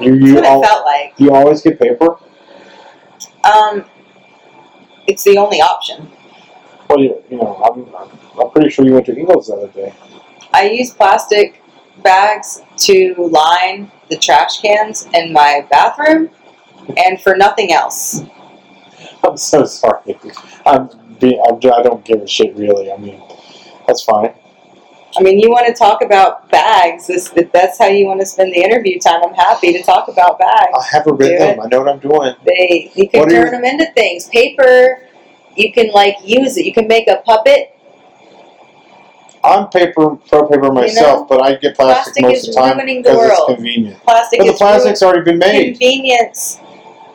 C: You
B: That's
C: you
B: what
C: al-
B: it felt like.
C: you always get paper.
B: Um, it's the only option.
C: Well, you, you know, I'm, I'm I'm pretty sure you went to Eagles the other day.
B: I use plastic bags to line the trash cans in my bathroom and for nothing else.
C: I'm so sorry. I'm being, I'm, I don't give a shit really. I mean, that's fine.
B: I mean, you want to talk about bags. This, if that's how you want to spend the interview time, I'm happy to talk about bags.
C: I have a rhythm. I know what I'm doing.
B: They you can
C: Ah. What are
B: turn
C: your-
B: them into things. Paper, you can like use it. You can make a puppet.
C: I'm paper pro paper myself, but I get plastic,
B: plastic
C: most
B: is
C: of the time
B: ruining the
C: it's
B: world.
C: convenient.
B: Plastic
C: But the
B: is ruined.
C: plastic's already been made.
B: Convenience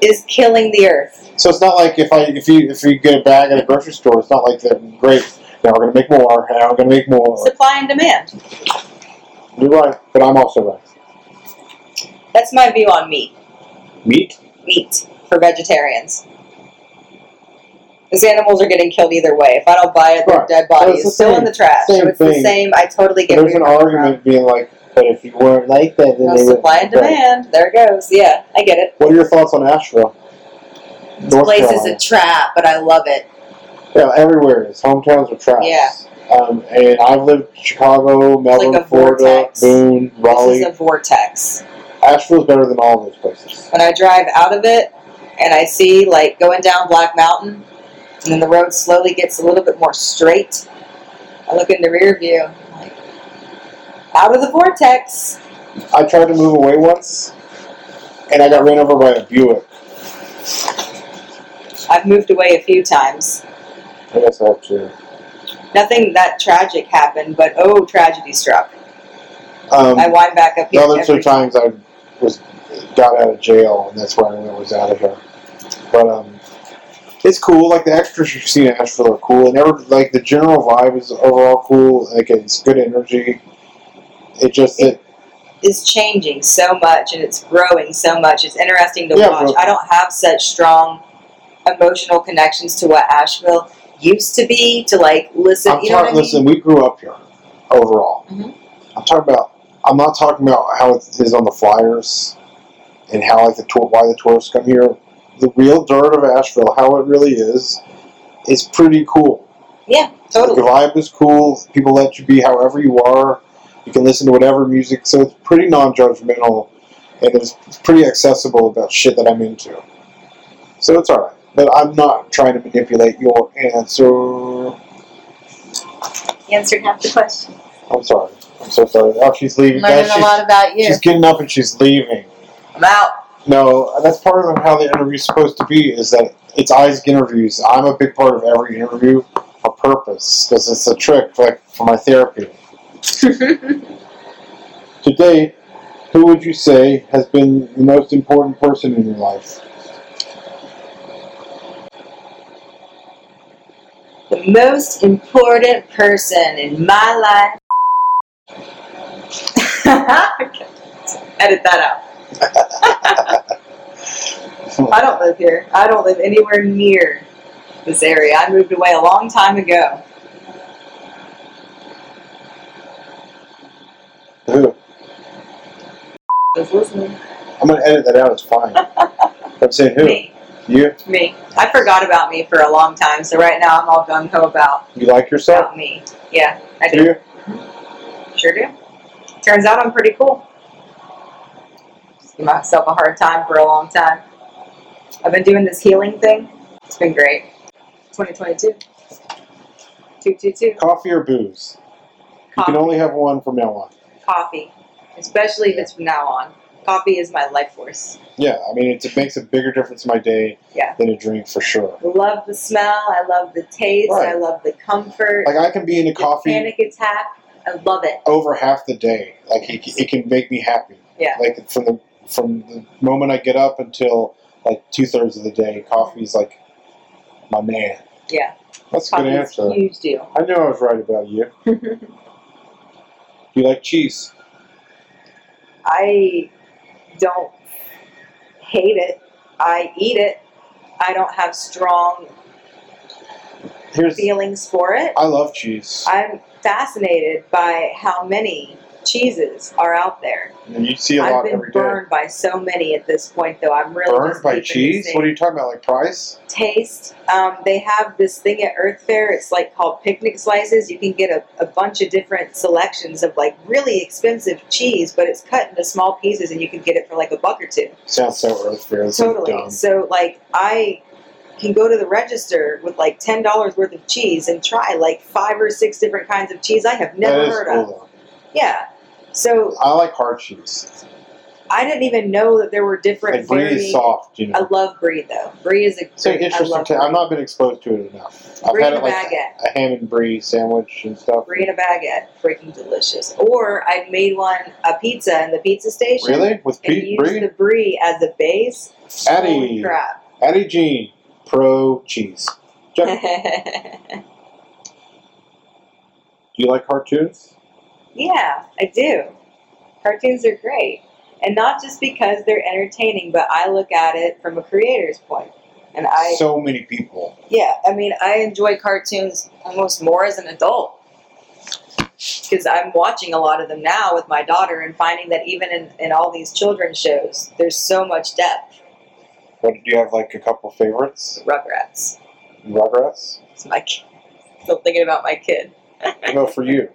B: is killing the earth.
C: So it's not like if I if you if you get a bag at a grocery store, it's not like that. Great, Now we're going to make more. Now we're going to make more.
B: Supply and demand.
C: You're right, but I'm also right.
B: That's my view on meat.
C: Meat?
B: Meat for vegetarians. These animals are getting killed either way. If I don't buy it, their
C: Right.
B: dead
C: But
B: body
C: it's
B: is
C: the
B: still in
C: same-
B: the trash. So
C: same
B: it's the
C: thing.
B: same. I totally get. where
C: There's
B: you're
C: an
B: coming from.
C: argument being like, but if you weren't like that, then
B: No
C: they would.
B: supply and
C: Right.
B: demand. There it goes. Yeah, I get it.
C: What are your thoughts on Asheville? North
B: Place is
C: Carolina.
B: a trap, but I love it.
C: Yeah, everywhere is. Hometowns are trash.
B: Yeah.
C: Um, and I've lived Chicago, Melbourne,
B: a
C: Florida,
B: vortex.
C: Boone,
B: This
C: Raleigh.
B: is a vortex.
C: Asheville's better than all those places.
B: When I drive out of it and I see like going down Black Mountain, and then the road slowly gets a little bit more straight. I look in the rear view, I'm like, out of the vortex.
C: I tried to move away once, and I got ran over by a Buick.
B: I've moved away a few times.
C: I guess I have to. Um,
B: Nothing that tragic happened, but oh, tragedy struck.
C: Um,
B: I wind back up
C: the
B: here.
C: other two
B: every-
C: times I was got out of jail, and that's when I knew I was out of here. But um, it's cool. Like the extras you see in Asheville are cool, and ever like the general vibe is overall cool. Like it's good energy. It just it,
B: is changing so much and it's growing so much. It's interesting to
C: Yeah,
B: watch.
C: bro.
B: I don't have such strong emotional connections to what Asheville used to be to like listen.
C: I'm
B: you know what I
C: talking.
B: mean?
C: Listen, we grew up here. Overall,
B: Mhm.
C: I'm talking about. I'm not talking about how it is on the flyers, and how like the tour, why the tourists come here. The real dirt of Asheville, how it really is, is pretty cool.
B: Yeah,
C: The
B: totally.
C: vibe is cool. People let you be however you are. You can listen to whatever music, so it's pretty non-judgmental, and it's pretty accessible about shit that I'm into. So it's all right. But I'm not trying to manipulate your answer.
B: You answered half the question.
C: I'm sorry. I'm so sorry. Oh, she's leaving.
B: Learning
C: Now
B: a
C: she's,
B: lot about you.
C: she's getting up and she's leaving.
B: I'm out.
C: No, that's part of how the interview's supposed to be. Is that it's Isaac interviews. I'm a big part of every interview for purpose because it's a trick, like for my therapy. To date, who would you say has been the most important person in your life?
B: the most important person in my life. Edit that out. I don't live here. I don't live anywhere near this area. I moved away a long time ago.
C: Who?
B: Just listening.
C: I'm gonna edit that out. It's fine. I'm saying who?
B: Me.
C: You?
B: Me. I forgot about me for a long time, so right now I'm all gung ho about,
C: You like yourself?
B: about me. Yeah, I do.
C: You?
B: Sure do. Turns out I'm pretty cool. Just Give myself a hard time for a long time. I've been doing this healing thing. It's been great. 2022. 222.
C: Coffee or booze? You
B: Coffee.
C: can only have one from now on.
B: Coffee. Especially if it's from now on. Coffee is my life force.
C: Yeah, I mean, it, it makes a bigger difference in my day
B: Yeah.
C: than a drink for sure.
B: Love the smell. I love the taste. I
C: Right.
B: love the comfort.
C: Like I can be in a
B: the
C: coffee
B: panic attack. I love it.
C: over half the day. Like it, it can make me happy.
B: Yeah.
C: Like from the from the moment I get up until like two thirds of the day, coffee's like my man.
B: Yeah.
C: That's a good
B: Coffee's
C: answer.
B: a huge deal.
C: I knew I was right about you. You like cheese?
B: I don't hate it. I eat it. I don't have strong
C: Here's
B: feelings for it.
C: I love cheese.
B: I'm fascinated by how many cheeses are out there.
C: you see a
B: I've
C: lot
B: been
C: every day.
B: burned by so many at this point, though. I'm really
C: Burned
B: just keeping
C: by
B: the
C: cheese?
B: same
C: What are you talking about? Like price?
B: taste. Um, they have this thing at Earth Fair. It's like called picnic slices. You can get a, a bunch of different selections of like really expensive cheese, but it's cut into small pieces, and you can get it for like a buck or two.
C: Sounds so earth fair. This is
B: Totally.
C: dumb.
B: So like I can go to the register with like ten dollars worth of cheese and try like five or six different kinds of cheese I have never
C: that is
B: heard
C: cool
B: of.
C: though.
B: Yeah. So
C: I like hard cheese.
B: I didn't even know that there were different
C: Like brie is
B: varying-
C: soft, you know.
B: I love brie though. Brie is a
C: It's an
B: great- I
C: interesting.
B: love
C: ta-
B: brie.
C: I've not been exposed to it enough. I've
B: Brie
C: had
B: and a
C: it like
B: baguette.
C: a ham and brie sandwich and stuff.
B: Brie in a baguette, freaking delicious. Or I made one a pizza in the pizza station.
C: Really? With
B: And
C: Pete,
B: used the
C: brie?
B: brie as a base. Holy
C: Addie,
B: crap!
C: Addie Jean, pro cheese. Jeff, Do you like cartoons?
B: Yeah, I do. Cartoons are great. And not just because they're entertaining, but I look at it from a creator's point. And I,
C: so many people.
B: yeah, I mean, I enjoy cartoons almost more as an adult. Because I'm watching a lot of them now with my daughter and finding that even in, in all these children's shows, there's so much depth.
C: What do you have? Like a couple favorites?
B: Rugrats.
C: Rugrats?
B: It's my kid. Still thinking about my kid.
C: No, for you.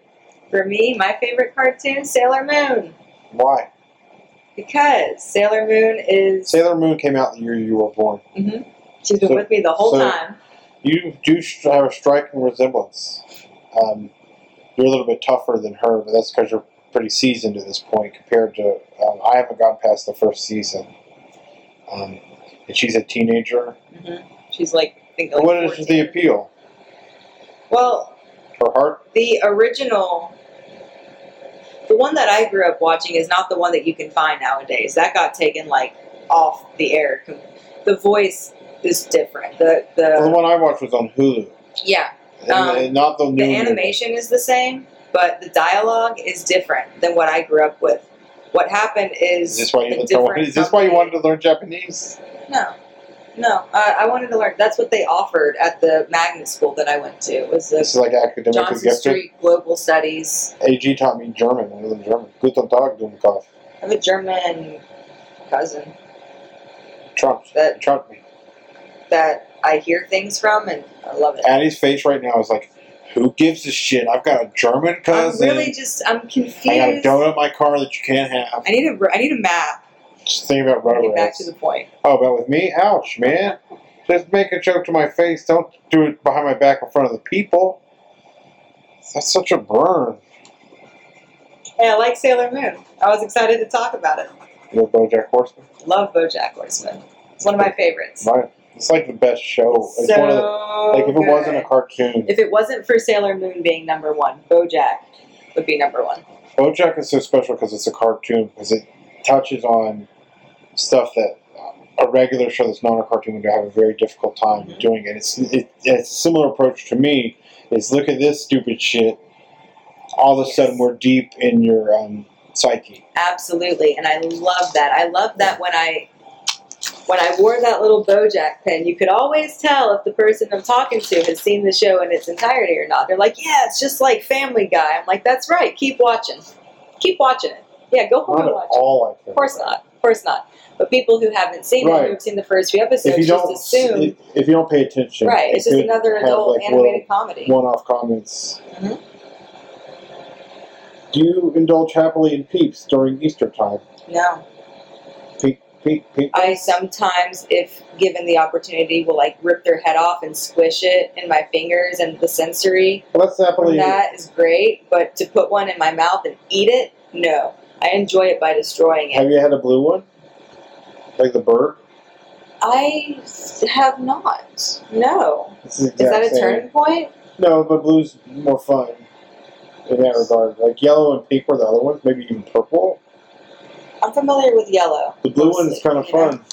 B: For me, my favorite cartoon, Sailor Moon.
C: Why?
B: Because Sailor Moon is.
C: Sailor Moon came out the year you were born.
B: She's been
C: So-
B: with me the whole
C: so-
B: time.
C: You do stri- have a striking resemblance. Um, you're a little bit tougher than her, but that's because you're pretty seasoned at this point compared to. Um, I haven't gone past the first season. Um, and she's a teenager.
B: Mm-hmm. She's like, I think like
C: What is
B: 14.
C: the appeal?
B: well,
C: Her heart?
B: the original, the one that I grew up watching is not the one that you can find nowadays. That got taken like off the air. com- The voice is different. The
C: the
B: the
C: one I watched was on Hulu.
B: yeah,
C: And
B: Um,
C: and not the new
B: the
C: one.
B: animation is the same, but the dialogue is different than what I grew up with. What happened is
C: Is this why you
B: a
C: learned-
B: different
C: Is this why you
B: company-
C: wanted to learn Japanese?
B: No, no. I, I wanted to learn. That's what they offered at the magnet school that I went to. Was
C: This is
B: the
C: like academic
B: Johnson
C: gifted.
B: Street Global Studies.
C: AG taught me German. I learned German. Guten Tag, Guten Tag.
B: I have a German cousin
C: Trump.
B: That-
C: Trump me.
B: that I hear things from, and I love it.
C: Addie's face right now is like, who gives a shit? I've got a German
B: I'm
C: cousin.
B: really just I'm confused.
C: I got a donut in my car that you can't have.
B: I need a I need a map.
C: Just think about
B: Get back
C: Rugrats.
B: to the point.
C: oh, but with me? Ouch, man. Just make a joke to my face. Don't do it behind my back in front of the people. That's such a burn.
B: Hey, I like Sailor Moon. I was excited to talk about it.
C: You know, BoJack Horseman.
B: Love BoJack Horseman. It's one of my favorites.
C: My, it's like the best show. It's
B: so
C: one of the, like if it wasn't
B: good.
C: a cartoon,
B: If it wasn't for Sailor Moon being number one, BoJack would be number one.
C: BoJack is so special because it's a cartoon because it touches on stuff that um, a regular show that's not a cartoon would have a very difficult time
B: Mhm.
C: doing, and it's it, it's a similar approach to me is look at this stupid shit. All of a
B: Yes.
C: sudden, we're deep in your um, psyche.
B: Absolutely, and I love that. I love that when I when I wore that little BoJack pin, you could always tell if the person I'm talking to has seen the show in its entirety or not. They're like, "Yeah, it's just like Family Guy." I'm like, "That's right. Keep watching. Keep watching it. Yeah, go home
C: Not
B: and
C: at
B: watch it.
C: all like that.
B: Of course not. Of course not." But people who haven't seen it,
C: Right.
B: who've seen the first few episodes,
C: If you
B: just
C: don't,
B: assume,
C: if, if you don't pay attention,
B: right?
C: it
B: It's just
C: could
B: another
C: have,
B: adult
C: like,
B: animated comedy.
C: little one-off comments.
B: Mhm.
C: Do you indulge happily in peeps during Easter time?
B: No.
C: Peep, peep, peep.
B: I sometimes, if given the opportunity, will like rip their head off and squish it in my fingers and the sensory.
C: Well, that's
B: From
C: happily.
B: that is great, but to put one in my mouth and eat it, no. I enjoy it by destroying it.
C: Have you had a blue one? Like the bird?
B: I have not. No.
C: It's the
B: Is that
C: exact
B: a
C: same.
B: turning point?
C: No, but blue's more fun in that regard. Like yellow and pink were the other ones, maybe even purple.
B: I'm familiar with yellow.
C: The blue one is kind of
B: You know?
C: fun,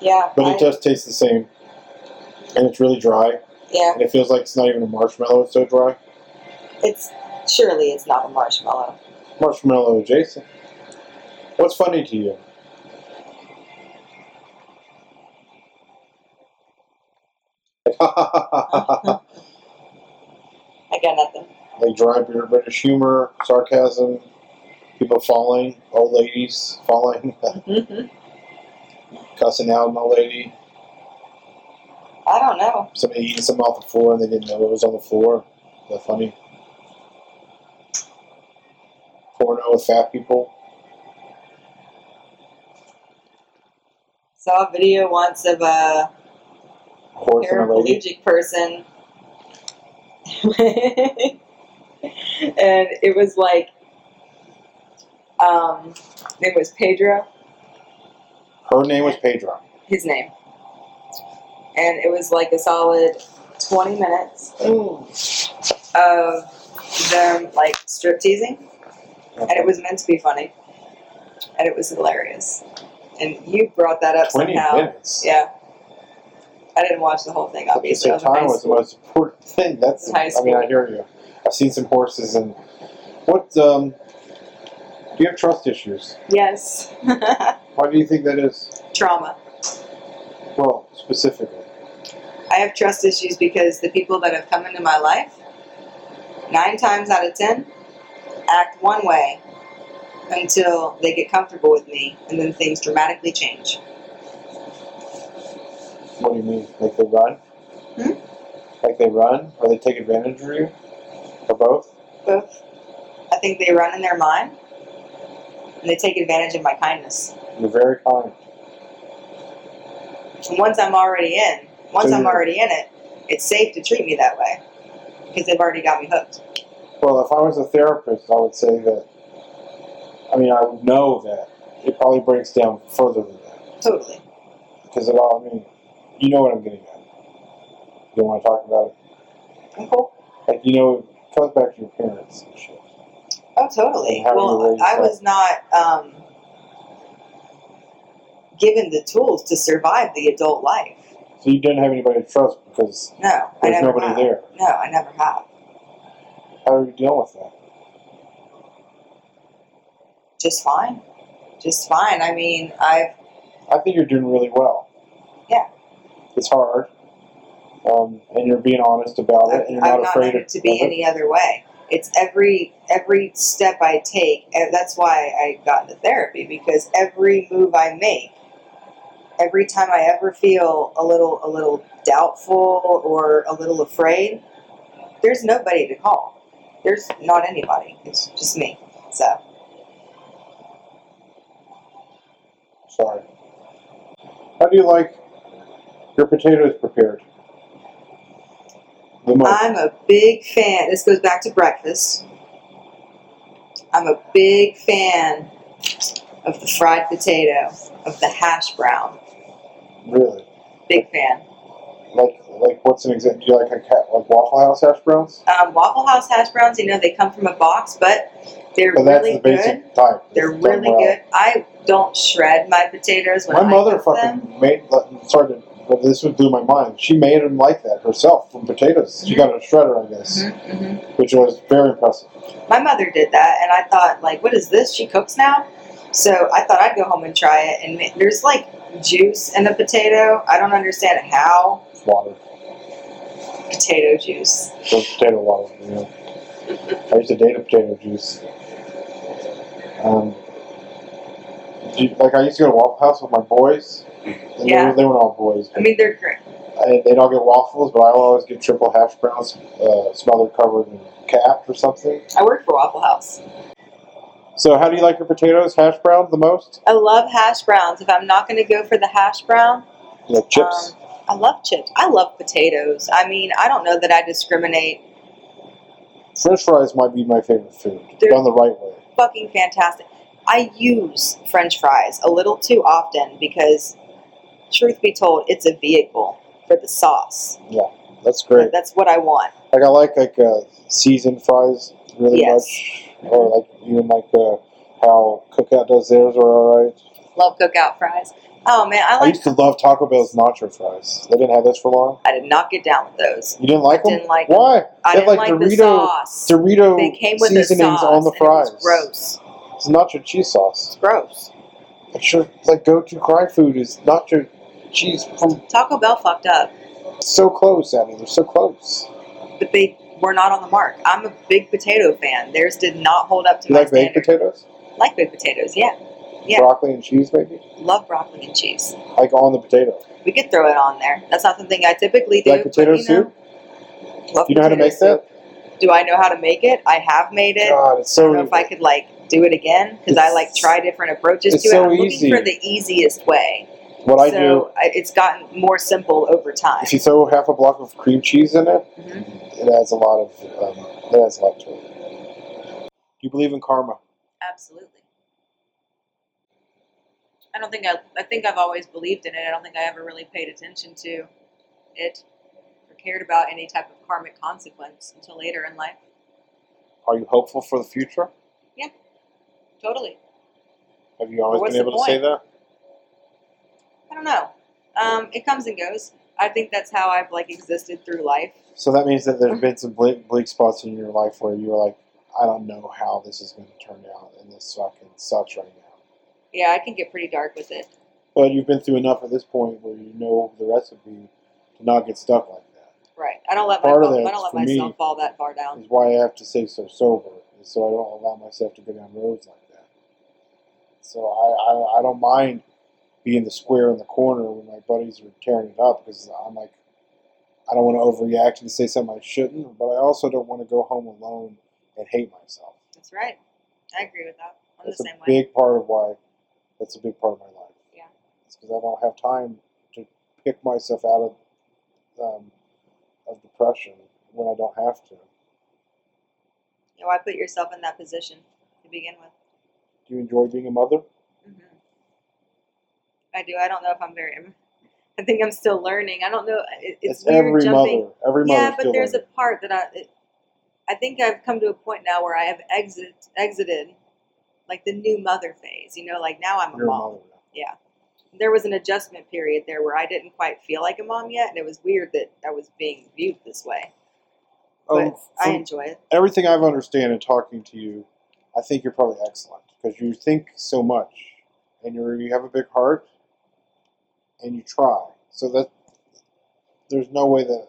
B: Yeah.
C: but
B: I-
C: it does taste the same. And it's really dry,
B: yeah.
C: and it feels like it's not even a marshmallow, it's so dry.
B: It's surely it's not a marshmallow.
C: Marshmallow adjacent. What's funny to you? like
B: I got nothing.
C: dry Brit- British humor, sarcasm, people falling, old ladies falling, cussing out an old lady,
B: I don't know.
C: somebody eating something off the floor and they didn't know it was on the floor. Is that funny? Porno with fat people.
B: Saw a video once of a.
C: Horse and a lady.
B: paraplegic person. and it was like, um, his name was Pedro,
C: Her name was Pedro.
B: his name. And it was like a solid 20 minutes
C: Mm.
B: of them like strip teasing. And it was meant to be funny. And it was hilarious. And you brought that up
C: 20
B: somehow.
C: minutes.
B: Yeah. I didn't watch the whole thing,
C: At the
B: obviously. I
C: same
B: was in high
C: time was the
B: school.
C: most important thing. That's
B: High
C: I mean, I
B: school.
C: hear you. I've seen some horses and what um, do you have trust issues?
B: Yes.
C: Why do you think that is?
B: Trauma.
C: Well, specifically.
B: I have trust issues because the people that have come into my life, nine times out of ten, act one way until they get comfortable with me, and then things dramatically change.
C: What do you mean? Like they run?
B: Hmm?
C: Like they run? Or they take advantage of you? Or both?
B: Both. I think they run in their mind, and they take advantage of my kindness.
C: You're very kind.
B: And once I'm already in, once
C: So
B: I'm
C: you're-
B: already in it, it's safe to treat me that way because they've already got me hooked.
C: Well, if I was a therapist, I would say that. I mean, I would know that it probably breaks down further than that
B: Totally.
C: because it all. I mean, you know what I'm getting at. You don't want to talk about it.
B: I'm cool.
C: Like you know, it comes back to your parents and shit.
B: Oh, totally.
C: And how you
B: Well,
C: raise
B: I
C: that.
B: was not um, given the tools to survive the adult life.
C: So you didn't have anybody to trust because
B: No, I
C: there's
B: never
C: nobody
B: have.
C: there.
B: No, I never have.
C: How are you dealing with that?
B: Just fine. Just fine. I mean, I've
C: I think you're doing really well.
B: Yeah.
C: It's hard, um, and you're being honest about it, and you're
B: I've
C: not
B: not
C: afraid
B: known
C: of
B: it to be
C: of it.
B: any other way. It's every every step I take, and that's why I got into therapy because every move I make, every time I ever feel a little a little doubtful or a little afraid, there's nobody to call. There's not anybody. It's just me. So
C: Sorry. How do you like your potatoes prepared? The most.
B: I'm a big fan. This goes back to breakfast. I'm a big fan of the fried potato, of the hash brown.
C: really.
B: Big fan.
C: Like, like what's an example? Do you like a cat, like Waffle House hash browns?
B: Um, Waffle House hash browns, you know, they come from a box, but they're
C: But that's
B: really
C: the basic
B: good.
C: type.
B: They're
C: It's done
B: really
C: well.
B: good. I don't shred my potatoes when
C: My
B: I
C: mother
B: cook them.
C: fucking made. like, Sorry, to, but this would blew my mind. She made them like that herself from potatoes. She got a shredder, I guess,
B: Mhm, mhm.
C: which was very impressive.
B: My mother did that, and I thought, like, what is this? She cooks now? So I thought I'd go home and try it. And ma- there's like juice in a potato. I don't understand how.
C: Water,
B: potato juice.
C: those potato water. You know, I used to date a potato juice. Um, do you- like I used to go to Waffle House with my boys. And they,
B: Yeah.
C: were, they were all boys.
B: I mean, they're great.
C: I, they'd all get waffles, but I would always get triple hash browns, uh, smothered, covered in cap or something.
B: I work for Waffle House.
C: So, how do you like your potatoes? Hash browns the most?
B: I love hash browns. If I'm not going to go for the hash brown,
C: You like chips?
B: Um, I love chips. I love potatoes. I mean, I don't know that I discriminate.
C: French fries might be my favorite food,
B: They're-
C: done the right way.
B: Fucking fantastic. I use French fries a little too often because, truth be told, it's a vehicle for the sauce.
C: That's great.
B: That's what I want.
C: Like I like like uh, seasoned fries really
B: Yes.
C: much, or like even like uh, how Cookout does theirs are all right.
B: Love cookout fries. Oh man, I
C: I
B: like.
C: used to love Taco Bell's nacho fries. They didn't have this for long.
B: I did not get down with those.
C: You didn't like them?
B: Didn't like.
C: Why?
B: I
C: They
B: didn't
C: have,
B: like,
C: like,
B: the
C: Dorito-
B: sauce.
C: Dorito
B: they came with the
C: seasonings
B: sauce
C: on the
B: and it
C: fries.
B: was gross.
C: It's nacho cheese sauce.
B: It's gross.
C: It's your like go-to cry food is nacho cheese from
B: Taco Bell fucked up,
C: so close, Abby. They're so close.
B: but they were not on the mark. I'm a big potato fan. Theirs did not hold up to
C: You
B: my
C: like baked
B: standard.
C: potatoes,
B: like baked potatoes, yeah. Yeah.
C: broccoli and cheese, maybe
B: Love broccoli and cheese.
C: like on the potato.
B: We could throw it on there. That's not something I typically do.
C: You like
B: but,
C: potato
B: you know,
C: soup?
B: love
C: You know how to
B: potato
C: make that?
B: soup. Do I know how to make it? I have made it.
C: God, it's
B: I
C: so.
B: don't know if I could like do it again because I
C: It's-
B: like try different approaches
C: it's
B: to it.
C: so
B: I'm looking
C: easy.
B: for the easiest way.
C: what I
B: so
C: do
B: I, it's gotten more simple over time.
C: If you throw half a block of cream cheese in it,
B: Mhm.
C: it adds a lot of um, it adds a lot to it. Do you believe in karma?
B: Absolutely. I don't think I, I think I've always believed in it. I don't think I ever really paid attention to it or cared about any type of karmic consequence until later in life.
C: Are you hopeful for the future?
B: Totally.
C: Have you always
B: What's
C: been able
B: the
C: to say that?
B: I don't know. Um, it comes and goes. I think that's how I've like existed through life.
C: So that means that there's been some bleak, bleak spots in your life where you were like, I don't know how this is going to turn out, and this fucking sucks right now.
B: Yeah, I can get pretty dark with it.
C: But you've been through enough at this point where you know the recipe to not get stuck like that.
B: Right. I don't let my,
C: Part of
B: I
C: that
B: don't let
C: for me
B: myself fall that far down.
C: Is why I have to stay so sober, and so I don't allow myself to go down roads like that. So I, I, I don't mind being the square in the corner when my buddies are tearing it up because I'm like, I don't want to overreact and say something I shouldn't, but I also don't want to go home alone and hate myself.
B: That's right. I agree with that. I'm
C: That's
B: the
C: a
B: same way.
C: big part of why. That's a big part of my life.
B: Yeah.
C: It's because I don't have time to pick myself out of um, of depression when I don't have to.
B: You know, why put yourself in that position to begin with?
C: Do you enjoy being a mother?
B: hmm I do. I don't know if I'm very. I'm, I think I'm still learning. I don't know. It, it's
C: That's
B: weird
C: every
B: jumping.
C: mother. Every mother.
B: yeah, but there's a part that I, it, I think I've come to a point now where I have exit, exited, like the new mother phase. You know, like now I'm a
C: You're a
B: mom.
C: mother. now.
B: There was an adjustment period there where I didn't quite feel like a mom yet, and it was weird that I was being viewed this way. But
C: Um,
B: I
C: from
B: enjoy it.
C: everything I've understand in talking to you, I think you're probably excellent because you think so much and you you have a big heart and you try. So that there's no way that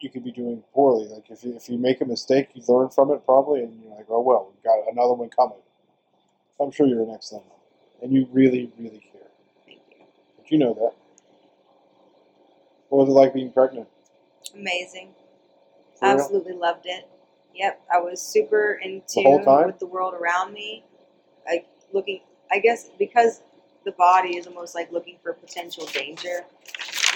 C: you could be doing poorly. Like if you, if you make a mistake, you learn from it probably, and you're like, oh well, we've got another one coming. I'm sure you're an excellent mom, and you really, really care.
B: Thank you.
C: But you know that. What was it like being pregnant?
B: Amazing.
C: For real?
B: Absolutely loved it. Yep, I was super in
C: The
B: tune
C: whole time?
B: with the world around me. Like looking, I guess because the body is almost like looking for potential danger.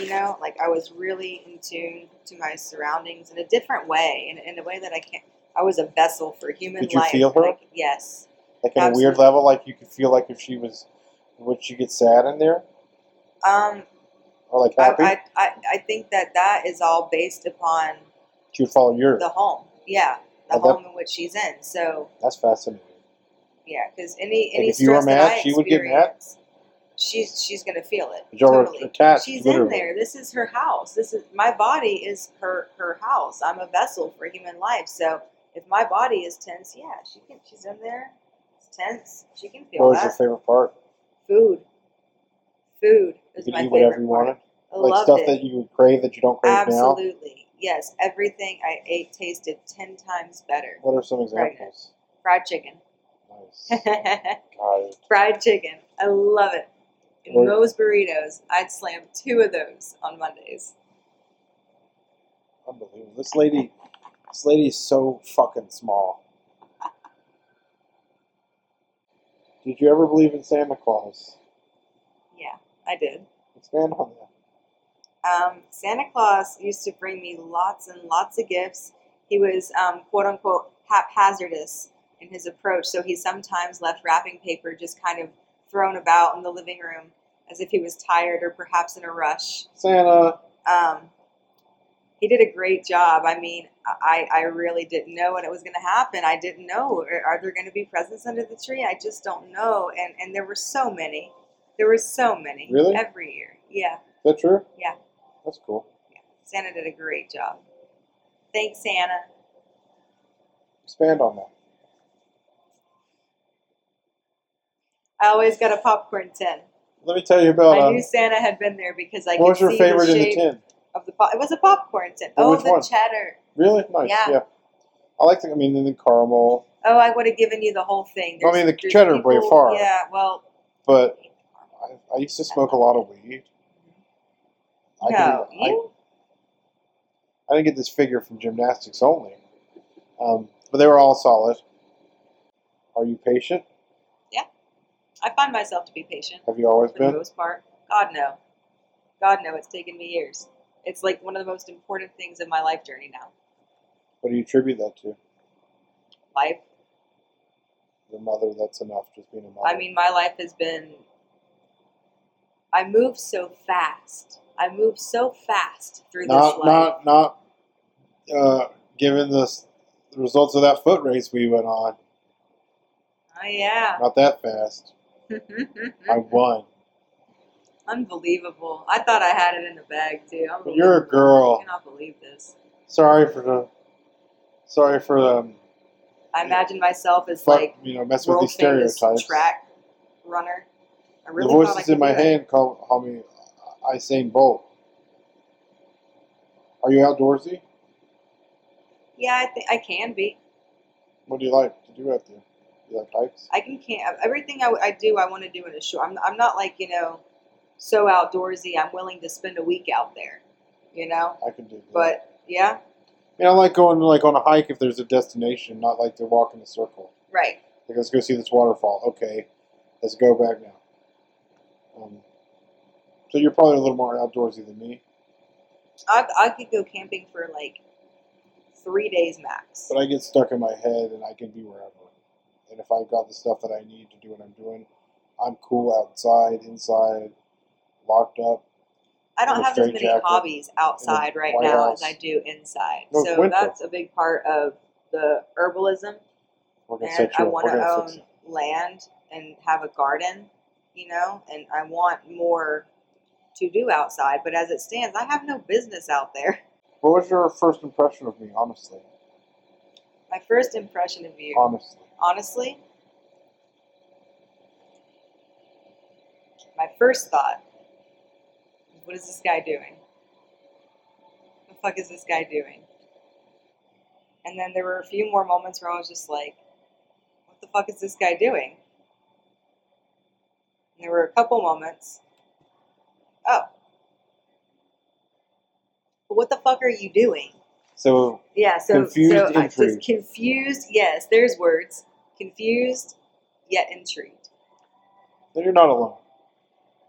B: You know, like I was really in tune to my surroundings in a different way, in, in a way that I can't. I was a vessel for human
C: Did you
B: life.
C: feel her?
B: Like, yes,
C: Like on a weird
B: Absolutely.
C: level, like you could feel like if she was, would she get sad in there
B: um,
C: or like
B: I,
C: happy?
B: I, I, I think that that is all based upon
C: she would follow yours.
B: the home. Yeah, the
C: I bet-
B: home in which she's in. So
C: That's fascinating.
B: Yeah, because any
C: Like,
B: any
C: if you were
B: stress that
C: mad,
B: I
C: she would get mad?
B: experience, She's she's gonna feel it
C: You're
B: totally.
C: attached,
B: She's in
C: literally.
B: there. This is her house. This is my body is her her house. I'm a vessel for human life. So if my body is tense, yeah, she can. She's in there. It's tense. She can feel
C: What was your
B: that.
C: favorite part?
B: Food. Food is
C: You could
B: my favorite
C: eat whatever you
B: part.
C: wanted,
B: I
C: like
B: loved
C: stuff
B: it.
C: that you would crave that you don't crave now.
B: Absolutely. Yes. Everything I ate tasted ten times better.
C: What are some examples?
B: Fried chicken.
C: Nice. God,
B: fried chicken. I love it. And
C: Or-
B: those burritos, I'd slam two of those on Mondays.
C: unbelievable. This lady, this lady is so fucking small. Did you ever believe in Santa Claus?
B: Yeah, I did.
C: Expand on that.
B: Um, Santa Claus used to bring me lots and lots of gifts. He was um, quote unquote haphazardous in his approach, so he sometimes left wrapping paper just kind of thrown about in the living room as if he was tired or perhaps in a rush.
C: Santa,
B: um, he did a great job. I mean, I, I really didn't know when it was going to happen. I didn't know. eh, Are, are there going to be presents under the tree? I just don't know. And and there were so many. There were so many
C: Really?
B: every year. Yeah,
C: is that true?
B: Yeah.
C: That's cool.
B: Santa did a great job. Thanks, Santa.
C: Expand on that.
B: I always got a popcorn tin.
C: Let me tell you about.
B: I
C: Um,
B: knew Santa had been there because I
C: what
B: could
C: was your
B: see
C: favorite
B: the
C: in the
B: shape
C: tin?
B: of the pop. It was a popcorn tin.
C: Well,
B: oh,
C: which
B: the
C: one?
B: cheddar.
C: Really nice.
B: Yeah.
C: Yeah. I like the. I mean, the caramel,
B: Oh, I would have given you the whole thing.
C: I mean, the
B: there's
C: cheddar by
B: people-
C: far.
B: Yeah. Well.
C: but I, I used to smoke a lot of weed. I
B: no,
C: didn't- I-
B: you
C: I didn't get this figure from gymnastics only, um, but they were all solid. Are you patient?
B: I find myself to be patient
C: Have you always
B: for the
C: been?
B: most part. God no. God no, it's taken me years. It's like one of the most important things in my life journey now.
C: What do you attribute that to?
B: Life.
C: Your mother. That's enough. Just being a mother.
B: I mean, my life has been I move so fast. I move so fast through
C: not
B: this life.
C: not not. Uh, given the s- the results of that foot race we went on,
B: Oh yeah.
C: not that fast. I won.
B: Unbelievable. I thought I had it in the bag too.
C: But you're a girl.
B: I cannot believe this.
C: Sorry for the. Sorry for um,
B: I imagine myself as
C: fuck,
B: like
C: you know, mess with
B: world
C: these
B: famous
C: stereotypes.
B: track runner. I really
C: the
B: thought I
C: voices
B: could
C: in my
B: do it.
C: head call, call me I Usain Bolt. Are you outdoorsy?
B: Yeah, I think I can be.
C: What do you like to do out there? You like hikes?
B: I can can't everything I, I do. I want to do in a short. I'm I'm not like you know, so outdoorsy. I'm willing to spend a week out there, you know.
C: I can do that.
B: But yeah,
C: you know, I like going like on a hike if there's a destination, not like to walk in a circle.
B: right.
C: Like let's go see this waterfall. Okay, let's go back now. Um, so you're probably a little more outdoorsy than me,
B: I I could go camping for like three days max.
C: but I get stuck in my head and I can be wherever. And if I've got the stuff that I need to do what I'm doing, I'm cool outside, inside, locked up.
B: I don't
C: in a
B: have as
C: straight
B: many
C: jacket,
B: houbies outside right
C: White
B: now
C: House.
B: as I do inside.
C: No, it's
B: so
C: winter.
B: that's a big part of the herbalism,
C: We're gonna
B: and
C: set you
B: I
C: up.
B: want
C: We're
B: to
C: gonna fix
B: own
C: you.
B: land and have a garden, you know, and I want more to do outside. But as it stands, I have no business out there.
C: What was your first impression of me? Honestly,
B: My first impression of you,
C: honestly,
B: honestly, my first thought, what is this guy doing? The fuck is this guy doing? And then there were a few more moments where I was just like, what the fuck is this guy doing? And there were a couple moments. Oh. But what the fuck are you doing?
C: so
B: Yeah, so
C: Confused
B: so I
C: intrigue.
B: just confused. Yes, there's words. Confused yet intrigued.
C: then you're not alone.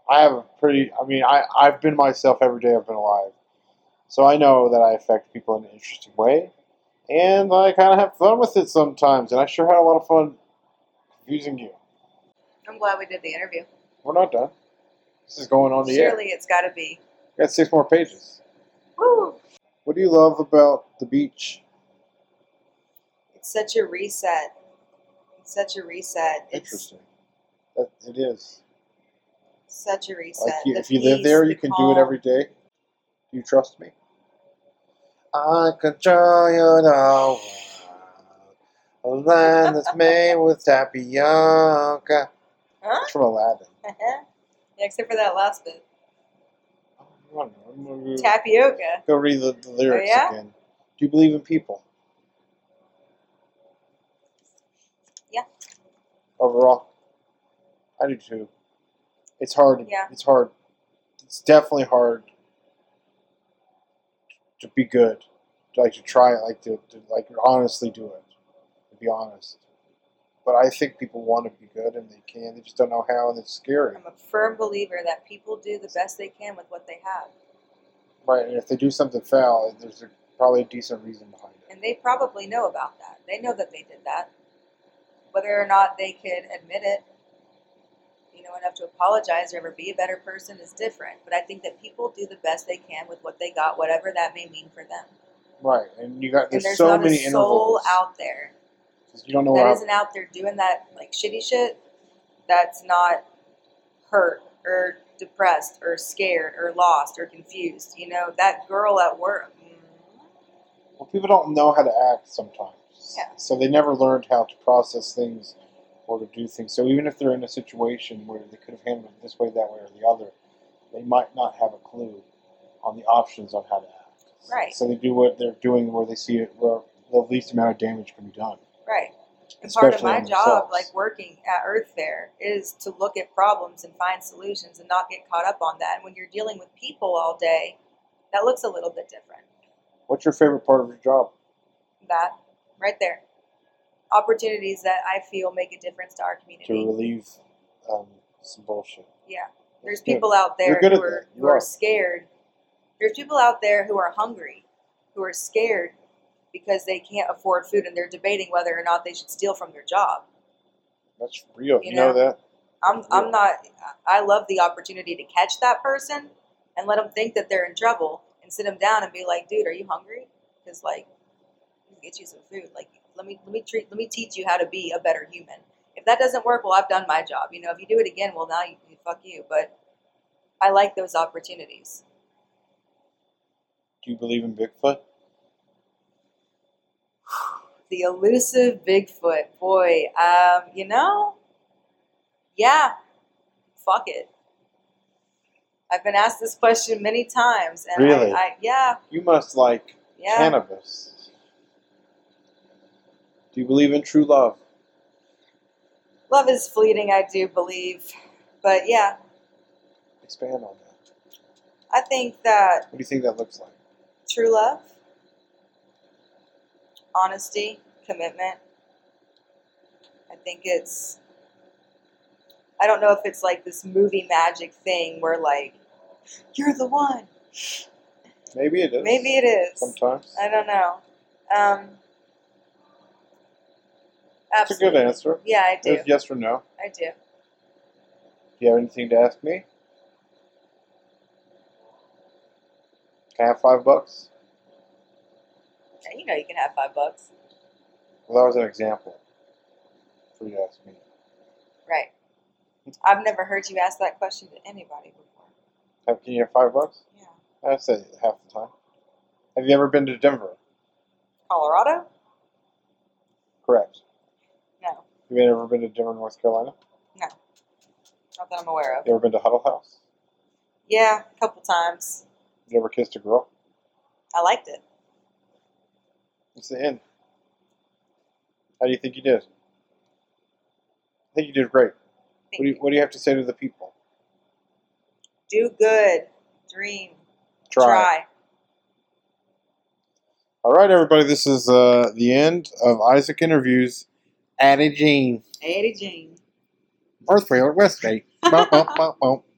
C: I have a pretty. I mean, I I've been myself every day I've been alive, so I know that I affect people in an interesting way, and I kind of have fun with it sometimes. And I sure had a lot of fun confusing you.
B: I'm glad we did the interview.
C: We're not done. This is going on the air.
B: Surely it's got to be.
C: We got six more pages.
B: Woo!
C: What do you love about the beach?
B: It's such a reset. It's such a reset. It's
C: Interesting. That it is.
B: such a reset.
C: Like you,
B: The
C: if you live
B: peace,
C: there,
B: the
C: you can do it
B: calm.
C: every day. Do you trust me? I control your world. A land that's made with tapioca.
B: Huh?
C: It's from Aladdin.
B: yeah, except for that last bit.
C: I don't know, I'm gonna go-
B: Tapioca.
C: Go read the, the lyrics
B: yeah?
C: again. Do you believe in people?
B: Yeah.
C: Overall, I do too. It's hard.
B: Yeah.
C: It's hard. It's definitely hard to be good. To, like to try it. Like to, to like honestly do it. To be honest. But I think people want to be good and they can. They just don't know how, and it's scary.
B: I'm a firm believer that people do the best they can with what they have,
C: Right. And if they do something foul, there's a, probably a decent reason behind it.
B: and they probably know about that. They know that they did that, whether or not they could admit it. You know, enough to apologize or ever be a better person is different. But I think that people do the best they can with what they got, whatever that may mean for them.
C: Right. And you got
B: And
C: there's,
B: there's
C: so
B: not
C: many
B: a soul
C: intervals.
B: out there
C: 'Cause you don't know
B: that
C: how
B: isn't out there doing that like shitty shit that's not hurt or depressed or scared or lost or confused you know that girl at work mm,
C: Well, people don't know how to act sometimes.
B: Yeah.
C: So they never learned how to process things or to do things. So even if they're in a situation where they could have handled it this way, that way, or the other, they might not have a clue on the options on how to act.
B: Right.
C: So they do what they're doing where they see it where the least amount of damage can be done.
B: right and part of
C: Especially
B: my
C: on
B: job
C: themselves.
B: like working at earth fair is to look at problems and find solutions and not get caught up on that and when you're dealing with people all day that looks a little bit different
C: What's your favorite part of your job?
B: that right there opportunities that i feel make a difference to our
C: To
B: community
C: relieve um, some bullshit.
B: yeah There's
C: That's good.
B: people out there
C: You're good
B: who
C: at
B: are,
C: that. You
B: who are
C: are.
B: scared. There's people out there who are hungry, who are scared because they can't afford food and they're debating whether or not they should steal from their job.
C: That's real.
B: You
C: You, know,
B: know?
C: that?
B: I'm,
C: Yeah.
B: I'm not, I love the opportunity to catch that person and let them think that they're in trouble and sit them down and be like, dude, are you hungry? Because like, let me get you some food. Like, let me, let me treat, let me teach you how to be a better human. If that doesn't work, well, I've done my job. You know, if you do it again, well, now you, fuck you. But I like those opportunities.
C: Do you believe in Bigfoot?
B: The elusive Bigfoot, boy. Um, you know, yeah. Fuck it. I've been asked this question many times, and I-
C: Really?
B: I, yeah,
C: You must like
B: yeah.
C: cannabis. Do you believe in true love?
B: Love is fleeting, I do believe, but yeah,
C: Expand on that.
B: I think that
C: What do you think that looks like?
B: true love, honesty, commitment. I think it's. I don't know if it's like this movie magic thing where like, you're the one.
C: Maybe it is.
B: Maybe it is.
C: Sometimes.
B: I don't know. Um,
C: That's a good
B: absolutely.
C: answer.
B: Yeah, I do.
C: It was yes or no.
B: I do.
C: Do you have anything to ask me? Can I have five bucks?
B: Yeah, You know, you can have five bucks,
C: Well, that was an example for you to ask me.
B: right? I've never heard you ask that question to anybody before.
C: Have, can you have five bucks?
B: Yeah.
C: I say it half the time. Have you ever been to Denver?
B: Colorado?
C: Correct.
B: No,
C: Have you ever been to Denver, North Carolina?
B: not that I'm aware of.
C: You ever been to Huddle House?
B: Yeah, a couple times.
C: You ever kissed a girl?
B: I liked it.
C: It's the end. How do you think you did? I think you did great.
B: Thank
C: What do you, what do you have to say to the people?
B: you. Do good. Dream.
C: All right, everybody. This is uh, the end of Isaac interviews. Addie Jean,
B: Eddie Jean.
C: Northfield, West State. Bump, bump, bump, bump.